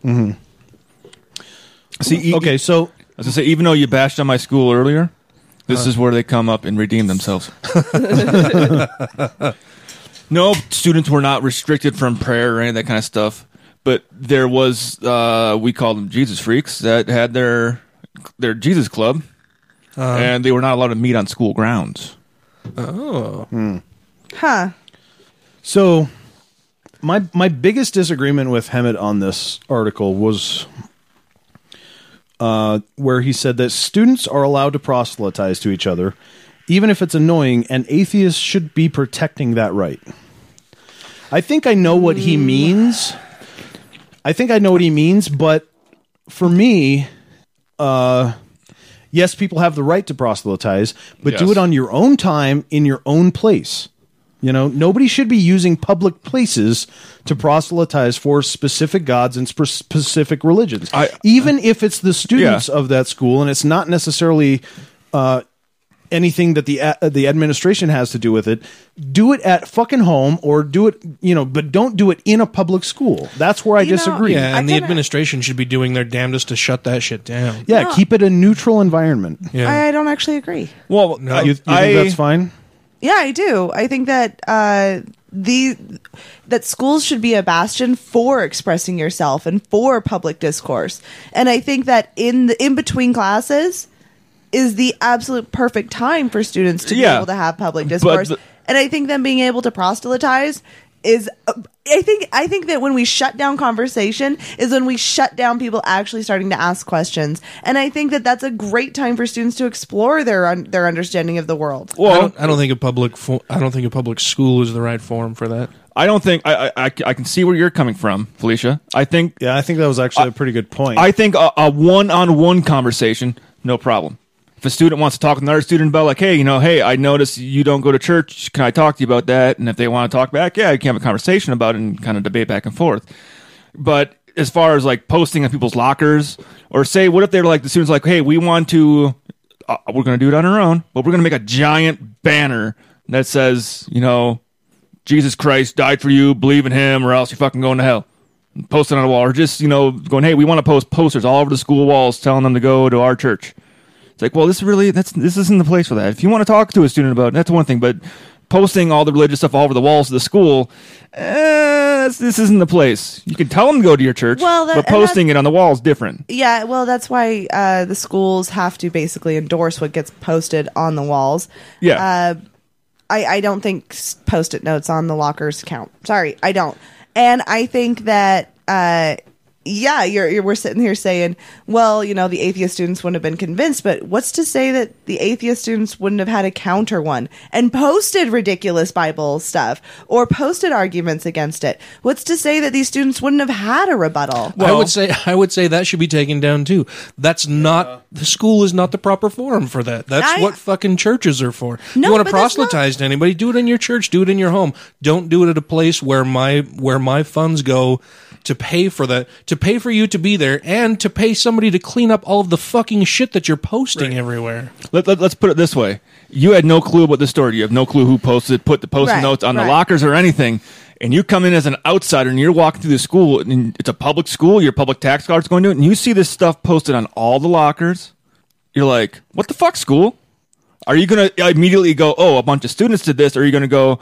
D: See,
C: okay, so I
D: was gonna say, even though you bashed on my school earlier, this
B: Uh.
D: is where they come up and redeem themselves. no, students were not restricted from prayer or any of that kind of stuff, but there was uh, we called them Jesus freaks that had their their Jesus club,
B: Uh.
D: and they were not allowed to meet on school grounds.
B: Oh.
E: Huh.
C: So my my biggest disagreement with Hemet on this article was uh, where he said that students are allowed to proselytize to each other, even if it's annoying, and atheists should be protecting that right. I think I know what he means. I think I know what he means, but for me, uh, yes, people have the right to proselytize, but do
J: Yes.
C: it on your own time in your own place. You know, nobody should be using public places to proselytize for specific gods and spe- specific religions, even if it's the students of that school and it's not necessarily uh,
J: anything that the uh, the administration has to do with it. Do it at fucking home or do it, you know, but don't do it in a public school. That's where I disagree.
B: Yeah, and the administration should be doing their damnedest to shut that shit down.
J: Yeah, keep it a neutral environment.
E: I, I don't actually agree.
D: Well,
B: no,
J: you, you think that's fine?
E: Yeah, I do. I think that uh, the that schools should be a bastion for expressing yourself and for public discourse. And I think that in the in between classes is the absolute perfect time for students to be
D: Yeah.
E: able to have public discourse.
D: the-
E: and I think them being able to proselytize is uh, I think I think that when we shut down conversation is when we shut down people actually starting to ask questions. And I think that that's a great time for students to explore their un- their understanding of the world.
B: I don't, I don't think a public fo- I don't think a public school is the right forum for that.
D: I don't think I, I- I I can see where you're coming from, Felicia. I think
J: yeah, I think that was actually a pretty good point.
D: I think a, a one-on-one conversation, no problem. If a student wants to talk with another student about, like, hey, you know, hey, I notice you don't go to church. Can I talk to you about that? And if they want to talk back, yeah, you can have a conversation about it and kind of debate back and forth. But as far as like posting on people's lockers, or say, what if they're like the students like, hey, we want to, uh, we're going to do it on our own, but we're going to make a giant banner that says, you know, Jesus Christ died for you, believe in him, or else you're fucking going to hell. Post it on a wall, or just, you know, going, hey, we want to post posters all over the school walls telling them to go to our church. It's like, well, this really, that's this isn't the place for that. If you want to talk to a student about it, that's one thing, but posting all the religious stuff all over the walls of the school, eh, that's- this isn't the place. You can tell them to go to your church,
E: Well, that-
D: but
E: and that's-
D: posting it on the wall is different.
E: Yeah, well, that's why uh, the schools have to basically endorse what gets posted on the walls.
D: Yeah.
E: Uh, I, I don't think s- post it notes on the lockers count. Sorry, I don't. And I think that, uh, yeah, you're, you're, we're sitting here saying, well, you know, the atheist students wouldn't have been convinced, but what's to say that the atheist students wouldn't have had a counter one and posted ridiculous Bible stuff or posted arguments against it? What's to say that these students wouldn't have had a rebuttal?
B: I would say I would say that should be taken down too. That's not the school is not the proper forum for that. That's
E: I-
B: what fucking churches are for.
E: No,
B: you want
E: but
B: to
E: that's
B: proselytize to anybody? Do it in your church. Do it in your home. Don't do it at a place where my where my funds go to pay for that to pay for you to be there and to pay somebody to clean up all of the fucking shit that you're posting everywhere.
D: Let, let, us put it this way: you had no clue about the story. You have no clue who posted, put the post
B: Right,
D: notes on
B: right.
D: the lockers or anything. And you come in as an outsider, and you're walking through the school, and it's a public school. Your public tax card's going to it, and you see this stuff posted on all the lockers. You're like, "What the fuck, school? Are you going to immediately go, oh, a bunch of students did this?" Or are you going to go,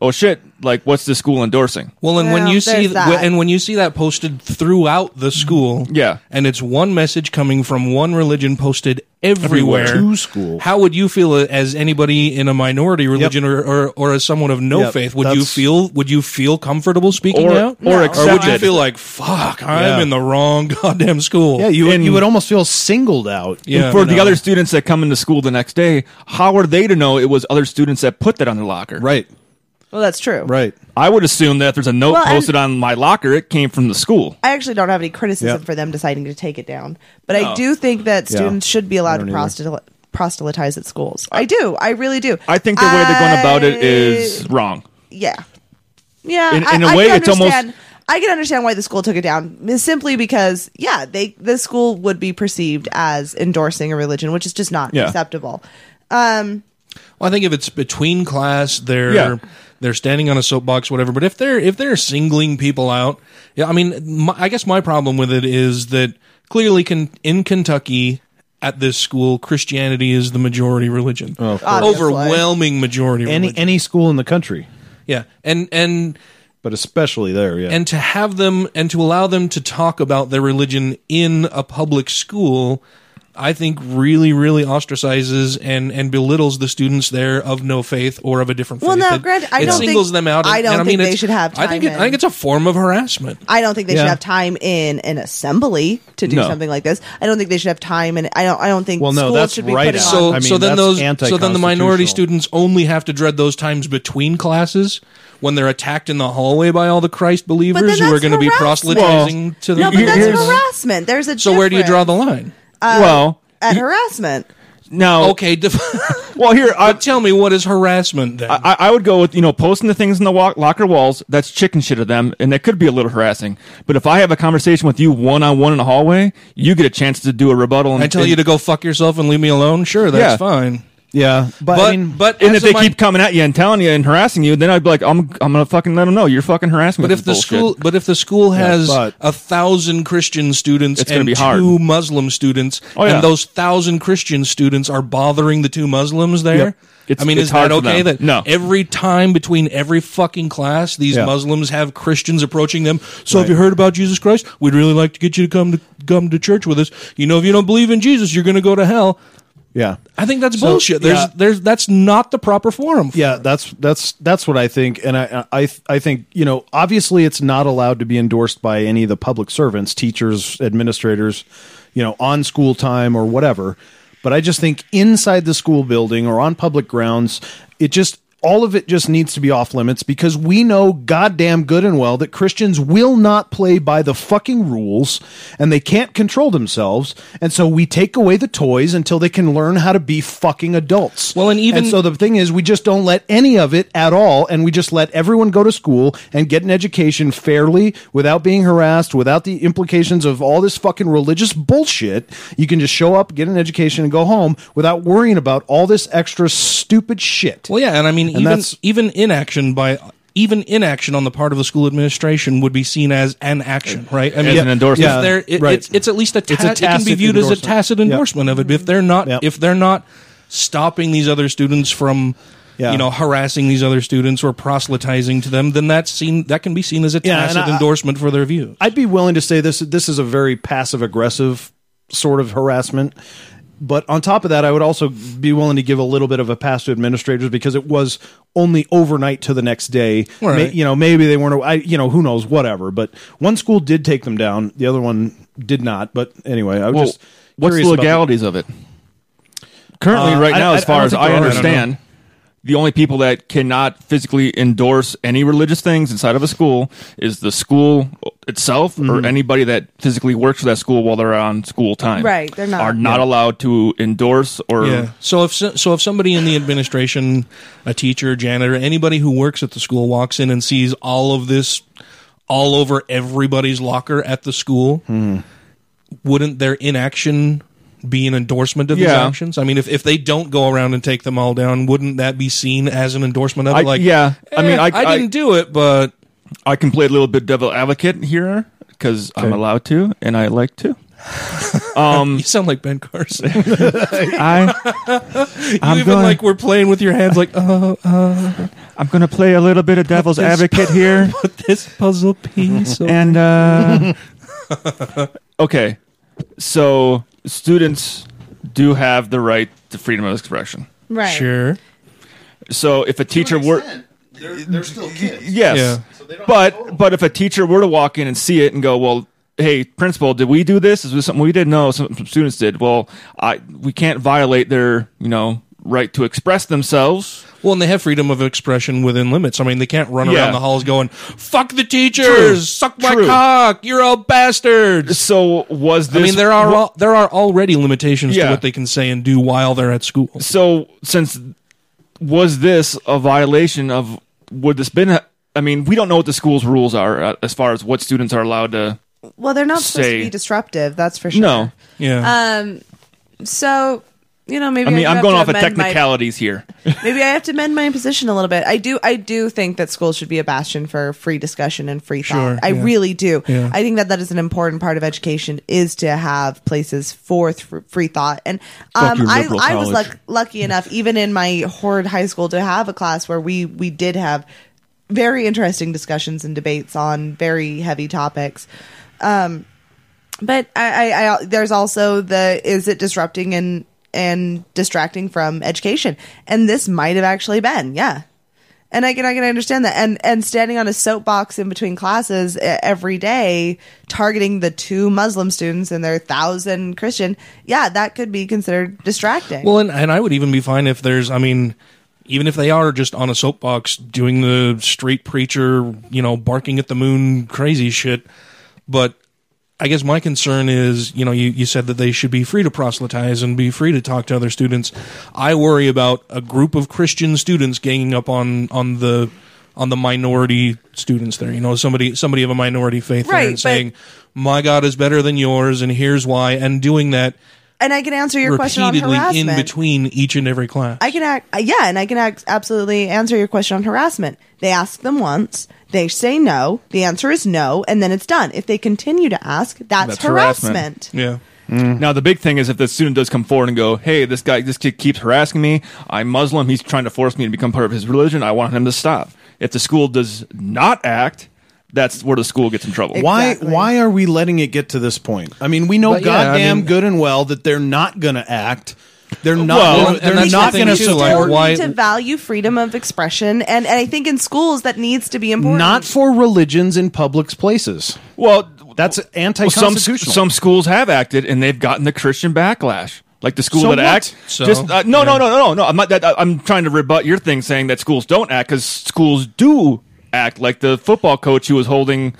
D: oh shit, like what's the school endorsing?
B: Well, and when
D: Well,
B: you see
D: there's that.
B: and when you see that posted throughout the school,
D: yeah,
B: and it's one message coming from one religion posted
D: Everywhere.
B: everywhere,
D: To school.
B: How would you feel uh, as anybody in a minority religion or, or or as someone of no
D: Yep,
B: faith? Would you
D: that's-
B: feel would you feel comfortable speaking
D: Or-
B: out,
D: or
B: would you
D: accepted.
B: feel like fuck?
D: Yeah.
B: I'm in the wrong goddamn school.
J: Yeah, you would,
D: And-
J: you would almost feel singled out.
D: And for the other students that come into school the next day, how are they to know it was other students that put that on their locker?
J: Right.
E: Well, that's true.
J: Right.
D: I would assume that if there's a note
E: Well, and-
D: posted on my locker, it came from the school.
E: I actually don't have any criticism
D: Yeah.
E: for them deciding to take it down, but I
D: No.
E: do think that
D: Yeah.
E: students should be allowed
D: I
E: to
D: don't
E: proselytize, proselytize at schools. I do. I really do.
D: I think the way they're going about it is wrong.
E: Yeah. Yeah.
D: In-
E: I-
D: in a
E: I
D: way,
E: can
D: it's almost-
E: understand- I can understand why the school took it down is simply because, yeah, they the school would be perceived as endorsing a religion, which is just not
B: Yeah.
E: acceptable. Um,
B: Well, I think if it's between class, they're
E: Yeah.
B: they're standing on a soapbox, whatever. But if they're if they're singling people out, yeah. I mean, my, I guess my problem with it is that clearly, con- in Kentucky, at this school, Christianity is the majority religion,
J: Obviously.
B: overwhelming majority.
J: Any
B: religion.
J: any school in the country,
B: yeah, and and
J: but especially there, yeah.
B: and to have them and to allow them to talk about their religion in a public school i think really really ostracizes and and belittles the students there of no faith or of a different
E: Well,
B: faith
E: now,
B: It-
E: granted, I
B: it
E: don't
B: singles
E: think-
B: them out and,
E: I don't
B: and
E: think
B: mean,
E: they
B: it's-
E: should have
B: i think
E: time
B: it, i think
E: in.
B: it's a form of harassment
E: I don't think they
B: Yeah.
E: should have time in an assembly to do
B: No.
E: something like this. I don't think they should have time, and I don't. I don't think.
J: Well, no,
E: schools
J: that's
E: should be
J: right
E: putting
J: out.
E: on-
B: so
J: I mean,
B: so then
J: that's
B: those so then the minority
J: anti-constitutional.
B: students only have to dread those times between classes when they're attacked in the hallway by all the christ believers who are going to be proselytizing to them
E: No, but that's harassment. There's a
B: so where do you draw e- the line
E: Uh,
D: well,
E: at harassment.
D: Now,
B: okay. Def-
D: well, here, I,
B: tell me what is harassment then?
D: I, I would go with you know posting the things in the walk, locker walls. That's chicken shit of them, and that could be a little harassing. But if I have a conversation with you one on one in the hallway, you get a chance to do a rebuttal. And
B: I tell
D: and-
B: you to go fuck yourself and leave me alone. Sure, that's
D: Yeah.
B: fine.
C: Yeah,
D: But but, and if they keep coming at you and telling you and harassing you, then I'd be like, I'm I'm gonna fucking let them know you're fucking harassing me.
B: But if the school, but if the school
D: Yeah,
B: has
D: but-
B: a thousand Christian students
D: It's gonna
B: and
D: be hard.
B: two Muslim students,
D: Oh, yeah.
B: and those thousand Christian students are bothering the two Muslims there,
D: Yep.
B: I
D: It's-
B: mean,
D: it's
B: is that
D: hard for
B: okay?
D: them.
B: That
D: No.
B: every time between every fucking class, these
D: Yeah.
B: Muslims have Christians approaching them. So have you heard about Jesus Christ? We'd really like to get you to come to come to church with us. You know, if you don't believe in Jesus, you're going to go to hell.
C: yeah.
B: I think that's
C: So,
B: bullshit. There's,
C: yeah.
B: there's, that's not the proper forum. For
C: yeah that's that's that's what i think and i i i think you know obviously it's not allowed to be endorsed by any of the public servants teachers administrators you know on school time or whatever but i just think inside the school building or on public grounds it just all of it just needs to be off limits because we know goddamn good and well that Christians will not play by the fucking rules and they can't control themselves. And so we take away the toys until they can learn how to be fucking adults. Well, and
B: even-
C: so the thing is, we just don't let any of it at all, and we just let everyone go to school and get an education fairly without being harassed, without the implications of all this fucking religious bullshit. You can just show up, get an education, and go home without worrying about all this extra stupid shit.
B: Well, yeah, and I mean,
C: And
B: even
C: that's-
B: even inaction by even inaction on the part of the school administration would be seen as an action, right? I
D: As
B: mean,
D: an endorsement.
B: If they're- it-
D: Right.
B: it's, it's at least a,
D: It's a
B: ta- it can be
D: tacit
B: viewed as a
D: endorsement.
B: tacit endorsement of it. If they're not, if they're not stopping these other students from.
C: Yeah.
B: You know, harassing these other students or proselytizing to them, then that's seen that can be seen as a
C: Yeah, and
B: tacit
C: I-
B: endorsement for their view.
C: I'd be willing to say this this is a very passive aggressive sort of harassment. But on top of that, I would also be willing to give a little bit of a pass to administrators because it was only overnight to the next day. Ma-
J: Right.
C: you know, maybe they weren't. I, you know, who knows? Whatever. But one school did take them down; the other one did not. But anyway, I was
D: Well,
C: just
D: what's the
C: curious about-
D: legalities of it? Currently,
C: Uh,
D: right
C: I-
D: now,
C: I-
D: as
C: I
D: far
C: don't
D: as
C: think there
D: I
C: are. I don't
D: understand,
C: know.
D: the only people that cannot physically endorse any religious things inside of a school is the school itself
C: Mm-hmm.
E: Mhm.
D: or anybody that physically works for that school while they're on school time.
E: Right, they're not.
D: Are not
E: Yeah.
D: allowed to endorse or.
B: Yeah. Um, So if so, so if somebody in the administration, a teacher, janitor, anybody who works at the school walks in and sees all of this all over everybody's locker at the school,
D: Hmm.
B: wouldn't their inaction be an endorsement of these
D: Yeah.
B: actions? I mean, if, if they don't go around and take them all down, wouldn't that be seen as an endorsement of
D: I-
B: it? Like,
D: yeah. I mean,
B: eh,
D: I- I-
B: didn't do it, but
D: I can play a little bit devil advocate here because I'm allowed to and I like to. Um,
B: you sound like Ben Carson.
D: I-
B: you
D: I'm
B: even
D: gonna-
B: like we're playing with your hands, like uh, uh.
D: I'm going to play a little bit of devil's
B: this-
D: advocate here.
B: put this puzzle piece over
D: and uh okay so students do have the right to freedom of expression
E: Right.
B: Sure.
D: so if a teacher were
J: They're, they're still kids.
D: yes but but if a teacher were to walk in and see it and go well hey principal did we do this is this something we did no some, some students did well i we can't violate their you know right to express themselves
B: Well, and they have freedom of expression within limits. I mean, they can't run
D: Yeah.
B: around the halls going, "Fuck the teachers, suck my
D: True.
B: cock, you're all bastards."
D: So was
B: I
D: this-
B: mean, there are
D: wha-
B: al- there are already limitations
D: Yeah.
B: to what they can say and do while they're at school.
D: so since was this a violation of would this been a, i mean we don't know what the school's rules are uh, as far as what students are allowed to
E: Well, they're not supposed
D: Say-
E: to be disruptive. That's for sure.
D: no
E: Um. So you know, maybe
D: i mean
E: do
D: i'm
E: have
D: going
E: to
D: off of
E: amend my-
D: technicalities here
E: maybe I have to mend my position a little bit. I do. I do think that schools should be a bastion for free discussion and free thought.
K: Sure,
E: I
K: yeah.
E: really do.
K: Yeah.
E: I think that that is an important part of education is to have places for th- free thought. And
K: Fuck
E: um,
K: your
E: I,
K: liberal
E: I was
K: college.
E: luck- lucky enough, even in my horrid high school, to have a class where we we did have very interesting discussions and debates on very heavy topics. Um, but I, I, I there's also the is it disrupting and and distracting from education, and this might have actually been, yeah. And I can I can understand that, and and standing on a soapbox in between classes e- every day, targeting the two Muslim students and their thousand Christian, yeah, that could be considered distracting.
B: Well, and, and I would even be fine if there's, I mean, even if they are just on a soapbox doing the street preacher, you know, barking at the moon crazy shit. But I guess my concern is, you know, you, you said that they should be free to proselytize and be free to talk to other students. I worry about a group of Christian students ganging up on, on the on the minority students there, you know, somebody somebody of a minority faith there
K: Right,
B: and
K: but-
B: saying, My God is better than yours and here's why and doing that
E: and I can answer your question on
B: repeatedly in
E: harassment.
B: between each and every class.
E: I can act, uh, yeah, and I can act, absolutely answer your question on harassment. They ask them once, they say no, the answer is no, and then it's done. If they continue to ask, that's, harassment.
B: Yeah.
D: Now the big thing is if the student does come forward and go, "Hey, this guy, this kid keeps harassing me. I'm Muslim. He's trying to force me to become part of his religion. I want him to stop." If the school does not act, that's where the school gets in trouble.
C: Why why are we letting it get to this point? I mean, we know
D: But yeah, I
C: goddamn
D: mean-
C: good and well that they're not going to act. They're not
B: Well,
C: gonna-
B: and
C: they're
B: that's the
C: not
B: thing
C: going to
B: too, like,
C: support
B: why-
E: To value freedom of expression, and, and I think in schools that needs to be important.
C: not for religions in public places.
D: Well,
C: that's
D: Well, some
C: anti-constitutional.
D: some schools have acted and they've gotten the Christian backlash. Like the school
C: So
D: that
C: what?
D: acts,
C: So,
D: just uh, no, no, no, no, no, no. I'm not. That, I- I'm trying to rebut your thing saying that schools don't act because schools do act. Like the football coach who was holding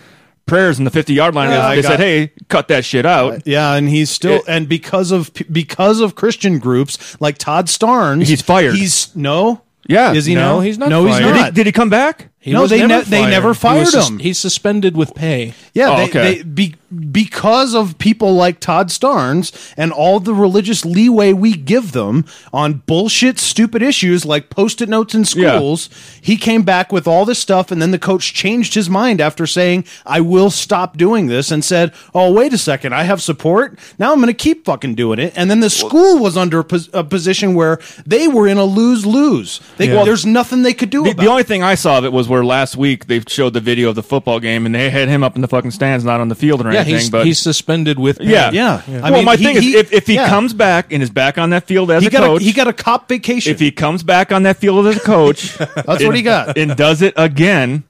D: prayers in the 50 yard line,
C: Yeah, Uh, I
D: Uh, they
C: got-
D: said, "Hey, cut that shit out."
C: Uh, yeah, and he's still
D: It-
C: and because of because of Christian groups like Todd Starnes, he's
D: fired.
C: He's no,
D: Yeah.
C: is he
B: No,
C: now?
B: he's not
C: No, he's
B: fired.
C: not.
B: Did
D: he- did he come back?
B: He
C: no,
B: was
C: they
B: never
C: ne- they
B: He
C: never
B: was
C: fired
B: sus-
C: him.
B: He's suspended with pay.
C: Yeah, they,
D: Oh,
C: they, be, because of people like Todd Starnes and all the religious leeway we give them on bullshit, stupid issues like post-it notes in schools, he came back with all this stuff, and then the coach changed his mind after saying, "I will stop doing this," and said, "Oh, wait a second, I have support. Now I'm going to keep fucking doing it." And then the school was under a, pos- a position where they were in a lose-lose. They,
D: Yeah.
C: There's nothing they could do
D: The,
C: about
D: the only thing I saw of it was where last week they showed the video of the football game and they had him up in the fucking stands, not on the field or
B: yeah,
D: anything.
B: he's,
D: but
B: he's suspended with pay.
D: yeah,
B: I
D: well,
B: mean,
D: my
B: he-
D: thing is,
B: he-
D: if, if he
B: yeah.
D: comes back and is back on that field as
C: He
D: a
C: got a-
D: coach,
C: he got a cop vacation.
D: If he comes back on that field as a coach, that's
C: what he got.
D: and does it again,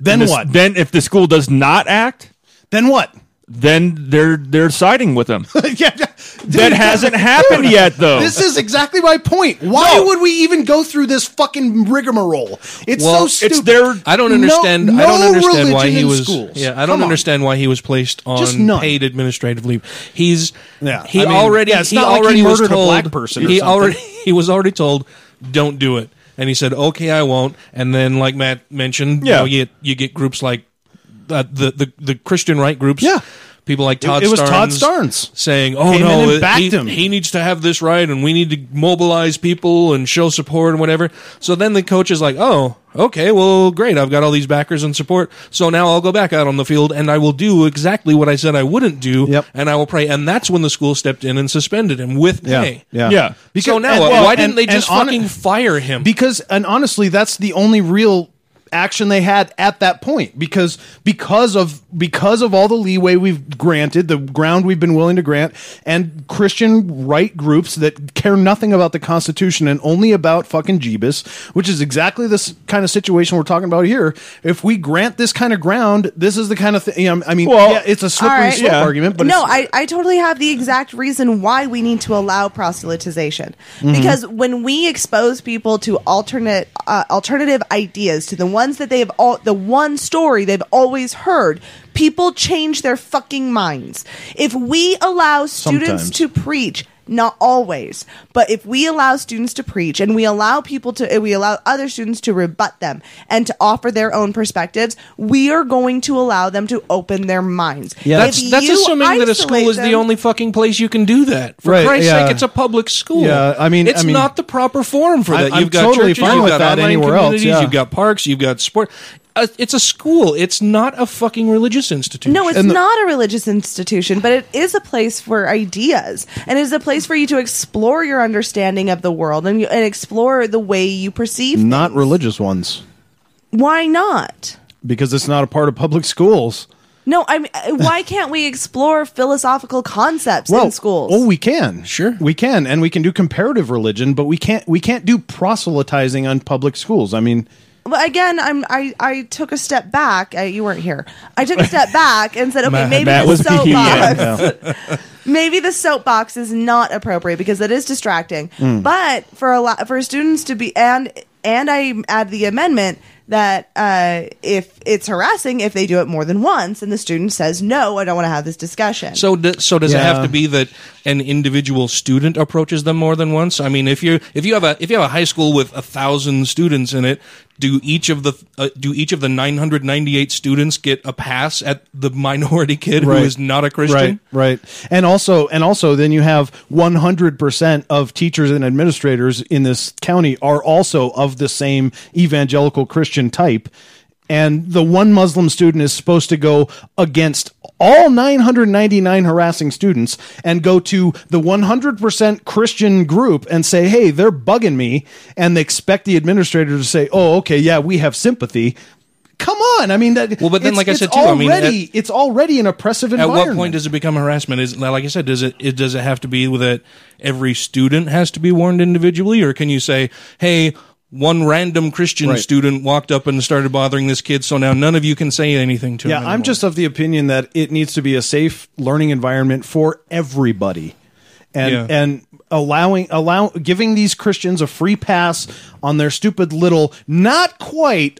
C: Then
D: and the s-
C: what?
D: then if the school does not act,
C: then what?
D: Then they're they're siding with him.
C: yeah, yeah.
D: That hasn't happened yet, though.
C: This is exactly my point. Why would we even go through this fucking rigmarole? It's so stupid.
B: I don't
C: No-
B: understand. I don't
C: no
B: understand why
C: religion
B: he
C: in
B: was.
C: schools.
B: Yeah, I don't
C: Come on.
B: understand why he was placed
C: Just
B: on
C: none.
B: paid administrative leave. He's
C: Yeah,
B: he
C: I mean,
B: already
C: yeah, it's
B: he
C: not like he
B: already was
C: murdered a
B: told
C: black person or
B: he
C: something.
B: already he was already told don't do it, and he said okay I won't. And then like Matt mentioned,
C: Yeah.
B: you, know, you get you get groups like uh, the the the Christian right groups. Yeah. People like
C: It-
B: Todd
C: it was Todd
B: Starnes
C: Starnes.
B: saying, "Oh
C: Came in
B: no,
C: and
B: it-
C: backed
B: he,
C: him.
B: he needs to have this right, and we need to mobilize people and show support and whatever." So then the coach is like, "Oh, okay, well, great. I've got all these backers and support. So now I'll go back out on the field and I will do exactly what I said I wouldn't do, and I will pray." And that's when the school stepped in and suspended him with
C: Yeah,
B: pay.
C: yeah. Because-
B: so now,
C: and-
B: uh,
C: well,
B: why didn't
C: and-
B: they
C: and
B: just
C: hon-
B: fucking fire him?
C: Because and honestly, that's the only real action they had at that point because because of because of all the leeway we've granted the ground we've been willing to grant and christian right groups that care nothing about the constitution and only about fucking jeebus which is exactly this kind of situation we're talking about here if we grant this kind of ground this is the kind of thing you know, i mean yeah it's a slippery
E: All right.
C: slope argument but
E: no,
C: it's-
E: I, I totally have the exact reason why we need to allow proselytization
C: Mhm.
E: because when we expose people to alternate uh, alternative ideas to the ones that they've all the one story they've always heard, people change their fucking minds. If we allow students
L: Sometimes.
E: to preach not always but if we allow students to preach and we allow people to we allow other students to rebut them and to offer their own perspectives we are going to allow them to open their minds
B: Yeah, that's
E: If
B: that's
E: you
B: assuming that a
E: isolate
B: school is the
E: them-
B: only fucking place you can do that. For
C: Right,
B: Christ's
C: yeah.
B: sake, it's a public school.
C: Yeah, I mean-
B: it's
C: I mean-
B: not the proper forum for
C: I-
B: that.
C: I'm
B: You've got
C: totally
B: churches,
C: fine
B: you've
C: with
B: got
C: that
B: online
C: anywhere else,
B: communities,
C: yeah.
B: you've got parks, you've got sport. Uh, it's a school. It's not a fucking religious institution.
E: No, it's not a religious institution, but it is a place for ideas, and it is a place for you to explore your understanding of the world and, you, and explore the way you perceive.
C: not religious ones
E: Why not?
C: because it's not a part of public schools
E: No, I'm. Why can't we explore philosophical concepts in schools?
C: Oh, we can. Sure. We can and we can do comparative religion, but we can't we can't do proselytizing on public schools. I mean,
E: But again, I'm. I, I took a step back. Uh, you weren't here. I took a step back and said, okay,
C: Matt-
E: maybe
C: Matt
E: the
C: was
E: soapbox.
C: peeing.
E: maybe the soapbox is not appropriate because it is distracting.
L: Mm.
E: But for a lot for students to be and and I add the amendment that uh, if it's harassing, if they do it more than once, and the student says, no, I don't want to have this discussion.
B: So, d- so does it
E: Yeah.
B: have to be that an individual student approaches them more than once? I mean, if you if you have a if you have a high school with a thousand students in it, do each of the uh, do each of the nine hundred ninety eight students get a pass at the minority kid
C: Right.
B: who is not a Christian?
C: Right, right. And also and also then you have 100% of teachers and administrators in this county are also of the same evangelical Christian type. And the one Muslim student is supposed to go against all 999 harassing students and go to the 100% Christian group and say, hey, they're bugging me. And they expect the administrator to say, oh, okay, yeah, we have sympathy. Come on. I mean, that, well,
B: but then, like I said, too, I
C: already,
B: mean, at-
C: it's already an oppressive
B: At
C: environment.
B: what point does it become harassment? Is now, like I said, does it, it does it have to be that every student has to be warned individually, or can you say, hey? One random Christian
C: Right.
B: student walked up and started bothering this kid, so now none of you can say anything to
C: yeah,
B: him.
C: I'm just of the opinion that it needs to be a safe learning environment for everybody, and
B: Yeah.
C: and allowing allow giving these Christians a free pass on their stupid little not quite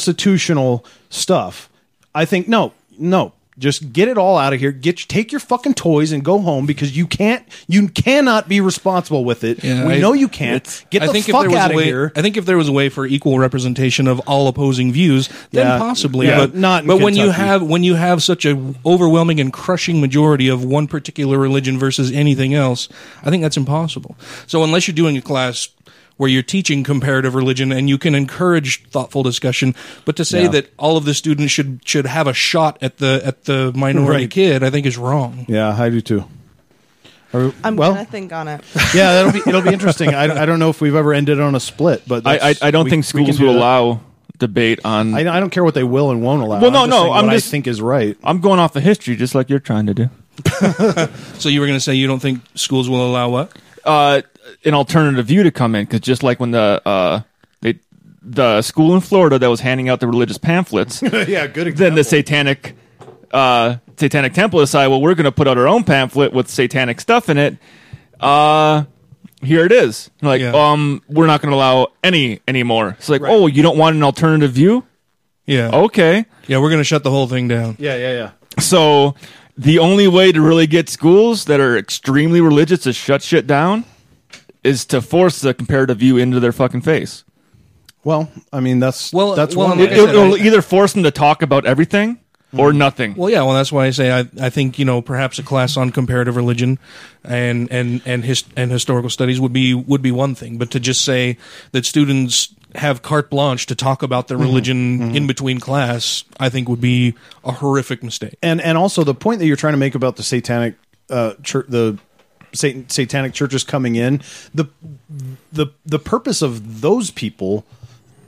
C: unconstitutional stuff. I think no, no. Just get it all out of here. Get take your fucking toys and go home because you can't, you cannot be responsible with it. we
B: I-
C: know you can't. Get the
B: if
C: fuck
B: there was
C: out
B: a
C: of
B: way,
C: here.
B: I think if there was a way for equal representation of all opposing views, then
C: Yeah.
B: possibly.
C: Yeah,
B: but
C: not in
B: but when you
C: Kentucky.
B: have when you have such a overwhelming and crushing majority of one particular religion versus anything else, I think that's impossible. So unless you're doing a class where you're teaching comparative religion and you can encourage thoughtful discussion, but to say
C: Yeah.
B: that all of the students should should have a shot at the at the minority
C: Right.
B: kid, I think is wrong.
C: Yeah, I do too. Are-
E: I'm
C: well,
E: going to think on it.
C: yeah, that'll be it'll be interesting. I, I don't know if we've ever ended on a split, but
D: I, I,
C: that's-
D: I don't
C: we-
D: think
C: we can
D: schools
C: do
D: will
C: that.
D: allow debate on.
C: I, I don't care what they will and won't allow.
D: well, no,
C: I'm just
D: no.
C: saying
D: I'm
C: what
D: just
C: I think is right.
D: I'm going off the history, just like you're trying to do.
B: So you were going to say you don't think schools will allow what?
D: Uh, an alternative view to come in because just like when the uh, they the school in Florida that was handing out the religious pamphlets,
C: yeah, good.
D: then the satanic uh, satanic temple decide, well, we're going to put out our own pamphlet with satanic stuff in it. Uh, here it is. Like, um, we're not going to allow any anymore. It's like, oh, you don't want an alternative view?
B: Yeah.
D: Okay.
B: Yeah, we're going to shut the whole thing down.
C: Yeah, yeah, yeah.
D: So the only way to really get schools that are extremely religious to shut shit down is to force the comparative view into their fucking face.
C: Well, I mean that's well, that's
B: well,
C: one.
B: like I
C: way.
B: said,
D: It'll either force them to talk about everything
C: Hmm.
D: or nothing.
B: Well, yeah. Well, that's why I say I, I think you know perhaps a class on comparative religion and and and his, and historical studies would be would be one thing, but to just say that students have carte blanche to talk about
D: Mm-hmm.
B: their religion in between class, I think would be a horrific mistake.
C: and and also the point that you're trying to make about the satanic uh church the satan, satanic churches coming in the the the purpose of those people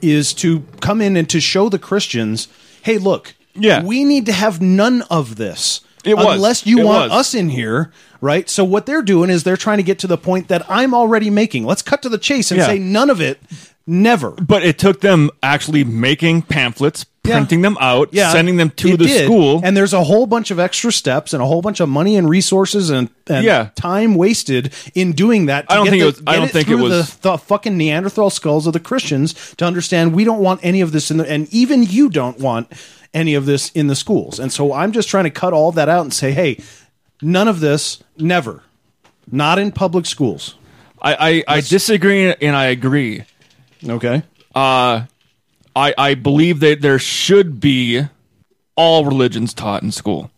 C: is to come in and to show the christians hey look yeah we need to have none of this
J: It was.
C: unless you
J: It
C: want
J: was.
C: us in here right so what they're doing is they're trying to get to the point that i'm already making let's cut to the chase and
D: Yeah.
C: say none of it never
D: But it took them actually making pamphlets,
C: Yeah.
D: printing them out, sending them to
C: it
D: the
C: did.
D: school.
C: and there's a whole bunch of extra steps and a whole bunch of money and resources and, and
D: Yeah.
C: time wasted in doing that. To
D: I don't
C: get
D: think it
C: the-
D: was- I
C: get
D: don't think it
C: through
D: was-
C: the, th- fucking Neanderthal skulls of the Christians to understand we don't want any of this in the and even you don't want any of this in the schools. And so I'm just trying to cut all that out and say, hey, none of this, never, not in public schools.
D: I, I, I disagree and I agree.
C: Okay.
D: Uh, I, I believe that there should be all religions taught in school.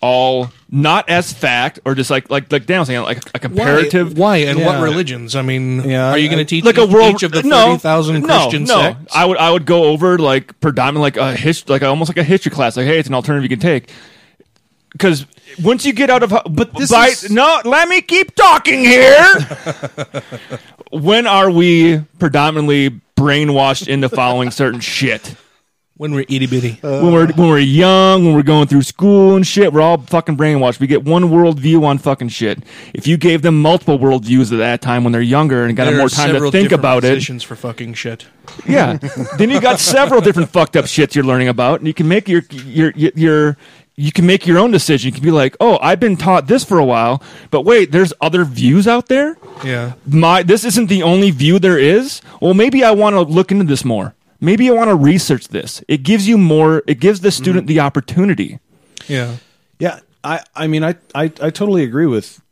D: All not as fact or just like like like Dan was saying like a comparative
B: Why, why and what
D: Yeah.
B: religions? I mean, are you going to teach
D: like a
B: each-
D: world
B: each of the
D: no,
B: thirty thousand
D: no,
B: Christian
D: no,
B: sects?
D: I would I would go over like predominant like a hist like almost like a history class like hey it's an alternative you can take because once you get out of but
J: this
D: by,
J: is-
D: no let me keep talking here when are we predominantly brainwashed into following certain shit
B: When we're itty bitty,
D: when we're when we're young, when we're going through school and shit, we're all fucking brainwashed. We get one worldview on fucking shit. If you gave them multiple worldviews at that time when they're younger and got
B: There
D: more
B: are
D: time to
B: several
D: think
B: different
D: about it,
B: positions for fucking shit.
D: yeah, then you got several different fucked up shits you're learning about, and you can make your your your. your you can make your own decision. You can be like, "Oh, I've been taught this for a while, but wait, there's other views out there
B: Yeah.
D: my this isn't the only view there is. Well, maybe I want to look into this more. maybe I want to research this. It gives you more. It gives the student the opportunity.
B: Yeah.
C: Yeah, I, I mean, I, I, I totally agree with,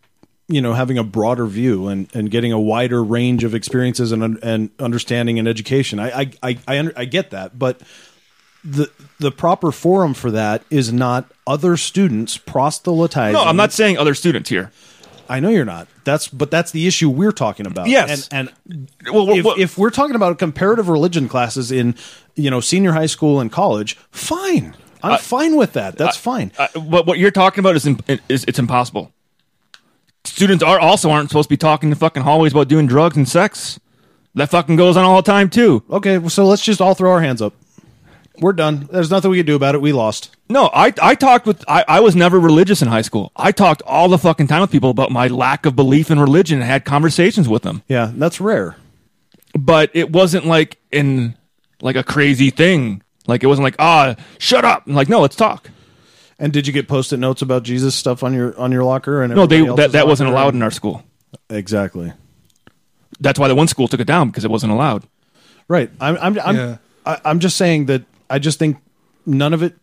C: you know, having a broader view and, and getting a wider range of experiences and un- and understanding and education. I I I I, under, I get that, but the the proper forum for that is not other students proselytizing.
D: No, I'm not saying other students here.
C: I know you're not. That's but that's the issue we're talking about.
D: Yes.
C: and, and
D: Well, well,
C: if,
D: well-
C: if we're talking about comparative religion classes in you know senior high school and college, fine. I'm
D: I-
C: fine with that. That's
D: I-
C: fine.
D: I, uh, what what you're talking about is, im- is it's impossible. Students are also aren't supposed to be talking in fucking hallways about doing drugs and sex. That fucking goes on all the time too.
C: Okay, so let's just all throw our hands up. We're done. There's nothing we can do about it. We lost.
D: No, I I talked with I, I was never religious in high school. I talked all the fucking time with people about my lack of belief in religion and had conversations with them.
C: Yeah, that's rare.
D: But it wasn't like in like a crazy thing. Like it wasn't like ah shut up. I'm like no, let's talk.
C: And did you get post-it notes about Jesus stuff on your on your locker? And
D: No, they
C: everybody else's
D: that, that wasn't
C: locker?
D: allowed in our school.
C: Exactly.
D: That's why the one school took it down because it wasn't allowed.
C: Right. I'm I'm I'm,
D: Yeah.
C: I, I'm just saying that I just think none of it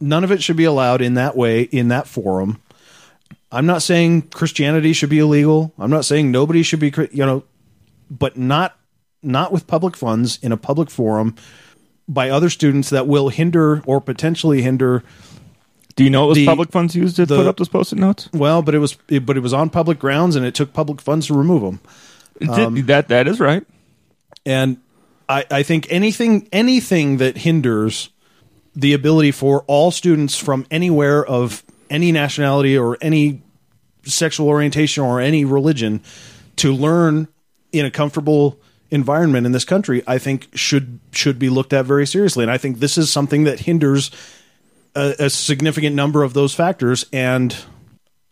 C: none of it should be allowed in that way in that forum. I'm not saying Christianity should be illegal. I'm not saying nobody should be cri- you know, but not not with public funds in a public forum by other students that will hinder or potentially hinder.
D: Do you know it was
C: The-
D: public funds used to
C: the-
D: put up those post-it notes?
C: Well, but it was it, but it was on public grounds and it took public funds to remove them. Um,
D: that that is right.
C: and I, I think anything anything that hinders the ability for all students from anywhere of any nationality or any sexual orientation or any religion to learn in a comfortable environment in this country I think should should be looked at very seriously and I think this is something that hinders a, a significant number of those factors and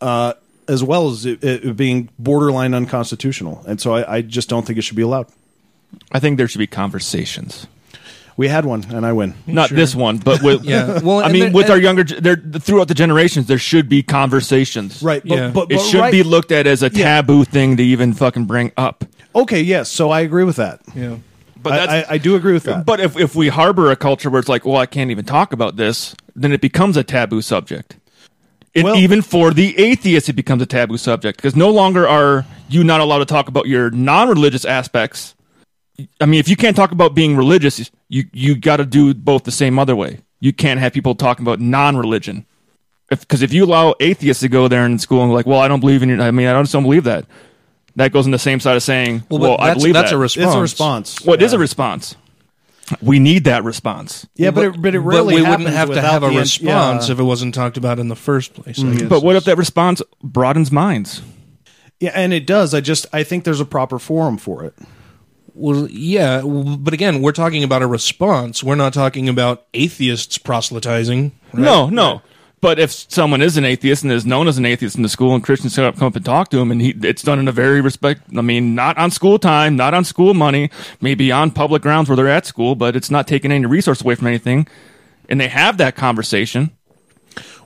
C: uh, as well as it, it being borderline unconstitutional and so I, I just don't think it should be allowed
D: I think there should be conversations.
C: we had one, and I win.
D: Not this one, but with
C: Yeah.
D: yeah.
C: Well,
D: Well, I
C: and
D: mean,
C: there-
D: with our
C: and-
D: younger, ge- there throughout the generations, there should be conversations,
C: Right, but- Yeah. but-
D: it
C: but
D: should
C: right-
D: be looked at as a
C: Yeah.
D: taboo thing to even fucking bring up.
C: Okay, yes. So I agree with that.
B: Yeah,
D: But
C: I, I, I do agree with that.
D: But if if we harbor a culture where it's like, well, I can't even talk about this, then it becomes a taboo subject. It, even for the atheist, it becomes a taboo subject because no longer are you not allowed to talk about your non-religious aspects. I mean, if you can't talk about being religious, you you got to do both the same other way. You can't have people talking about non-religion because if, you allow atheists to go there in school and like, well, I don't believe in you. I mean, I just don't believe that. That goes on the same side of saying,
B: Well,
D: well,
B: but
D: I
B: that's-
D: believe
B: that's
D: that.
B: a response. It's a response.
D: Well, it is a response. We need that response.
C: Yeah, but it- but it rarely
B: we
C: happens
B: wouldn't have to
C: without
B: have a
C: the in-
B: response
C: yeah.
B: if it wasn't talked about in the first place. I guess.
D: But what if that response broadens minds?
C: yeah, and it does. I just I think there's a proper forum for it.
B: Well, yeah, w- but again, we're talking about a response. We're not talking about atheists proselytizing. right?
D: No, no. But if someone is an atheist and is known as an atheist in the school, and Christians come up, come up and talk to him, and he, it's done in a very respect. I mean, not on school time, not on school money, maybe on public grounds where they're at school, but it's not taking any resource away from anything. And they have that conversation.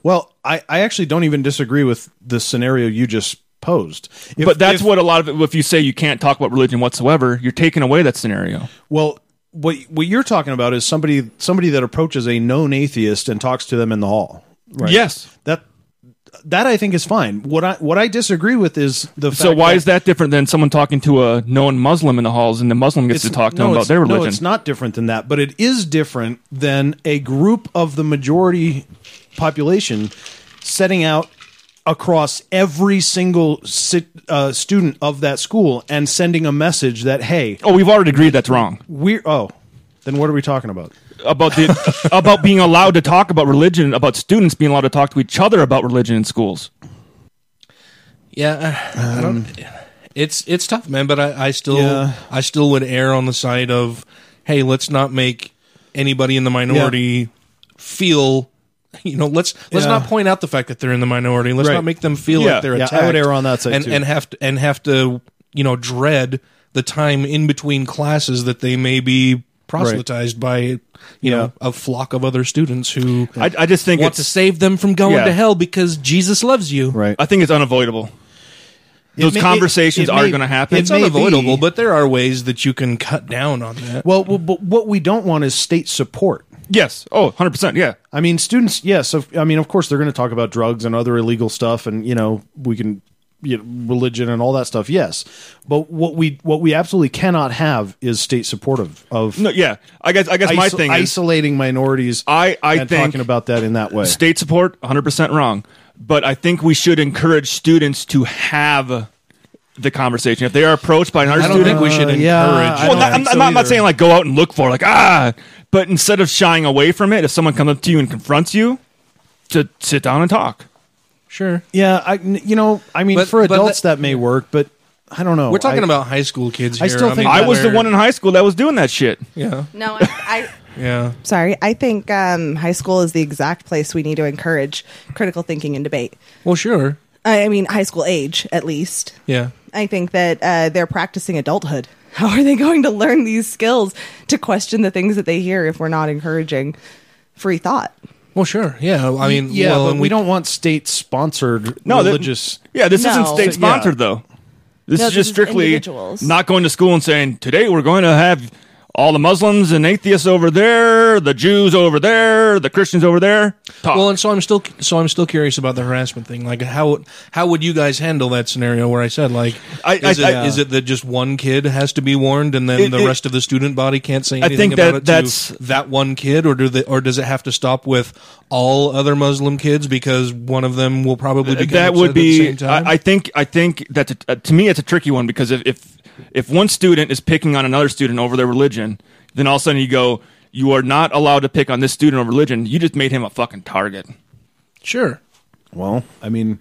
C: Well, I, I actually don't even disagree with the scenario you just posed. If-
D: but that's
C: if-
D: what a lot of it, if you say you can't talk about religion whatsoever, you're taking away that scenario.
C: Well, what what you're talking about is somebody somebody that approaches a known atheist and talks to them in the hall. Right?
D: Yes.
C: That that I think is fine. What I what I disagree with is the
D: So
C: fact
D: why
C: that-
D: is that different than someone talking to a known Muslim in the halls and the Muslim gets to talk to
C: no,
D: them about
C: it's-
D: their religion?
C: No, it's not different than that, but it is different than a group of the majority population setting out across every single sit, uh, student of that school and sending a message that hey,
D: Oh, we've already agreed that's wrong.
C: we oh, then what are we talking about?
D: About the about being allowed to talk about religion, about students being allowed to talk to each other about religion in schools.
B: Yeah, I, I don't. It's it's tough, man. But I, I still
C: Um, Yeah.
B: I still would err on the side of, hey, let's not make anybody in the minority feel. You know, let's let's
C: Yeah.
B: not point out the fact that they're in the minority. Let's
C: Right.
B: not make them feel
C: Yeah,
B: like they're
C: yeah, I
B: attacked.
C: would err on that side,
B: and
C: too.
B: and have to and have to you know dread the time in between classes that they may be proselytized by you know a flock of other students who
D: I, I just think
B: want
D: it's-
B: to save them from going
D: Yeah.
B: to hell because Jesus loves you.
C: Right.
D: I think it's unavoidable. Those conversations are going to happen.
B: It's unavoidable, but there are ways that you can cut down on that.
C: Well, well, but what we don't want is state support.
D: Yes. Oh, 100%. Yeah.
C: I mean, students, yes. of I mean, of course, they're going to talk about drugs and other illegal stuff and, you know, we can, you know, religion and all that stuff. Yes. But what we, what we absolutely cannot have is state support of, of
D: No, yeah. I guess I guess my
C: iso-
D: thing is
C: isolating minorities
D: I I
C: and
D: think
C: talking about that in that way.
D: State support, 100% wrong. But I think we should encourage students to have the conversation. If they are approached by another
B: I don't
D: student,
B: think we should Uh, encourage yeah, I
D: well,
B: don't
D: not, I'm,
B: think so
D: I'm not, I'm not
B: either.
D: saying like go out and look for like ah, but instead of shying away from it, if someone comes up to you and confronts you, to sit down and talk.
B: Sure.
C: Yeah. I, you know, I mean,
B: But-
C: for
B: but
C: adults that, may work, but I don't know.
B: We're talking
C: I-
B: about high school kids.
C: I
B: here.
C: still think
B: mean,
D: I was the
B: where-
D: one in high school that was doing that shit.
B: Yeah.
E: No, I,
B: Yeah.
E: I sorry. I think um, high school is the exact place we need to encourage critical thinking and debate.
B: Well, sure.
E: I, I mean, high school age at least.
B: Yeah.
E: I think that uh, they're practicing adulthood. How are they going to learn these skills to question the things that they hear if we're not encouraging free thought?
B: Well, sure. Yeah. I mean,
C: yeah,
B: well,
C: but
B: and
C: we, don't want state sponsored
D: No, that-
C: religious.
D: Yeah, this isn't
E: No.
D: state sponsored though. This
E: No,
D: is
E: this
D: just
E: is
D: strictly
E: individuals.
D: not going to school and saying today we're going to have all the Muslims and atheists over there, the Jews over there, the Christians over there. Talk.
B: Well, and so I'm still so I'm still curious about the harassment thing. Like how how would you guys handle that scenario where I said like
D: I-
B: is,
D: I-
B: it,
D: I-
B: is it that just one kid has to be warned and then
D: It-
B: the
D: it-
B: rest of the student body can't say
D: I
B: anything
D: think
B: about
D: that-
B: it to
D: that's-
B: that one kid or do they, or does it have to stop with all other Muslim kids because one of them will probably become
D: that would
B: upset at
D: be
B: the same time?
D: I, I think i think that to, uh, to me it's a tricky one because if, if if one student is picking on another student over their religion then all of a sudden you go you are not allowed to pick on this student over religion you just made him a fucking target and
B: sure.
C: Well, I mean,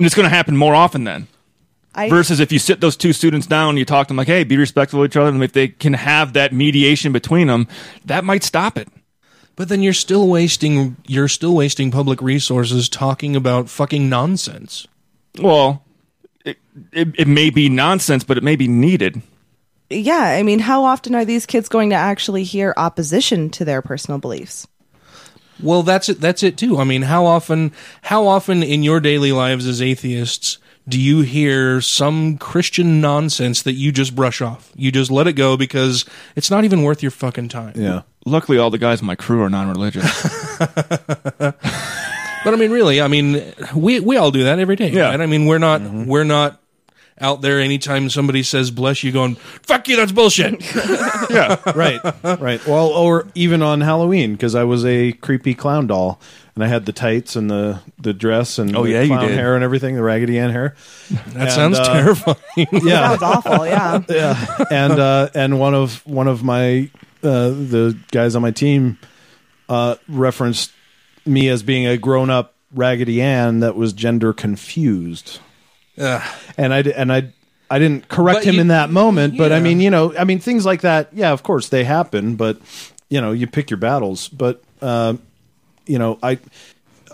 D: it's going to happen more often then
E: I,
D: versus if you sit those two students down and you talk to them like hey be respectful of each other and if they can have that mediation between them that might stop it
B: But then you're still wasting you're still wasting public resources talking about fucking nonsense.
D: well it, it, it may be nonsense but it may be needed
E: yeah, I mean, how often are these kids going to actually hear opposition to their personal beliefs?
B: Well, that's it. That's it too. I mean, how often, how often in your daily lives as atheists do you hear some Christian nonsense that you just brush off? You just let it go because it's not even worth your fucking time.
C: yeah.
D: luckily all the guys in my crew are non-religious
B: But I mean, really, I mean, we we all do that every day.
D: Yeah.
B: right? I mean, we're not
C: Mm-hmm.
B: we're not out there anytime somebody says bless you, going fuck you, that's bullshit.
D: yeah
C: right, right. Well, or even on Halloween because I was a creepy clown doll and I had the tights and the the dress and
D: Oh,
C: the
D: yeah, you
C: clown
D: did.
C: hair and everything, the Raggedy Ann hair.
B: That sounds
C: uh,
B: terrifying.
C: Yeah,
E: Sounds awful, yeah.
C: yeah. And uh, and one of one of my uh, the guys on my team uh, referenced me as being a grown up Raggedy Ann that was gender confused.
B: Ugh.
C: and I di- and I I didn't correct
B: But
C: him
B: you-
C: in that moment. But I
B: yeah.
C: mean, you know, I mean things like that. Yeah, of course they happen, but you know, you pick your battles. But um, you know, I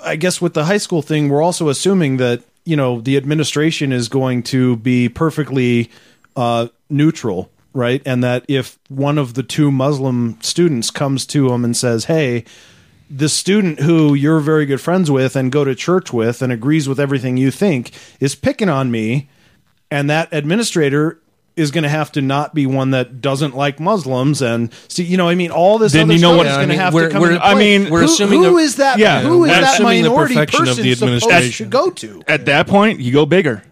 C: I guess with the high school thing, we're also assuming that you know the administration is going to be perfectly uh, neutral, right? And that if one of the two Muslim students comes to him and says, "Hey," the student who you're very good friends with and go to church with and agrees with everything you think is picking on me and that administrator is going to have to not be one that doesn't like Muslims and see you know I mean all this
D: Then
C: other
D: you know
C: stuff
D: what-
C: is
D: Yeah, I
C: going to
B: mean,
C: have
B: we're-
C: to come
B: we're-
C: into
D: I
C: play.
D: mean-
C: who,
D: We're
B: assuming
C: who
B: the-
C: is that
D: yeah,
C: who is
D: we're
C: that
B: assuming the
C: minority
B: perfection of
C: person
B: the
C: supposed to
B: administration.
C: go to
D: at that point you go bigger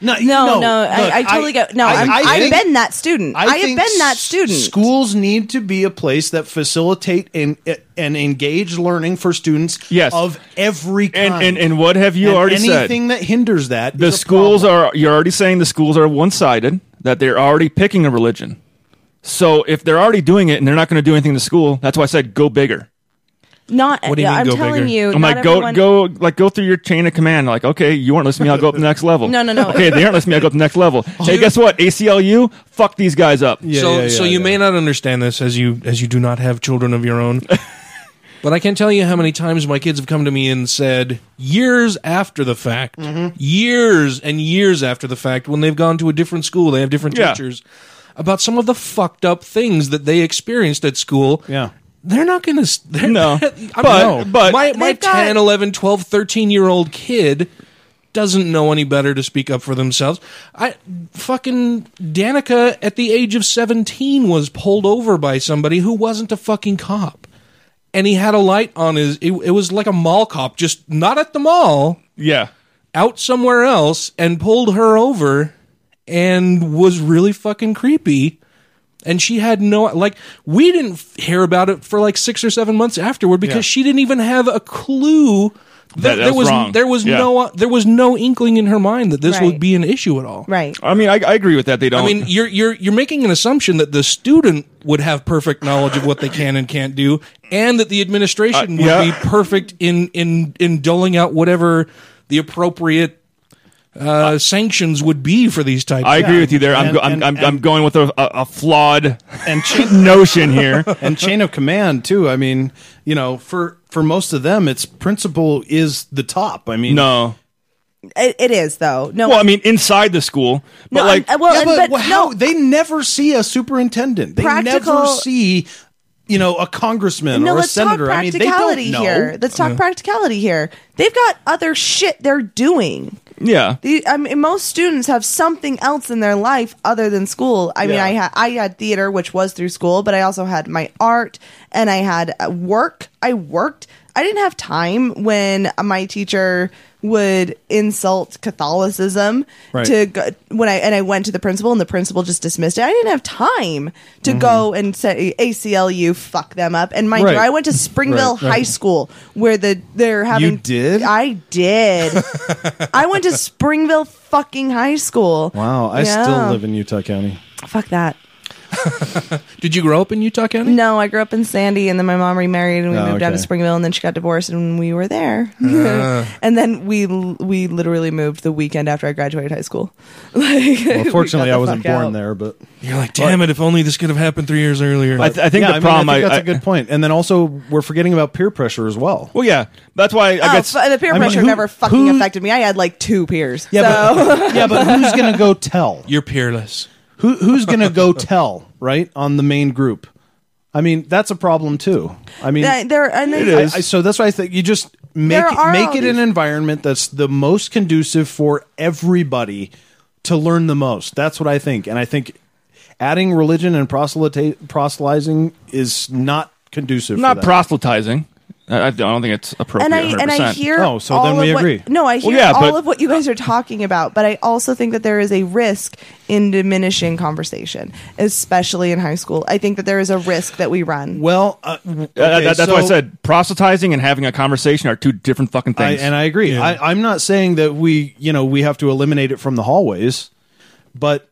C: no
E: No, no, I, I totally get. No, I,
C: I-
E: am
C: I
E: I have
C: think-
E: been that student. I, have
C: think
E: been that
C: s-
E: student.
C: Schools need to be a place that facilitate and and engage learning for students
D: Yes.
C: of every
D: and
C: kind.
D: and, and what have you
C: And
D: already said?
C: anything that hinders that
D: the schools are you're already saying the schools are one-sided that they're already picking a religion so if they're already doing it and they're not going to do anything in the school that's why i said go bigger
E: Not.
B: What do you
E: yeah,
B: mean
E: I'm
B: go
E: telling
B: bigger?
E: you.
D: i'm
E: not
D: like go
E: everyone-
D: go like go through your chain of command like okay you aren't listening to me i'll go up to the next level
E: No, no, no.
D: okay they aren't listening to me i'll go up to the next level
C: Oh,
D: hey guess what aclu fuck these guys up yeah.
B: so
C: yeah,
B: so
C: yeah,
B: you
C: yeah.
B: may not understand this as you as you do not have children of your own. but I can tell you how many times my kids have come to me and said years after the fact,
D: Mm-hmm.
B: years and years after the fact when they've gone to a different school, they have different
D: Yeah.
B: teachers about some of the fucked up things that they experienced at school.
C: Yeah.
B: They're not going to
D: No.
B: I mean,
D: But- but-
B: my my
E: They've got-
B: 10, 11, 12, 13 year old kid doesn't know any better to speak up for themselves. I fucking Danica at the age of 17 was pulled over by somebody who wasn't a fucking cop. And he had a light on his it, it was like a mall cop just not at the mall.
D: Yeah.
B: Out somewhere else and pulled her over and was really fucking creepy. And she had no like we didn't f- hear about it for like six or seven months afterward because
D: Yeah.
B: she didn't even have a clue
D: That-
B: that,
D: that's
B: there was
D: wrong.
B: there was
D: Yeah.
B: no there was no inkling in her mind that this
E: Right.
B: would be an issue at all.
E: Right.
D: I mean, I, I agree with that. They don't.
B: I mean, you're you're you're making an assumption that the student would have perfect knowledge of what they can and can't do, and that the administration
D: Uh,
B: would
D: yeah.
B: be perfect in in in doling out whatever the appropriate uh, sanctions would be for these types.
D: I agree with you there. I'm
B: And-
D: go, I'm,
B: and-
D: I'm, I'm
B: and-
D: going with a, a, a flawed
C: and
D: notion here.
C: and chain of command too. I mean, you know, for for most of them, it's principal is the top. I mean,
D: no.
E: It, it is though. No,
D: Well, I mean, inside the school, but
E: No,
D: like,
E: I- Uh, well,
C: yeah,
E: and-
C: but,
E: but
C: how
E: no.
C: they never see a superintendent. They never
E: Practical-
C: see, you know, a congressman
E: No,
C: or a
E: let's talk
C: senator. I mean, they
E: practicality
C: don't know.
E: here. Let's talk
C: Yeah.
E: practicality here. They've got other shit they're doing.
D: yeah.
E: The, I mean, most students have something else in their life other than school. I mean,
D: Yeah.
E: I had I had theater, which was through school, but I also had my art and I had uh, work. I worked. I didn't have time when my teacher would insult Catholicism
M: Right.
E: to go, when I and I went to the principal and the principal just dismissed it. I didn't have time to go and say ACLU fuck them up. And mind
M: Mm-hmm. Right.
E: you, I went to Springville
M: Right, right.
E: High School where the they're having
C: did?
E: I did. I went to Springville fucking high school.
C: Wow, I
E: Yeah.
C: still live in Utah County.
E: Fuck that.
B: Did you grow up in Utah County?
E: No, I grew up in Sandy, and then my mom remarried, and we
B: Oh,
E: moved down to
B: okay.
E: Springville, and then she got divorced, and we were there.
B: Ah.
E: and then we we literally moved the weekend after I graduated high school. Like,
C: Well,
E: we got
C: fortunately,
E: the
C: I wasn't
E: fuck
C: born
E: out.
C: there, but
B: You're like, damn it! If only this could have happened three years earlier.
C: Yeah, mean, I think that's a good point. And then also, we're forgetting about peer pressure as well.
D: Well, yeah, that's why I
E: Oh, fu- the peer pressure never fucking affected me. I had like two peers.
C: Yeah,
E: so.
C: but, yeah, but who's gonna go tell?
B: You're peerless.
C: Who who's gonna go tell right on the main group? I mean, that's a problem too. I mean,
E: Yeah, there- and then- It is.
C: I, I- so that's why I think you just make
E: There are all
C: make it
E: these-
C: an environment that's the most conducive for everybody to learn the most. That's what I think, and I think adding religion and proselyta- proselytizing is not conducive. for
D: not
C: that.
D: proselytizing. I, I don't think it's appropriate.
E: and I and I
D: 100%.
E: hear all of what- no, I hear
D: Well, yeah,
E: all
D: but-
E: of what you guys are talking about, but I also think that there is a risk in diminishing conversation, especially in high school. I think that there is a risk that we run.
C: Well, uh, w-
D: Uh, that-
C: okay,
D: that's why I
C: so-
D: said proselytizing and having a conversation are two different fucking
C: I,
D: things.
C: and I agree. I, I'm not saying that we, you know, we have to eliminate it from the hallways, but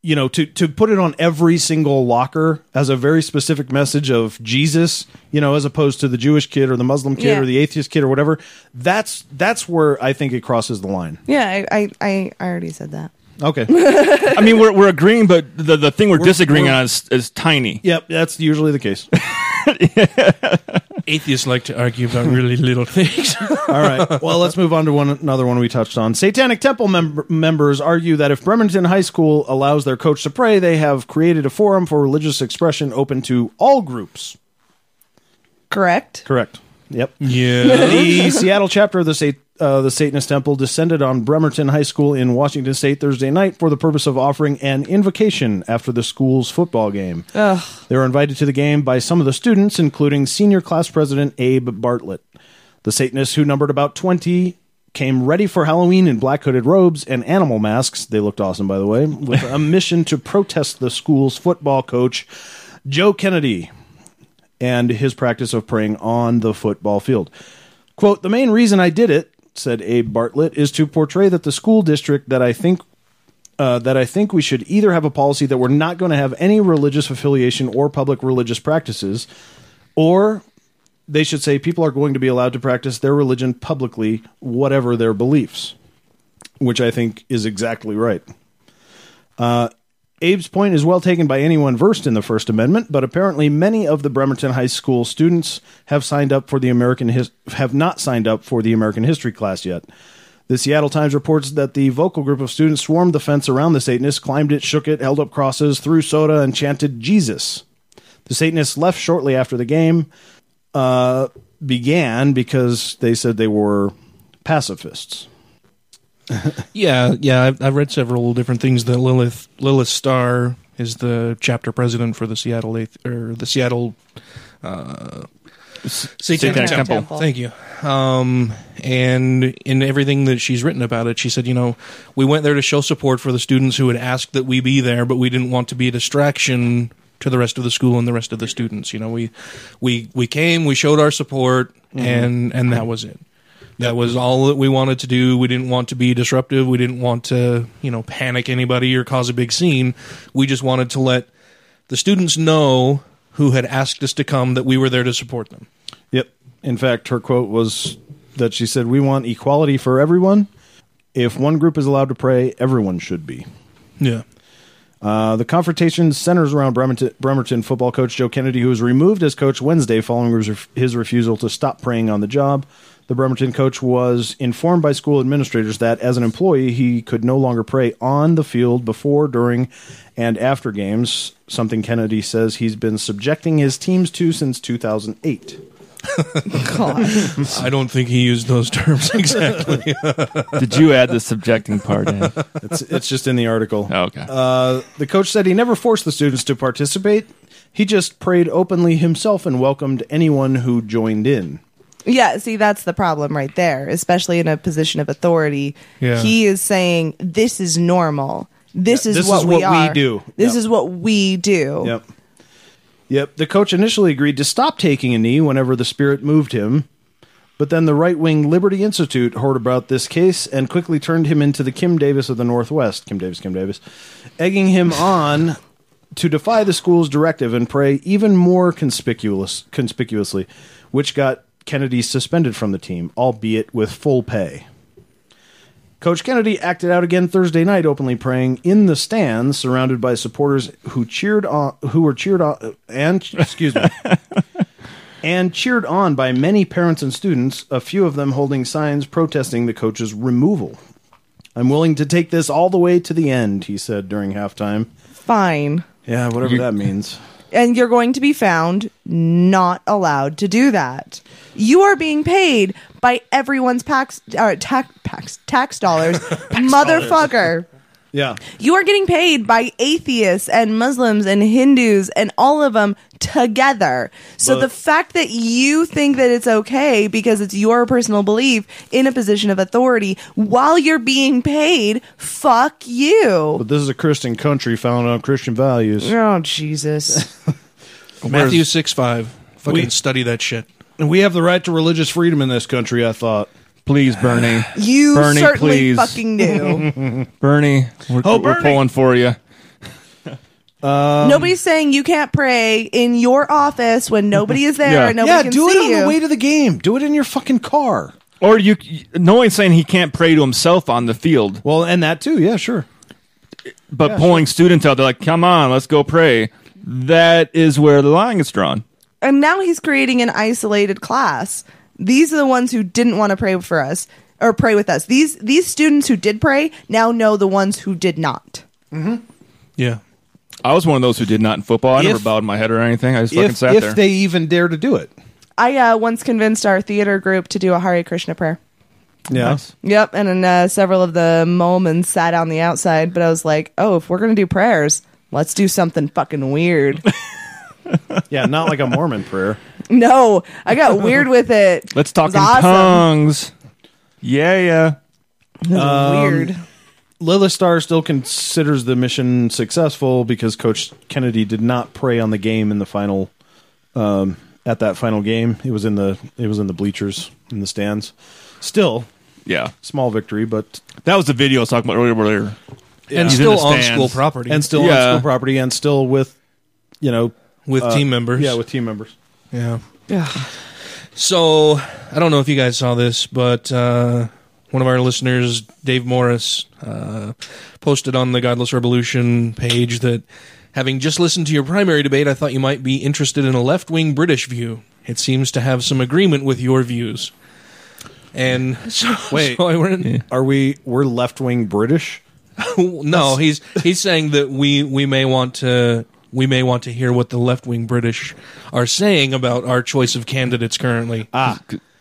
C: you know, to to put it on every single locker as a very specific message of Jesus, you know, as opposed to the Jewish kid or the Muslim kid
E: Yeah.
C: or the atheist kid or whatever. That's that's where I think it crosses the line.
E: yeah, I, I I I already said that.
C: Okay.
D: I mean, we're we're agreeing, but the the thing we're,
C: We're-
D: disagreeing
C: we're-
D: on is, is tiny.
C: Yep, that's usually the case.
B: Atheists like to argue about really little things.
C: All right. Well, let's move on to one another one we touched on. Satanic Temple mem- members argue that if Bremerton High School allows their coach to pray, they have created a forum for religious expression open to all groups.
E: Correct.
C: Correct. Yep.
B: Yeah.
C: the Seattle chapter of the Sat- uh, the Satanist Temple descended on Bremerton High School in Washington State Thursday night for the purpose of offering an invocation after the school's football game.
E: Ugh.
C: They were invited to the game by some of the students, including senior class president Abe Bartlett. The Satanists, who numbered about 20, came ready for Halloween in black hooded robes and animal masks. They looked awesome, by the way, with a mission to protest the school's football coach, Joe Kennedy, and his practice of praying on the football field. Quote, the main reason I did it, said Abe Bartlett, is to portray that the school district that I think uh, that I think we should either have a policy that we're not going to have any religious affiliation or public religious practices, or they should say people are going to be allowed to practice their religion publicly, whatever their beliefs, which I think is exactly right. Uh, Abe's point is well taken by anyone versed in the First Amendment, but apparently many of the Bremerton High School students have signed up for the American his- have not signed up for the American history class yet. The Seattle Times reports that the vocal group of students swarmed the fence around the Satanists, climbed it, shook it, held up crosses, threw soda, and chanted Jesus. The Satanists left shortly after the game uh, began because they said they were pacifists.
B: yeah, yeah. I've, I've read several different things that Lilith Lilith Starr is the chapter president for the Seattle Athe- or the Seattle uh, Satanic,
D: Satanic
B: Temple.
D: Temple.
B: Thank you. Um, and in everything that she's written about it, she said, you know, we went there to show support for the students who had asked that we be there, but we didn't want to be a distraction to the rest of the school and the rest of the students. You know, we we we came, we showed our support,
K: Mhm.
B: and and that was it. That was all that we wanted to do. We didn't want to be disruptive. We didn't want to, you know, panic anybody or cause a big scene. We just wanted to let the students know who had asked us to come that we were there to support them.
C: Yep. In fact, her quote was that she said, "We want equality for everyone. If one group is allowed to pray, everyone should be."
B: Yeah.
C: Uh, the confrontation centers around Bremerton, Bremerton football coach Joe Kennedy, who was removed as coach Wednesday following his, his refusal to stop praying on the job. The Bremerton coach was informed by school administrators that as an employee, he could no longer pray on the field before, during, and after games, something Kennedy says he's been subjecting his teams to since 2008.
B: I don't think he used those terms exactly.
D: Did you add the subjecting part in?
C: It's, it's just in the article.
D: Oh, Okay.
C: Uh, the coach said he never forced the students to participate. He just prayed openly himself and welcomed anyone who joined in.
E: Yeah, see, that's the problem right there, especially in a position of authority.
C: Yeah.
E: He is saying, This is normal. This
C: Yeah,
E: is
C: this
E: what
C: is
E: we
C: what we
E: are.
C: do."
E: This
C: Yep.
E: is what we do.
C: Yep. Yep. The coach initially agreed to stop taking a knee whenever the spirit moved him, but then the right wing Liberty Institute heard about this case and quickly turned him into the Kim Davis of the Northwest. Kim Davis, Kim Davis. Egging him on to defy the school's directive and pray even more conspicuous, conspicuously, which got Kennedy suspended from the team, albeit with full pay. Coach Kennedy acted out again Thursday night, openly praying in the stands, surrounded by supporters who cheered on, who were cheered on, and excuse me, and cheered on by many parents and students. A few of them holding signs protesting the coach's removal. I'm willing to take this all the way to the end, he said during halftime.
E: Fine.
C: Yeah, whatever that means.
E: And you're going to be found not allowed to do that. You are being paid by everyone's pax, uh, tax, tax, tax dollars, motherfucker.
C: Yeah.
E: You are getting paid by atheists and Muslims and Hindus and all of them together. So
N: But-
E: the fact that you think that it's okay because it's your personal belief in a position of authority while you're being paid, fuck you.
C: But this is a Christian country founded on Christian values.
E: Oh Jesus.
B: Matthew six five. Fucking
C: We-
B: study that shit.
C: we have the right to religious freedom in this country, I thought.
D: Please, Bernie.
E: You
D: Bernie,
E: certainly
D: please.
E: fucking do.
D: Bernie, we're,
E: Oh,
D: we're
E: Bernie.
D: pulling for you. Um,
E: Nobody's saying you can't pray in your office when nobody is there
D: Yeah.
E: and nobody
D: Yeah,
E: can
C: do it
E: see
C: on the
E: you.
C: way to the game. Do it in your fucking car.
D: Or you, no one's saying he can't pray to himself on the field.
C: Well, and that too, yeah, sure.
D: But
C: Yeah,
D: pulling students out, they're like, "Come on, let's go pray." That is where the line is drawn.
E: and now he's creating an isolated class. These are the ones who didn't want to pray for us or pray with us. These these students who did pray now know the ones who did not.
B: Yeah,
D: I was one of those who did not in football. I never
C: If-
D: bowed my head or anything. I just fucking
C: If,
D: sat
C: if
D: there.
C: they even dare to do it.
E: I uh, once convinced our theater group to do a Hare Krishna prayer.
C: Yeah.
E: Yep, and then uh, several of the Mormons sat on the outside, but I was like, "Oh, if we're gonna do prayers, let's do something fucking weird."
C: Yeah, not like a Mormon prayer.
E: no, I got weird with it.
D: Let's talk
E: It was
D: in
E: awesome.
D: tongues. Yeah, yeah.
E: weird.
C: Lilith Star still considers the mission successful because Coach Kennedy did not prey on the game in the final um, at that final game. It was in the it was in the bleachers in the stands. Still,
D: yeah,
C: small victory, but
D: that was the video I was talking about earlier. earlier.
B: And
D: He's in
B: still
D: the
B: on
D: stands.
B: school property.
C: and still
D: Yeah.
C: on school property, and still with you know
B: With team members.
C: Yeah, with team members.
B: Yeah. So I don't know if you guys saw this, but uh, one of our listeners, Dave Morris, uh, posted on the Godless Revolution page that having just listened to your primary debate, I thought you might be interested in a left wing British view. It seems to have some agreement with your views. And so,
C: Wait,
B: so I went,
C: are we we're left wing British?
B: no, he's he's saying that we we may want to we may want to hear what the left wing British are saying about our choice of candidates currently.
C: Ah,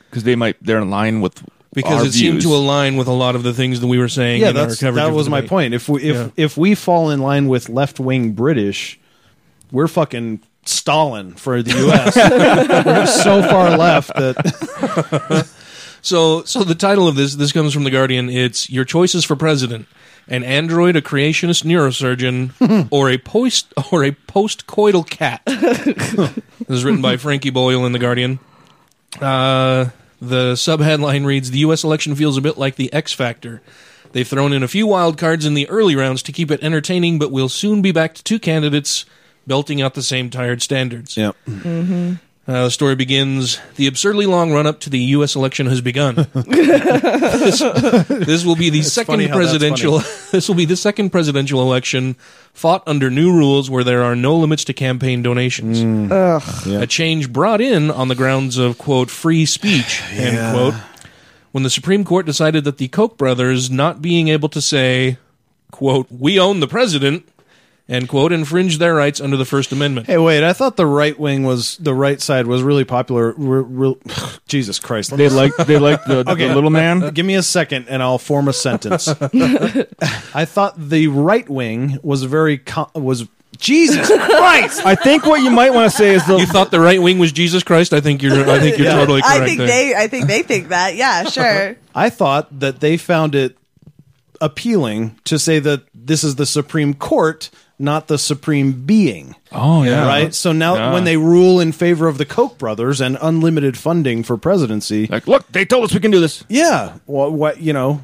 D: because they might they're in line with
B: because
C: our
B: it seemed
C: views.
B: to align with a lot of the things that we were saying.
C: yeah,
B: in our
C: that's
B: coverage
C: that
B: of
C: was
B: the
C: my
B: debate.
C: point. If we if
B: Yeah.
C: if we fall in line with left wing British, we're fucking Stalin for the U.S. we're so far left that
B: So, so the title of this this comes from the Guardian. It's your choices for president: an android, a creationist neurosurgeon, or a post or a postcoital cat. this is written by Frankie Boyle in the Guardian. Uh, the subheadline reads: The U.S. election feels a bit like the X Factor. They've thrown in a few wild cards in the early rounds to keep it entertaining, but we'll soon be back to two candidates belting out the same tired standards.
C: Yep.
I: Mm-hmm.
B: Uh, the story begins The absurdly long run up to the U.S. election has begun. this, this will be the second
I: funny how that's
B: presidential. This will be the second presidential election fought under new rules where there are no limits to campaign donations.
E: Ugh.
B: A change brought in on the grounds of quote free speech end
I: Yeah.
B: quote. When the Supreme Court decided that the Koch brothers not being able to say quote we own the president end quote infringed their rights under the First Amendment.
C: hey, wait, I thought the right wing was the right side was really popular. Re- real- Jesus Christ,
D: They like- they like the- the little man?
C: uh, Give me a second, and I'll form a sentence. I thought the right wing was very co was Jesus Christ.
D: I think what you might want to say is the
B: you thought the right wing was Jesus Christ. I think you're. I think you're totally correct.
E: I think
B: there.
E: they. I think they think that. Yeah, sure.
C: I thought that they found it appealing to say that this is the Supreme Court, not the Supreme Being.
D: Oh yeah.
C: Right? So now
D: Yeah.
C: when they rule in favor of the Koch brothers and unlimited funding for presidency.
D: Like, look, they told us we can do this.
C: Yeah. Well, what, you know.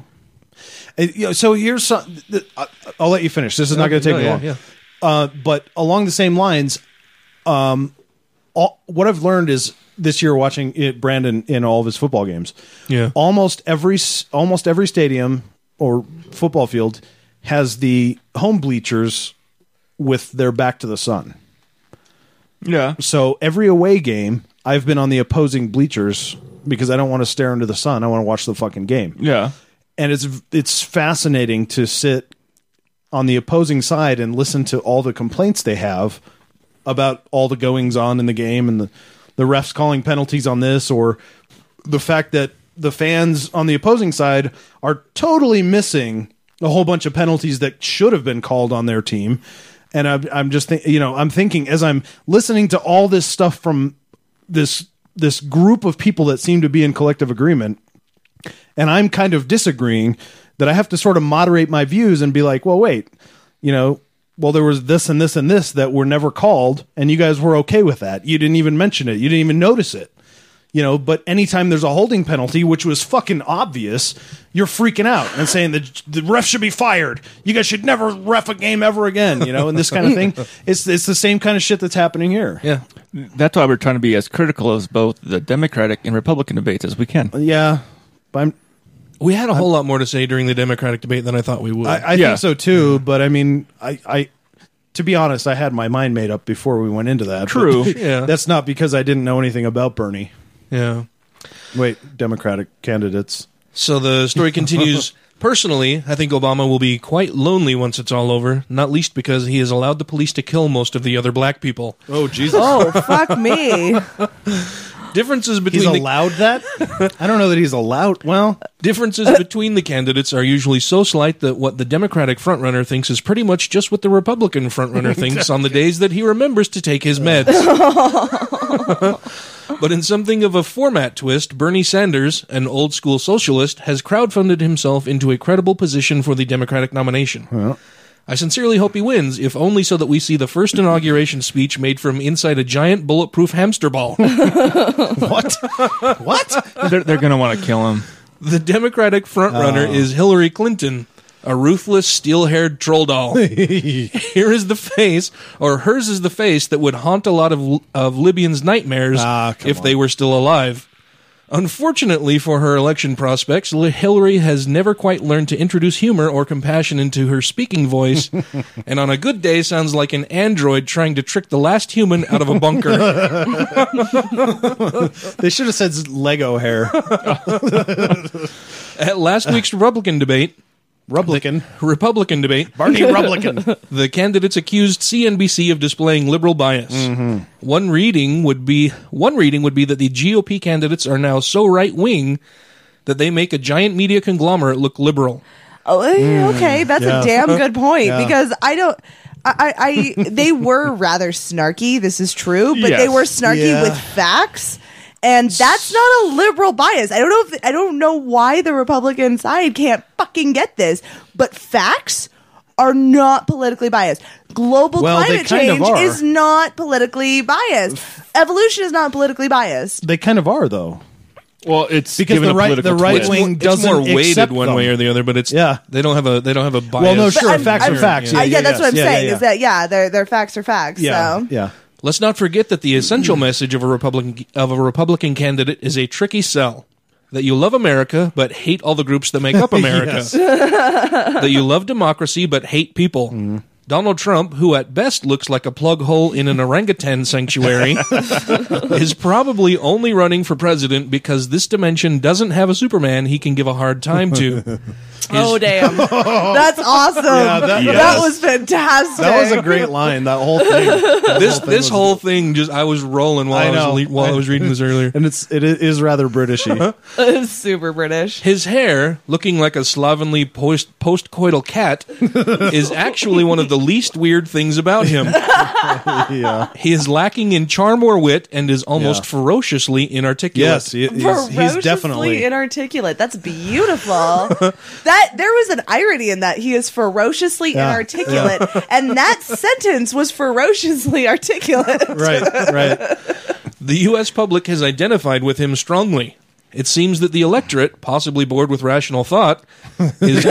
C: It- you know, so here's some. th- I- I'll let you finish. This is not going to take
B: No,
C: me
B: yeah,
C: long.
B: yeah.
C: Uh, but along the same lines, um, all, what I've learned is this year watching it, Brandon in all of his football games.
B: Yeah.
C: almost every s- almost every stadium or football field has the home bleachers with their back to the sun.
D: Yeah.
C: So every away game, I've been on the opposing bleachers because I don't want to stare into the sun. I want to watch the fucking game.
D: Yeah.
C: And it's it's fascinating to sit on the opposing side and listen to all the complaints they have about all the goings on in the game and the, the refs calling penalties on this or the fact that the fans on the opposing side are totally missing a whole bunch of penalties that should have been called on their team and i'm, I'm just think, you know i'm thinking as i'm listening to all this stuff from this this group of people that seem to be in collective agreement and I'm kind of disagreeing that I have to sort of moderate my views and be like, well, wait, you know, well, there was this and this and this that were never called, and you guys were okay with that. You didn't even mention it. You didn't even notice it. You know, but anytime there's a holding penalty, which was fucking obvious, you're freaking out and saying the the ref should be fired. You guys should never ref a game ever again. You know, and this kind of thing. It's it's the same kind of shit that's happening here.
B: Yeah.
D: That's why we're trying to be as critical of both the Democratic and Republican debates as we can.
C: Yeah, but I'm,
B: We had a whole lot more to say during the Democratic debate than I thought we would.
C: I, I think so too, but I mean, I, I, to be honest, I had my mind made up before we went into that. but
B: True. Yeah.
C: That's not because I didn't know anything about Bernie.
B: Yeah.
C: Wait, Democratic candidates.
B: So the story continues. Personally, I think Obama will be quite lonely once it's all over, not least because he has allowed the police to kill most of the other black people.
C: Oh Jesus!
E: Oh fuck me.
B: Differences between
C: He's
B: the
C: allowed that? I don't know that he's allowed. Well,
B: differences between the candidates are usually so slight that what the Democratic frontrunner thinks is pretty much just what the Republican frontrunner thinks on the days that he remembers to take his meds. But in something of a format twist, Bernie Sanders, an old school socialist, has crowdfunded himself into a credible position for the Democratic nomination. I sincerely hope he wins, if only so that we see the first inauguration speech made from inside a giant bulletproof hamster ball.
C: what? What?
D: They're, they're going to want to kill him.
B: The Democratic frontrunner
D: Oh.
B: is Hillary Clinton, a ruthless, steel haired troll doll. Here is the face, or hers is the face, that would haunt a lot of, of Libyans' nightmares if they were still alive. Unfortunately for her election prospects, Li- Hillary has never quite learned to introduce humor or compassion into her speaking voice, and on a good day sounds like an android trying to trick the last human out of a bunker.
C: they should have said Lego hair.
B: At last week's Republican debate,
C: Republican,
B: Republican debate,
C: Barney Rublican.
B: the candidates accused CNBC of displaying liberal bias.
J: Mm-hmm.
B: One reading would be one reading would be that the GOP candidates are now so right wing that they make a giant media conglomerate look liberal.
E: Oh, eh, okay, that's
B: Yeah.
E: a damn good point
B: Yeah.
E: because I don't. I, I, I they were rather snarky. This is true, but they
K: Yes.
E: were snarky
K: Yeah.
E: with facts, and that's not a liberal bias. I don't know. If, I don't know why the Republican side can't fucking get this, but facts are not politically biased. Global
J: Well, they
E: climate
J: kind of
E: change
J: are.
E: is not politically biased. Evolution is not politically biased.
J: They kind of are though.
D: Well, it's
J: Because
B: given
J: the
B: a
J: right-
B: political
J: the right
B: twist.
J: wing
B: It's more- it's more
J: doesn't
B: weighted
J: accept
B: one
J: them.
B: way or the other, but it's yeah. They don't have a they don't have a bias.
J: Well, no, sure,
E: I'm-
J: facts
E: I'm-
J: are facts. Yeah,
E: I-
J: yeah,
E: Uh, that's
J: yeah.
E: what I'm
J: Yeah,
E: saying.
J: yeah,
E: Is that yeah? Their their facts are facts. so.
J: yeah.
B: Let's not forget that the essential message of a Republican of a Republican candidate is a tricky sell. That you love America but hate all the groups that make up America. that you love democracy but hate people. Donald Trump, who at best looks like a plug hole in an orangutan sanctuary, is probably only running for president because this dimension doesn't have a Superman he can give a hard time to. His-
E: Oh damn! That's awesome.
B: Yeah,
E: that,
B: that- Yes.
E: was fantastic.
J: line. That whole
B: this this whole thing just I was rolling while I, was le- while I was reading this earlier,
J: and it's it is rather Britishy.
E: It's super British.
B: His hair, looking like a slovenly post postcoital cat, is actually one of the least weird things about him.
C: uh,
J: yeah.
B: He is lacking in charm or wit and is almost
J: Yeah.
B: ferociously inarticulate.
J: Yes, he- he's-
E: Ferociously inarticulate. That's beautiful. that there was an irony in that he is ferociously
J: Yeah.
E: inarticulate, and that sentence was ferociously articulate.
J: right.
B: The U.S. public has identified with him strongly. It seems that the electorate, possibly bored with rational thought, is,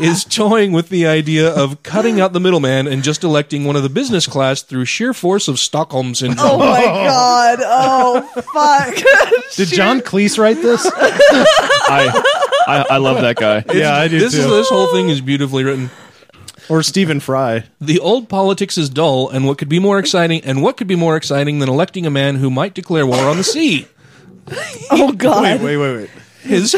B: is toying with the idea of cutting out the middleman and just electing one of the business class through sheer force of Stockholm syndrome.
E: Oh my god! Oh fuck!
J: Did John Cleese write this?
D: I, I I love that guy.
B: It's- this Is, this whole thing is beautifully written.
J: Or Stephen Fry.
B: The old politics is dull, and what could be more exciting? And what could be more exciting than electing a man who might declare war on the sea?
E: oh god!
J: Wait, wait, wait.
B: His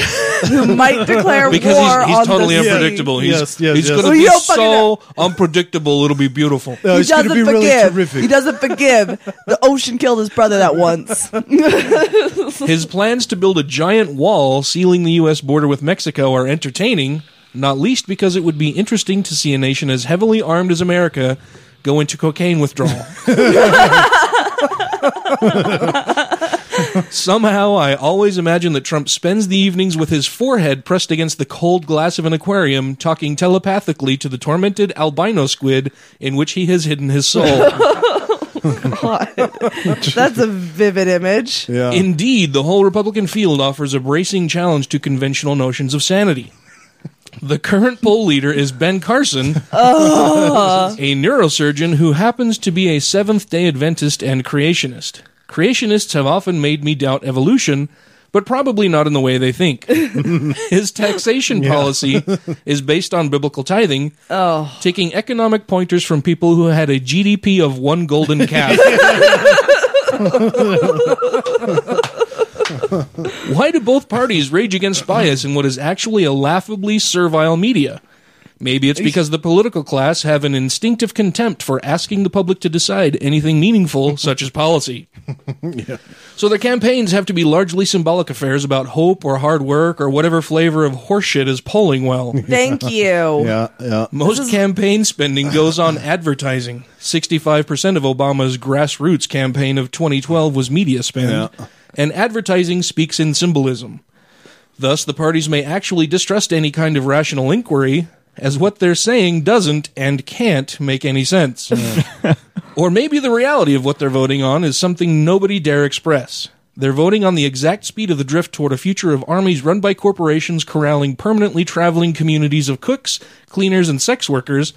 E: Who might declare
B: because
E: war
B: he's, he's
E: on
B: totally
E: the sea.
B: unpredictable. He's,
J: Yes, yes,
B: he's
J: yes.
B: going
E: Well,
B: to
E: you
B: be
E: don't fucking
B: so unpredictable. It'll be beautiful.
E: he doesn't forgive. he doesn't forgive. The ocean killed his brother that once.
B: His plans to build a giant wall sealing the U.S. border with Mexico are entertaining, not least because it would be interesting to see a nation as heavily armed as America go into cocaine withdrawal. Somehow, I always imagine that Trump spends the evenings with his forehead pressed against the cold glass of an aquarium, talking telepathically to the tormented albino squid in which he has hidden his soul.
E: That's a vivid image.
B: Indeed, the whole Republican field offers a bracing challenge to conventional notions of sanity. The current poll leader is Ben Carson,
E: Oh.
B: a neurosurgeon who happens to be a Seventh day Adventist and creationist. Creationists have often made me doubt evolution, but probably not in the way they think. His taxation policy is based on biblical tithing,
E: Oh.
B: taking economic pointers from people who had a GDP of one golden calf. Why do both parties rage against bias in what is actually a laughably servile media? Maybe it's because the political class have an instinctive contempt for asking the public to decide anything meaningful, such as policy. So their campaigns have to be largely symbolic affairs about hope or hard work or whatever flavor of horseshit is polling well.
E: Thank you.
J: Yeah, yeah.
B: Most campaign spending goes on advertising. 65% of Obama's grassroots campaign of 2012 was media spend, and advertising speaks in symbolism. Thus, the parties may actually distrust any kind of rational inquiry, as what they're saying doesn't and can't make any sense. or maybe the reality of what they're voting on is something nobody dare express. They're voting on the exact speed of the drift toward a future of armies run by corporations corralling permanently traveling communities of cooks, cleaners, and sex workers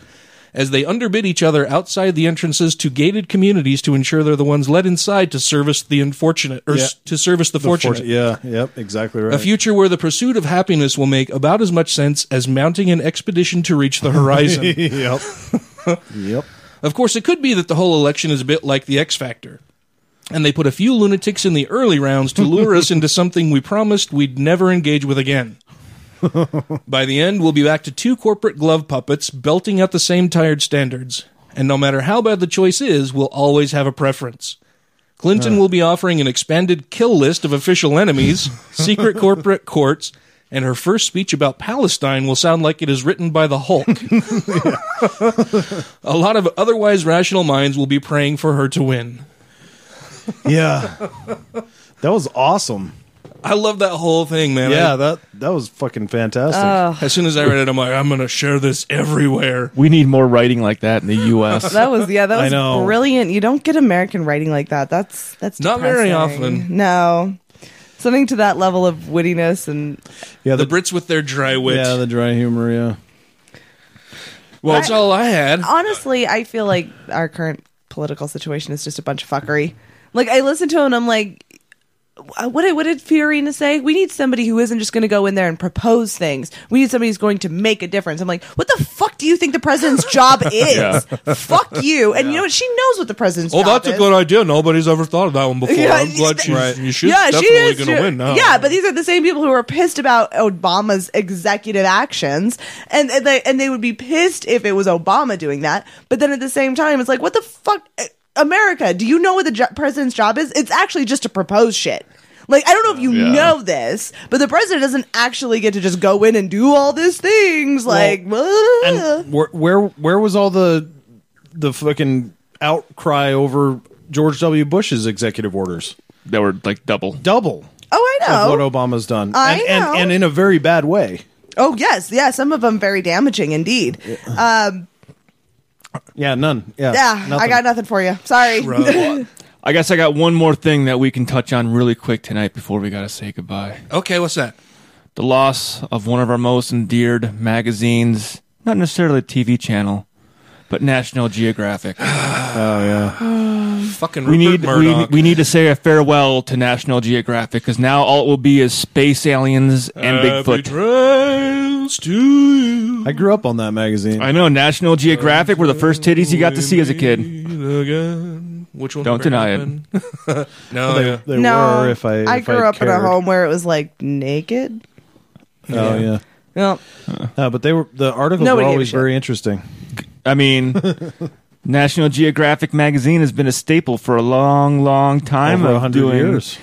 B: as they underbid each other outside the entrances to gated communities to ensure they're the ones let inside to service the unfortunate or
J: Yeah.
B: s- to service the,
J: The
B: fortunate.
J: fortu- yeah, yep, exactly right.
B: A future where the pursuit of happiness will make about as much sense as mounting an expedition to reach the horizon.
J: yep. yep.
B: Of course, it could be that the whole election is a bit like the X Factor. And they put a few lunatics in the early rounds to lure us into something we promised we'd never engage with again. By the end, we'll be back to two corporate glove puppets belting out the same tired standards. And no matter how bad the choice is, we'll always have a preference. Clinton will be offering an expanded kill list of official enemies, secret corporate courts, and her first speech about Palestine will sound like it is written by the Hulk. a lot of otherwise rational minds will be praying for her to win.
C: Yeah. That was awesome.
B: I love that whole thing, man.
C: yeah,
B: I-
C: that that was fucking fantastic.
B: as soon as I read it, I'm like, I'm going to share this everywhere.
D: We need more writing like that in the U.S.
E: That was
D: I
E: yeah, that
D: know.
E: was brilliant. You don't get American writing like that. That's that's
B: Not very
E: depressing.
B: often.
E: No, something to that level of wittiness and
C: Yeah,
B: the, Brits with their dry wit.
C: Yeah, the dry humor, yeah.
B: well, that's all I had.
E: honestly, I feel like our current political situation is just a bunch of fuckery. Like I listen to him, and I'm like, "Uh, what did what did Fiorina say? We need somebody who isn't just going to go in there and propose things. We need somebody who's going to make a difference. I'm like, what the fuck do you think the president's job is?
B: Yeah.
E: Fuck you. And you know what? She knows what the president's
B: Oh,
E: job
B: that's a
E: is.
B: good idea. Nobody's ever thought of that one before.
E: Yeah,
B: I'm glad she's, you- she's
E: yeah, she
B: definitely
E: is.
B: going to
E: she-
B: win now.
E: Yeah, but these are the same people who are pissed about Obama's executive actions, and and they and they would be pissed if it was Obama doing that. But then at the same time, it's like, what the fuck, Eh, America? Do you know what the jo- president's job is? It's actually just to propose shit. Like I don't know if you
K: Yeah.
E: know this, but the president doesn't actually get to just go in and do all these things. Like, "Ugh."
C: Where where where was all the the fucking outcry over George W. Bush's executive orders?
D: They were like double.
C: Double.
E: Oh, I know.
C: Of what Obama's done.
E: I
C: and, and
E: know.
C: and in a very bad way.
E: oh yes, yeah, some of them very damaging indeed. Um,
C: Yeah, none. Yeah.
E: yeah, I got nothing for you. Sorry.
D: I guess I got one more thing that we can touch on really quick tonight before we got to say goodbye.
B: Okay, what's that?
D: The loss of one of our most endeared magazines, not necessarily a TV channel, but National Geographic. oh yeah.
B: Fucking
D: we
B: Rupert
D: need we,
B: Murdoch.
D: we need to say a farewell to National Geographic because now all it will be is space aliens and
B: Happy
D: Uh, Bigfoot.
B: trails to you.
C: I grew up on that magazine.
D: I know National Geographic were the first titties you got to see as a kid.
B: Again. Which one?
D: Don't deny it.
B: it. no,
C: They-
B: yeah.
C: they
E: no,
C: were if I if
E: grew up in a
C: cared.
E: home where it was like naked.
C: Oh yeah.
E: Well,
C: Uh, but they were the articles
E: Nobody
C: were
E: gave a
C: always
E: shit.
C: very interesting.
D: I mean, National Geographic magazine has been a staple for a long, long time.
C: Over
D: of
C: 100
D: doing
C: years.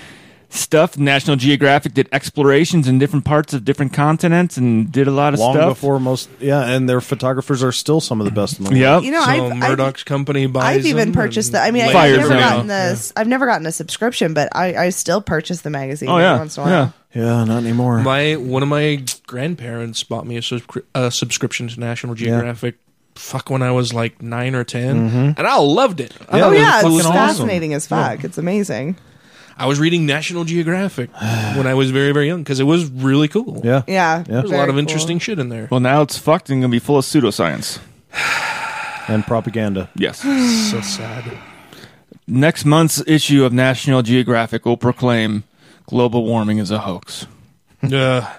D: Stuff. National Geographic did explorations in different parts of different continents and did a lot of
C: Long
D: stuff.
C: before most yeah, and their photographers are still some of the best in the world.
D: Yep.
E: You know,
B: so
E: I've- I've-
B: Murdoch's company buys.
E: I've even
B: them
E: purchased
B: and
E: the. I mean, I've
B: fires
E: never
B: them.
E: gotten this. I've never gotten a subscription, but I, I still purchase the magazine.
B: Oh,
E: every
B: yeah,
E: once in a while.
C: Yeah, not anymore.
B: My one of my grandparents bought me a, subscri- a subscription to National Geographic. Fuck, when I was like nine or 10
C: Mhm.
E: Mm-hmm.
B: and I loved it. I
E: oh
B: thought it was
E: yeah,
B: fucking
E: it's
B: awesome.
E: fascinating as fuck. It's amazing.
B: I was reading National Geographic when I was very very young because it was really cool.
C: Yeah,
E: Yeah,
B: there's a lot
E: very
B: of
E: cool.
B: interesting shit in there.
D: Well, now it's fucked and gonna be full of pseudoscience.
C: and propaganda.
D: Yes.
B: so sad.
D: Next month's issue of National Geographic will proclaim global warming is a hoax.
B: Yeah.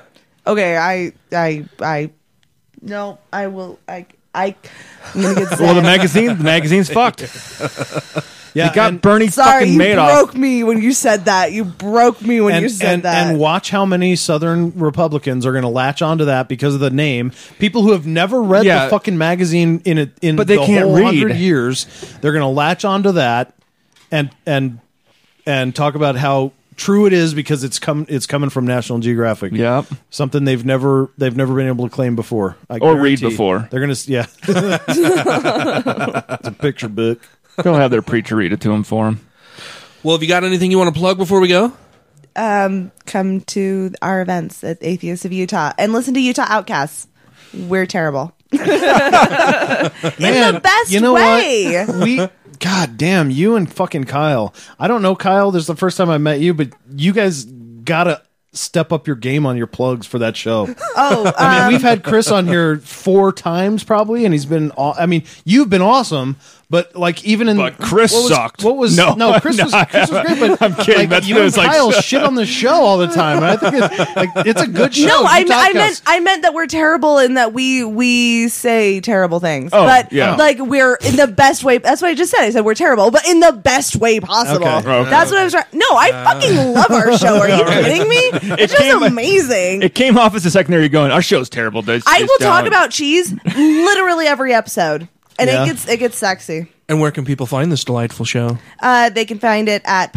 E: Okay, I I I no, I will I I. I'm gonna get
D: well, the
E: sad.
D: magazine, the magazine's fucked.
C: Yeah,
D: it got
C: and-
D: Bernie
E: Sorry,
D: fucking
E: you
D: Madoff.
E: broke me when you said that. You broke me when
C: and,
E: you said
C: and,
E: that.
C: and watch how many Southern Republicans are going to latch onto that because of the name. People who have never read
D: Yeah.
C: the fucking magazine in a, in
D: But they
C: the
D: can't
C: whole
D: read.
C: 100 years, they're going to latch onto that and and and talk about how true it is because it's come it's coming from National Geographic.
D: Yep.
C: Something they've never they've never been able to claim before. I
D: Or read
C: guarantee.
D: before.
C: They're going to yeah. it's a picture book.
D: They'll have their preacher read it to him for him.
B: Well, have you got anything you want to plug before we go?
E: um, come to our events at Atheists of Utah and listen to Utah Outcasts. We're terrible. In the best
C: you know
E: way.
C: What? We God damn, you and fucking Kyle. I don't know Kyle, this is the first time I met you, but you guys gotta step up your game on your plugs for that show.
E: Oh,
C: I mean,
E: um,
C: we've had Chris on here four times probably, and he's been. Aw- I mean, you've been awesome, but like even in but
D: Chris
C: what was,
D: sucked.
C: What was
D: No,
C: no, Chris was
D: no.
C: Chris was great, but
D: I'm kidding.
C: Like,
D: That's
C: you
D: what
C: and
D: it was like.
C: Kyle shit on the show all the time, and I think it's like it's a good show.
E: No, I,
C: You talk
E: I
C: us.
E: meant I meant that we're terrible in that we we say terrible things.
C: Oh,
E: but
C: yeah.
E: like we're in the best way. That's what I just said. I said we're terrible, but in the best way possible.
D: Okay. Okay.
E: That's what I was trying. No, I fucking love our show. Are you kidding me? It's
D: came-
E: just amazing.
D: It came off as a secondary going, our show's terrible. It's-
E: I
D: it's
E: will talk
D: down."
E: about cheese literally every episode, and
D: Yeah.
E: it gets it gets sexy.
B: And where can people find this delightful show?
E: Uh, they can find it at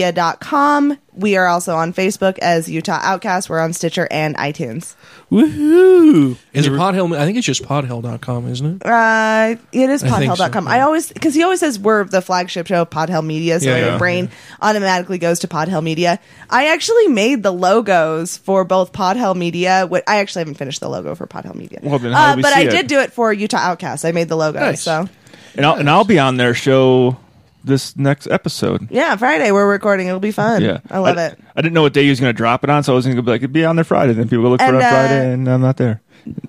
E: podhellmedia.com. We are also on Facebook as Utah Outcast. We're on Stitcher and iTunes.
B: Woohoo! Is it Podhill? I think it's just podhill.com, isn't it?
E: Uh, it is
B: I think so,
E: podhell.com. I, always, because he always says we're the flagship show of Podhell Media, so
B: Yeah,
E: my
B: yeah.
E: brain automatically goes to Podhell Media. I actually made the logos for both Podhell Media. wh- I actually haven't finished the logo for Podhell Media.
D: Well, then how do
E: Uh,
D: we
E: but
D: see
E: I
D: it?
E: did do it for Utah Outcast. I made the logo.
D: Nice.
E: So,
D: and I'll, and I'll be on their show this next episode.
E: yeah, Friday we're recording. It'll be fun.
D: Yeah,
E: I love it.
D: I didn't know what day he was going to drop it on, so I was going to be like, "It'd be on there Friday." Then people go look
E: And,
D: for it on
E: uh,
D: Friday, and I'm not there.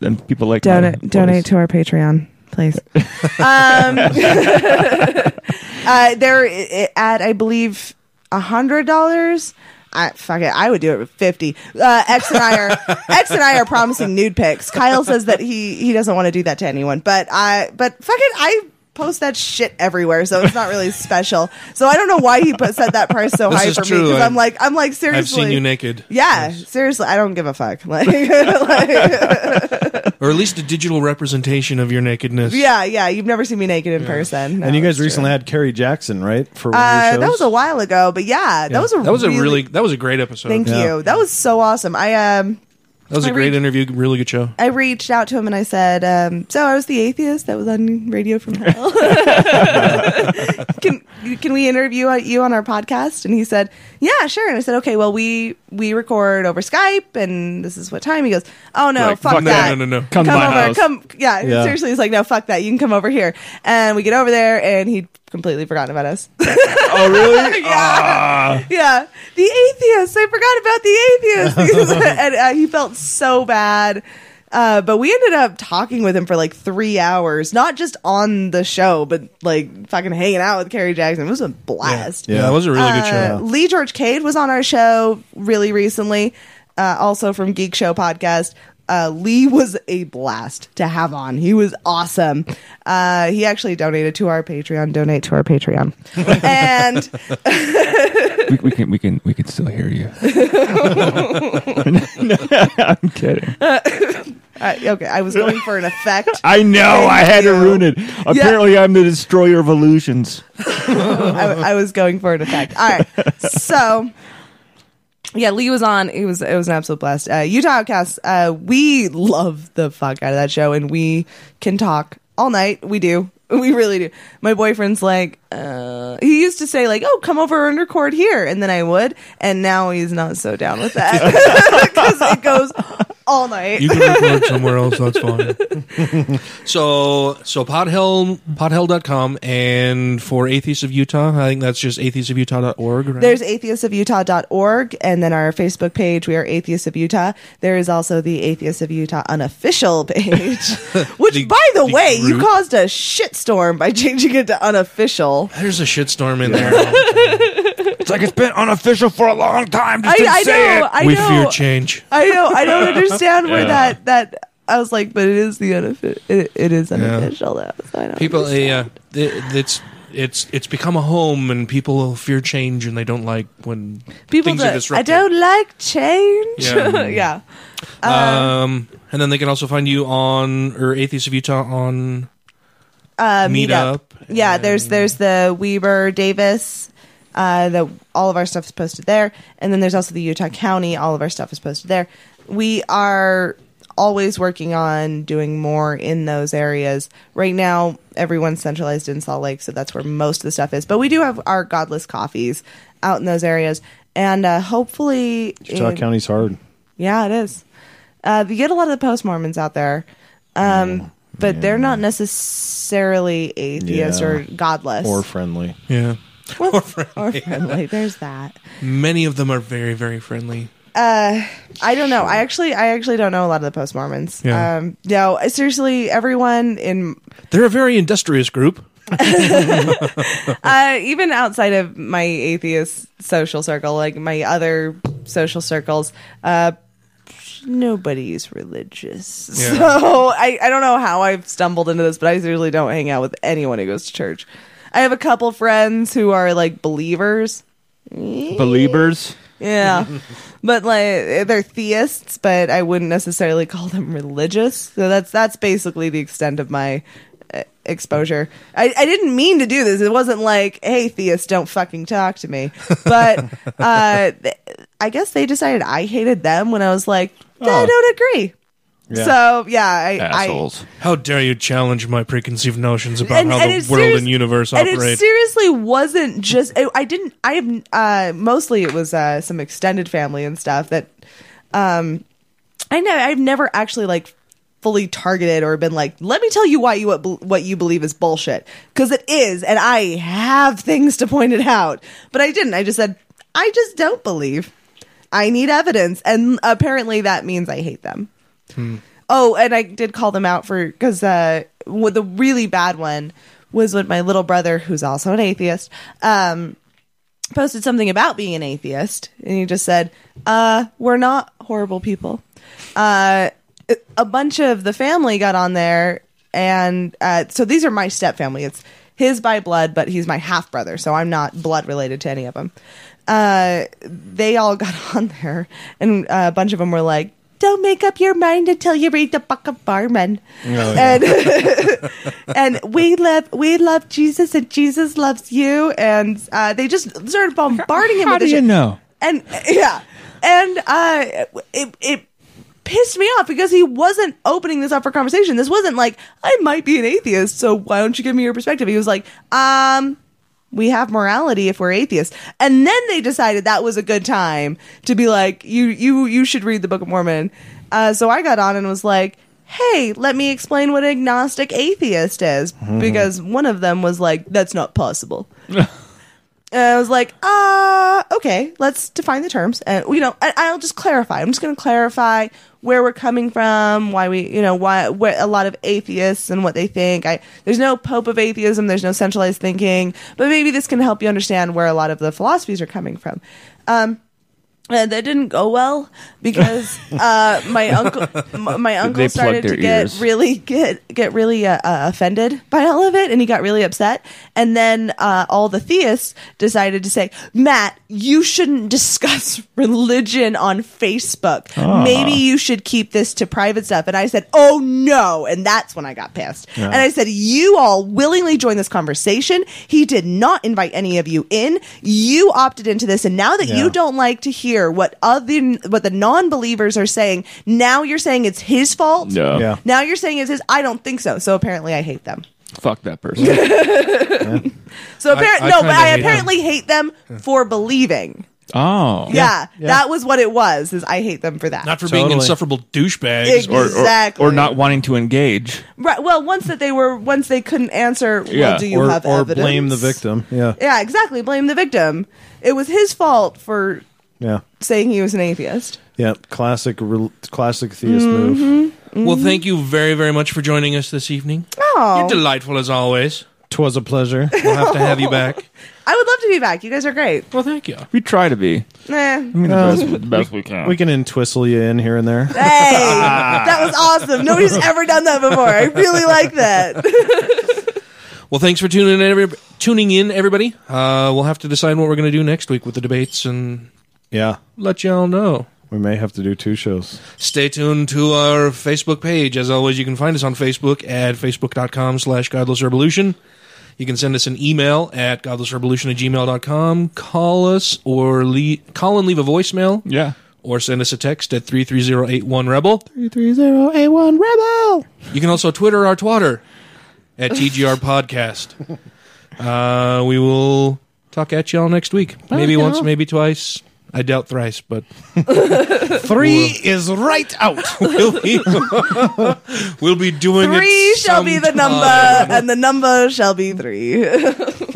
D: And people like my
E: donate
D: voice.
E: donate to our Patreon, please. um, uh, they're i- at I believe a hundred dollars. I, fuck it, I would do it with fifty. Uh, X and I are X and I are promising nude pics. Kyle says that he he doesn't want to do that to anyone, but I but fuck it, I post that shit everywhere, so it's not really special. So I don't know why he put, set that price so
B: This
E: high
B: is
E: for me
B: true.
E: because
B: I-
E: I'm like I'm like seriously
B: I've seen you naked.
E: Yeah, seriously, I don't give a fuck. like
B: Or at least a digital representation of your nakedness.
E: Yeah, yeah. You've never seen me naked in person. No,
C: and you
E: it's
C: guys
E: true.
C: recently had Kerry Jackson, right? For one of
E: Uh,
C: your
E: that
C: shows?
E: was a while ago, but yeah, that was a
B: that was
E: really,
B: a really that was a great episode.
E: thank you. That was so awesome. I um
B: That was a
E: I
B: great interview, really good show.
E: I reached out to him and I said, um, "So I was the atheist that was on radio from hell. can can we interview you on our podcast?" And he said, "Yeah, sure." And I said, "Okay, well we we record over Skype, and this is what time." He goes, "Oh no,
B: Like,
E: fuck,
B: fuck
E: that!
B: that. No, no, no. Come
E: Come,
B: to my
E: over.
B: house."
E: Come, yeah,
B: Yeah.
E: Seriously, he's like, "No, fuck that. You can come over here." And we get over there, and he'd completely forgotten about us.
D: oh really?
E: yeah, the atheist. I forgot about the atheist. Because- and uh, he felt so bad. Uh, but we ended up talking with him for like three hours, not just on the show, but like fucking hanging out with Carrie Jackson. It was a blast.
B: Yeah, that was a really good
E: Uh,
B: show.
E: Lee George Cade was on our show really recently, uh, also from Geek Show podcast. Uh, Lee was a blast to have on. He was awesome. Uh, he actually donated to our Patreon. Donate to our Patreon. and
D: we, we can we can we can still hear you. I'm kidding.
E: Uh, okay, I was going for an effect.
D: I know. I had to ruin it. Apparently, I'm the destroyer of illusions.
E: I, I was going for an effect. All right, so yeah, Lee was on. It was it was an absolute blast. Uh, Utah Outcasts. Uh, we love the fuck out of that show, and we can talk all night. We do. We really do. My boyfriend's like, uh, he used to say like, "Oh, come over and record here," and then I would, and now he's not so down with that because it goes all night.
B: You can record somewhere else, that's fine. so so podhell podhell.com and for Atheists of Utah, I think that's just atheistofutah.org, right?
E: There's atheistofutah.org, and then our Facebook page, we are Atheists of Utah. There is also the Atheists of Utah unofficial page, which, by the, way, you
B: group.
E: caused a shitstorm by changing it to unofficial.
B: There's a shitstorm in there.
D: It's like it's been unofficial for a long time.
E: I, I know, I
B: we
E: know,
B: fear change.
E: I know, I don't understand where
B: Yeah.
E: that that. I was like, but it is the unofficial. It, it is unofficial though. So I don't
B: People yeah, it- it's it's it's become a home and people fear change and they don't like when
E: People,
B: things
E: do,
B: are
E: I
B: disrupted.
E: don't like change.
B: Yeah.
E: Yeah. Uh,
B: Um, and then they can also find you on or Atheists of Utah on
E: uh,
B: Meetup.
E: meetup. Yeah, there's there's the Weber Davis. Uh, the all of our stuff is posted there, and then there's also the Utah County. All of our stuff is posted there. We are always working on doing more in those areas. Right now, everyone's centralized in Salt Lake, so that's where most of the stuff is. But we do have our Godless Coffees out in those areas, and uh, hopefully,
C: Utah
E: in-
C: County's hard.
E: yeah, it is. Uh, you get a lot of the post Mormons out there, um, but they're not necessarily atheist
C: Yeah.
E: or godless
C: Or friendly.
B: Yeah.
E: Well, or friendly. There's that.
B: Many of them are very very friendly.
E: Uh, I don't know. I actually, I actually don't know a lot of the post Mormons.
B: Yeah.
E: Um, no, I- seriously, everyone in
B: They're a very industrious group.
E: uh, even outside of my atheist social circle, like my other social circles, uh, nobody's religious.
B: Yeah.
E: So I, I don't know how I've stumbled into this, but I seriously don't hang out with anyone who goes to church. I have a couple friends who are like believers.
D: Believers.
E: Yeah. but like they're theists, but I wouldn't necessarily call them religious. So that's that's basically the extent of my uh, exposure. I, I didn't mean to do this. It wasn't like, hey, theists, don't fucking talk to me. But uh, th- I guess they decided I hated them when I was like, I don't agree.
B: Yeah.
E: So yeah, I, I
B: How dare you challenge my preconceived notions about how the
E: it's
B: world
E: serious-
B: and universe
E: and
B: operate?
E: it seriously wasn't just. I, I didn't. I have uh, mostly it was uh, some extended family and stuff that. Um, I know I've never actually like fully targeted or been like, let me tell you why you what, bel- what you believe is bullshit because it is, and I have things to point it out, but I didn't. I just said I just don't believe. I need evidence, and apparently that means I hate them. Oh, and I did call them out for because uh, what the really bad one was when my little brother, who's also an atheist, um, posted something about being an atheist, and he just said, uh, "We're not horrible people." Uh, a bunch of the family got on there, and uh, so these are my step family. It's his by blood, but he's my half brother, so I'm not blood related to any of them. Uh, they all got on there, and uh, a bunch of them were like, "Don't make up your mind until you read the Book of Mormon,"
O: Oh,
E: and and we love we love Jesus, and Jesus loves you, and uh, they just started bombarding him.
O: How
E: with
O: do
E: this
O: you
E: shit.
O: know?
E: And yeah, and uh, it it pissed me off because he wasn't opening this up for conversation. This wasn't like I might be an atheist, so why don't you give me your perspective? He was like, um. We have morality if we're atheists, and then they decided that was a good time to be like, you, you, you should read the Book of Mormon. Uh, so I got on and was like, hey, let me explain what agnostic atheist is,
O: Mhm.
E: because one of them was like, that's not possible. And I was like, uh, okay, let's define the terms. And, you know, I, I'll just clarify. I'm just going to clarify where we're coming from, why we, you know, why where a lot of atheists and what they think. I, there's no pope of atheism, there's no centralized thinking, but maybe this can help you understand where a lot of the philosophies are coming from. Um, and that didn't go well because uh, my uncle my, my
D: They
E: uncle
D: plugged
E: started
D: their
E: to get
D: ears.
E: really get get really uh, uh, offended by all of it, and he got really upset. And then uh, all the theists decided to say, "Matt, you shouldn't discuss religion on Facebook.
O: Ah.
E: Maybe you should keep this to private stuff." And I said, "Oh no!" And that's when I got pissed.
O: Yeah.
E: And I said, "You all willingly joined this conversation. He did not invite any of you in. You opted into this, and now that
O: Yeah.
E: you don't like to hear what other what the non-believers are saying, now you're saying it's his fault."
D: Yeah. Yeah.
E: Now you're saying it's his. I don't think so. So apparently, I hate them.
D: Fuck that person.
E: So
D: I-
E: apparently,
D: I
E: no,
D: kinda
E: but I
D: hate
E: apparently hate them for believing.
D: Oh.
E: Yeah, that was what it was. Is I hate them for that.
B: Not for being insufferable douchebags.
D: Or-
E: Exactly.
D: Or, or, not wanting to engage.
E: Right. Well, once that they were, once they couldn't answer, well,
D: yeah.
E: do you have evidence?
D: victim. Yeah.
E: Yeah, exactly. Blame the victim. It was his fault for
C: Yeah.
E: saying he was an atheist.
C: Yeah. Classic, rel classic theist move.
E: Mm-hmm.
B: Well, thank you very, very much for joining us this evening.
E: Oh.
B: You're delightful as always.
C: Twas a pleasure.
B: We'll have to have you back.
E: I would love to be back. You guys are great.
B: Well, thank you.
D: We try to be.
E: Nah.
C: Uh,
D: best we can.
C: We can entwistle you in here and there.
E: Hey, that was awesome. Nobody's ever done that before. I really like that.
B: Well, thanks for tuning in, every, tuning in everybody. Uh, we'll have to decide what we're going to do next week with the debates and
C: Yeah.
B: let y'all know.
C: We may have to do two shows.
B: Stay tuned to our Facebook page. As always, you can find us on Facebook at facebook.com slash godlessrevolution. You can send us an email at godlessrevolution at gmail.com. Call us or le- call and leave a voicemail.
D: Yeah.
B: Or send us a text at 33081-REBEL.
C: 330A1 Rebel.
B: You can also Twitter our twatter at TGR Podcast. Uh, we will talk at y'all next week.
C: Bye,
B: Maybe
C: y'all.
B: once, maybe twice. I doubt thrice, but
C: Three is right out.
B: we'll be, we'll be doing it
E: Three shall be the number,
B: sometime.
E: and the number shall be three.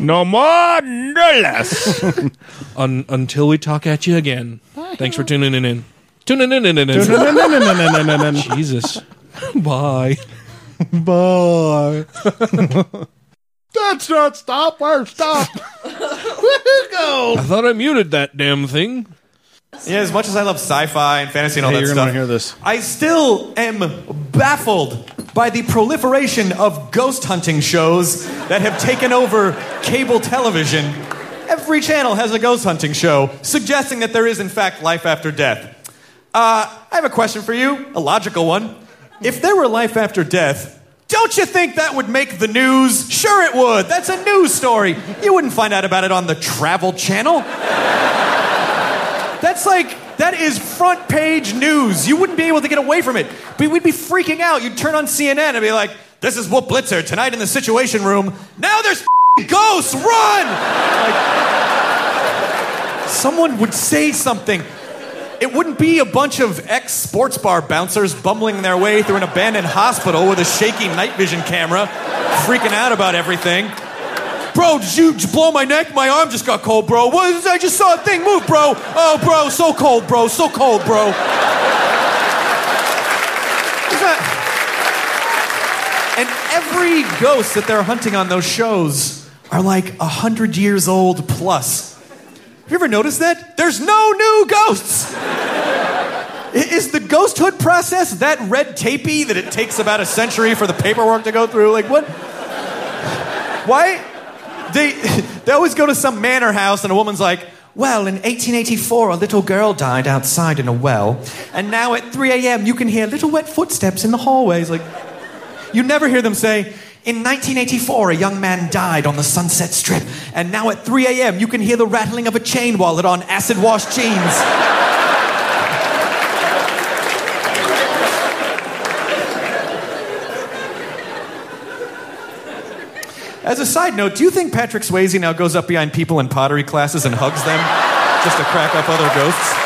B: No more, no less. Un- until we talk at you again. Thanks for tuning in. in. Tuning in. in, in, in. Jesus. Bye.
C: Bye.
O: That's not stop or stop.
B: I thought I muted that damn thing.
K: Yeah, as much as I love sci-fi and fantasy and all
B: Hey,
K: that
B: you're gonna
K: stuff,
B: wanna hear
C: this.
K: I still am baffled by the proliferation of ghost hunting shows that have taken over cable television. Every channel has a ghost hunting show, suggesting that there is, in fact, life after death. Uh, I have a question for you, a logical one. If there were life after death,
D: Don't you think that would make the news? Sure, it would. That's a news story. You wouldn't find out about it on the Travel Channel. That's like, that is front page news. You wouldn't be able to get away from it. But we'd be freaking out. You'd turn on CNN and be like, this is Whoop Blitzer tonight in the Situation Room. Now there's ghosts, run! Like, someone would say something. It wouldn't be a bunch of ex sports bar bouncers bumbling their way through an abandoned hospital with a shaky night vision camera, freaking out about everything. Bro, did you just blow my neck? My arm just got cold, bro. What is- I just saw a thing move, bro. Oh, bro, so cold, bro, so cold, bro. Is that- And every ghost that they're hunting on those shows are like a hundred years old plus. Have you ever noticed that? There's no new ghosts. I- Is the ghosthood process that red tapey that it takes about a century for the paperwork to go through? Like what? Why? They they always go to some manor house and a woman's like, "Well, in 1884, a little girl died outside in a well, and now at 3 a.m. you can hear little wet footsteps in the hallways." Like, you never hear them say, in 1984, a young man died on the Sunset Strip, and now at 3 a.m., you can hear the rattling of a chain wallet on acid washed jeans. As a side note, do you think Patrick Swayze now goes up behind people in pottery classes and hugs them just to crack up other ghosts?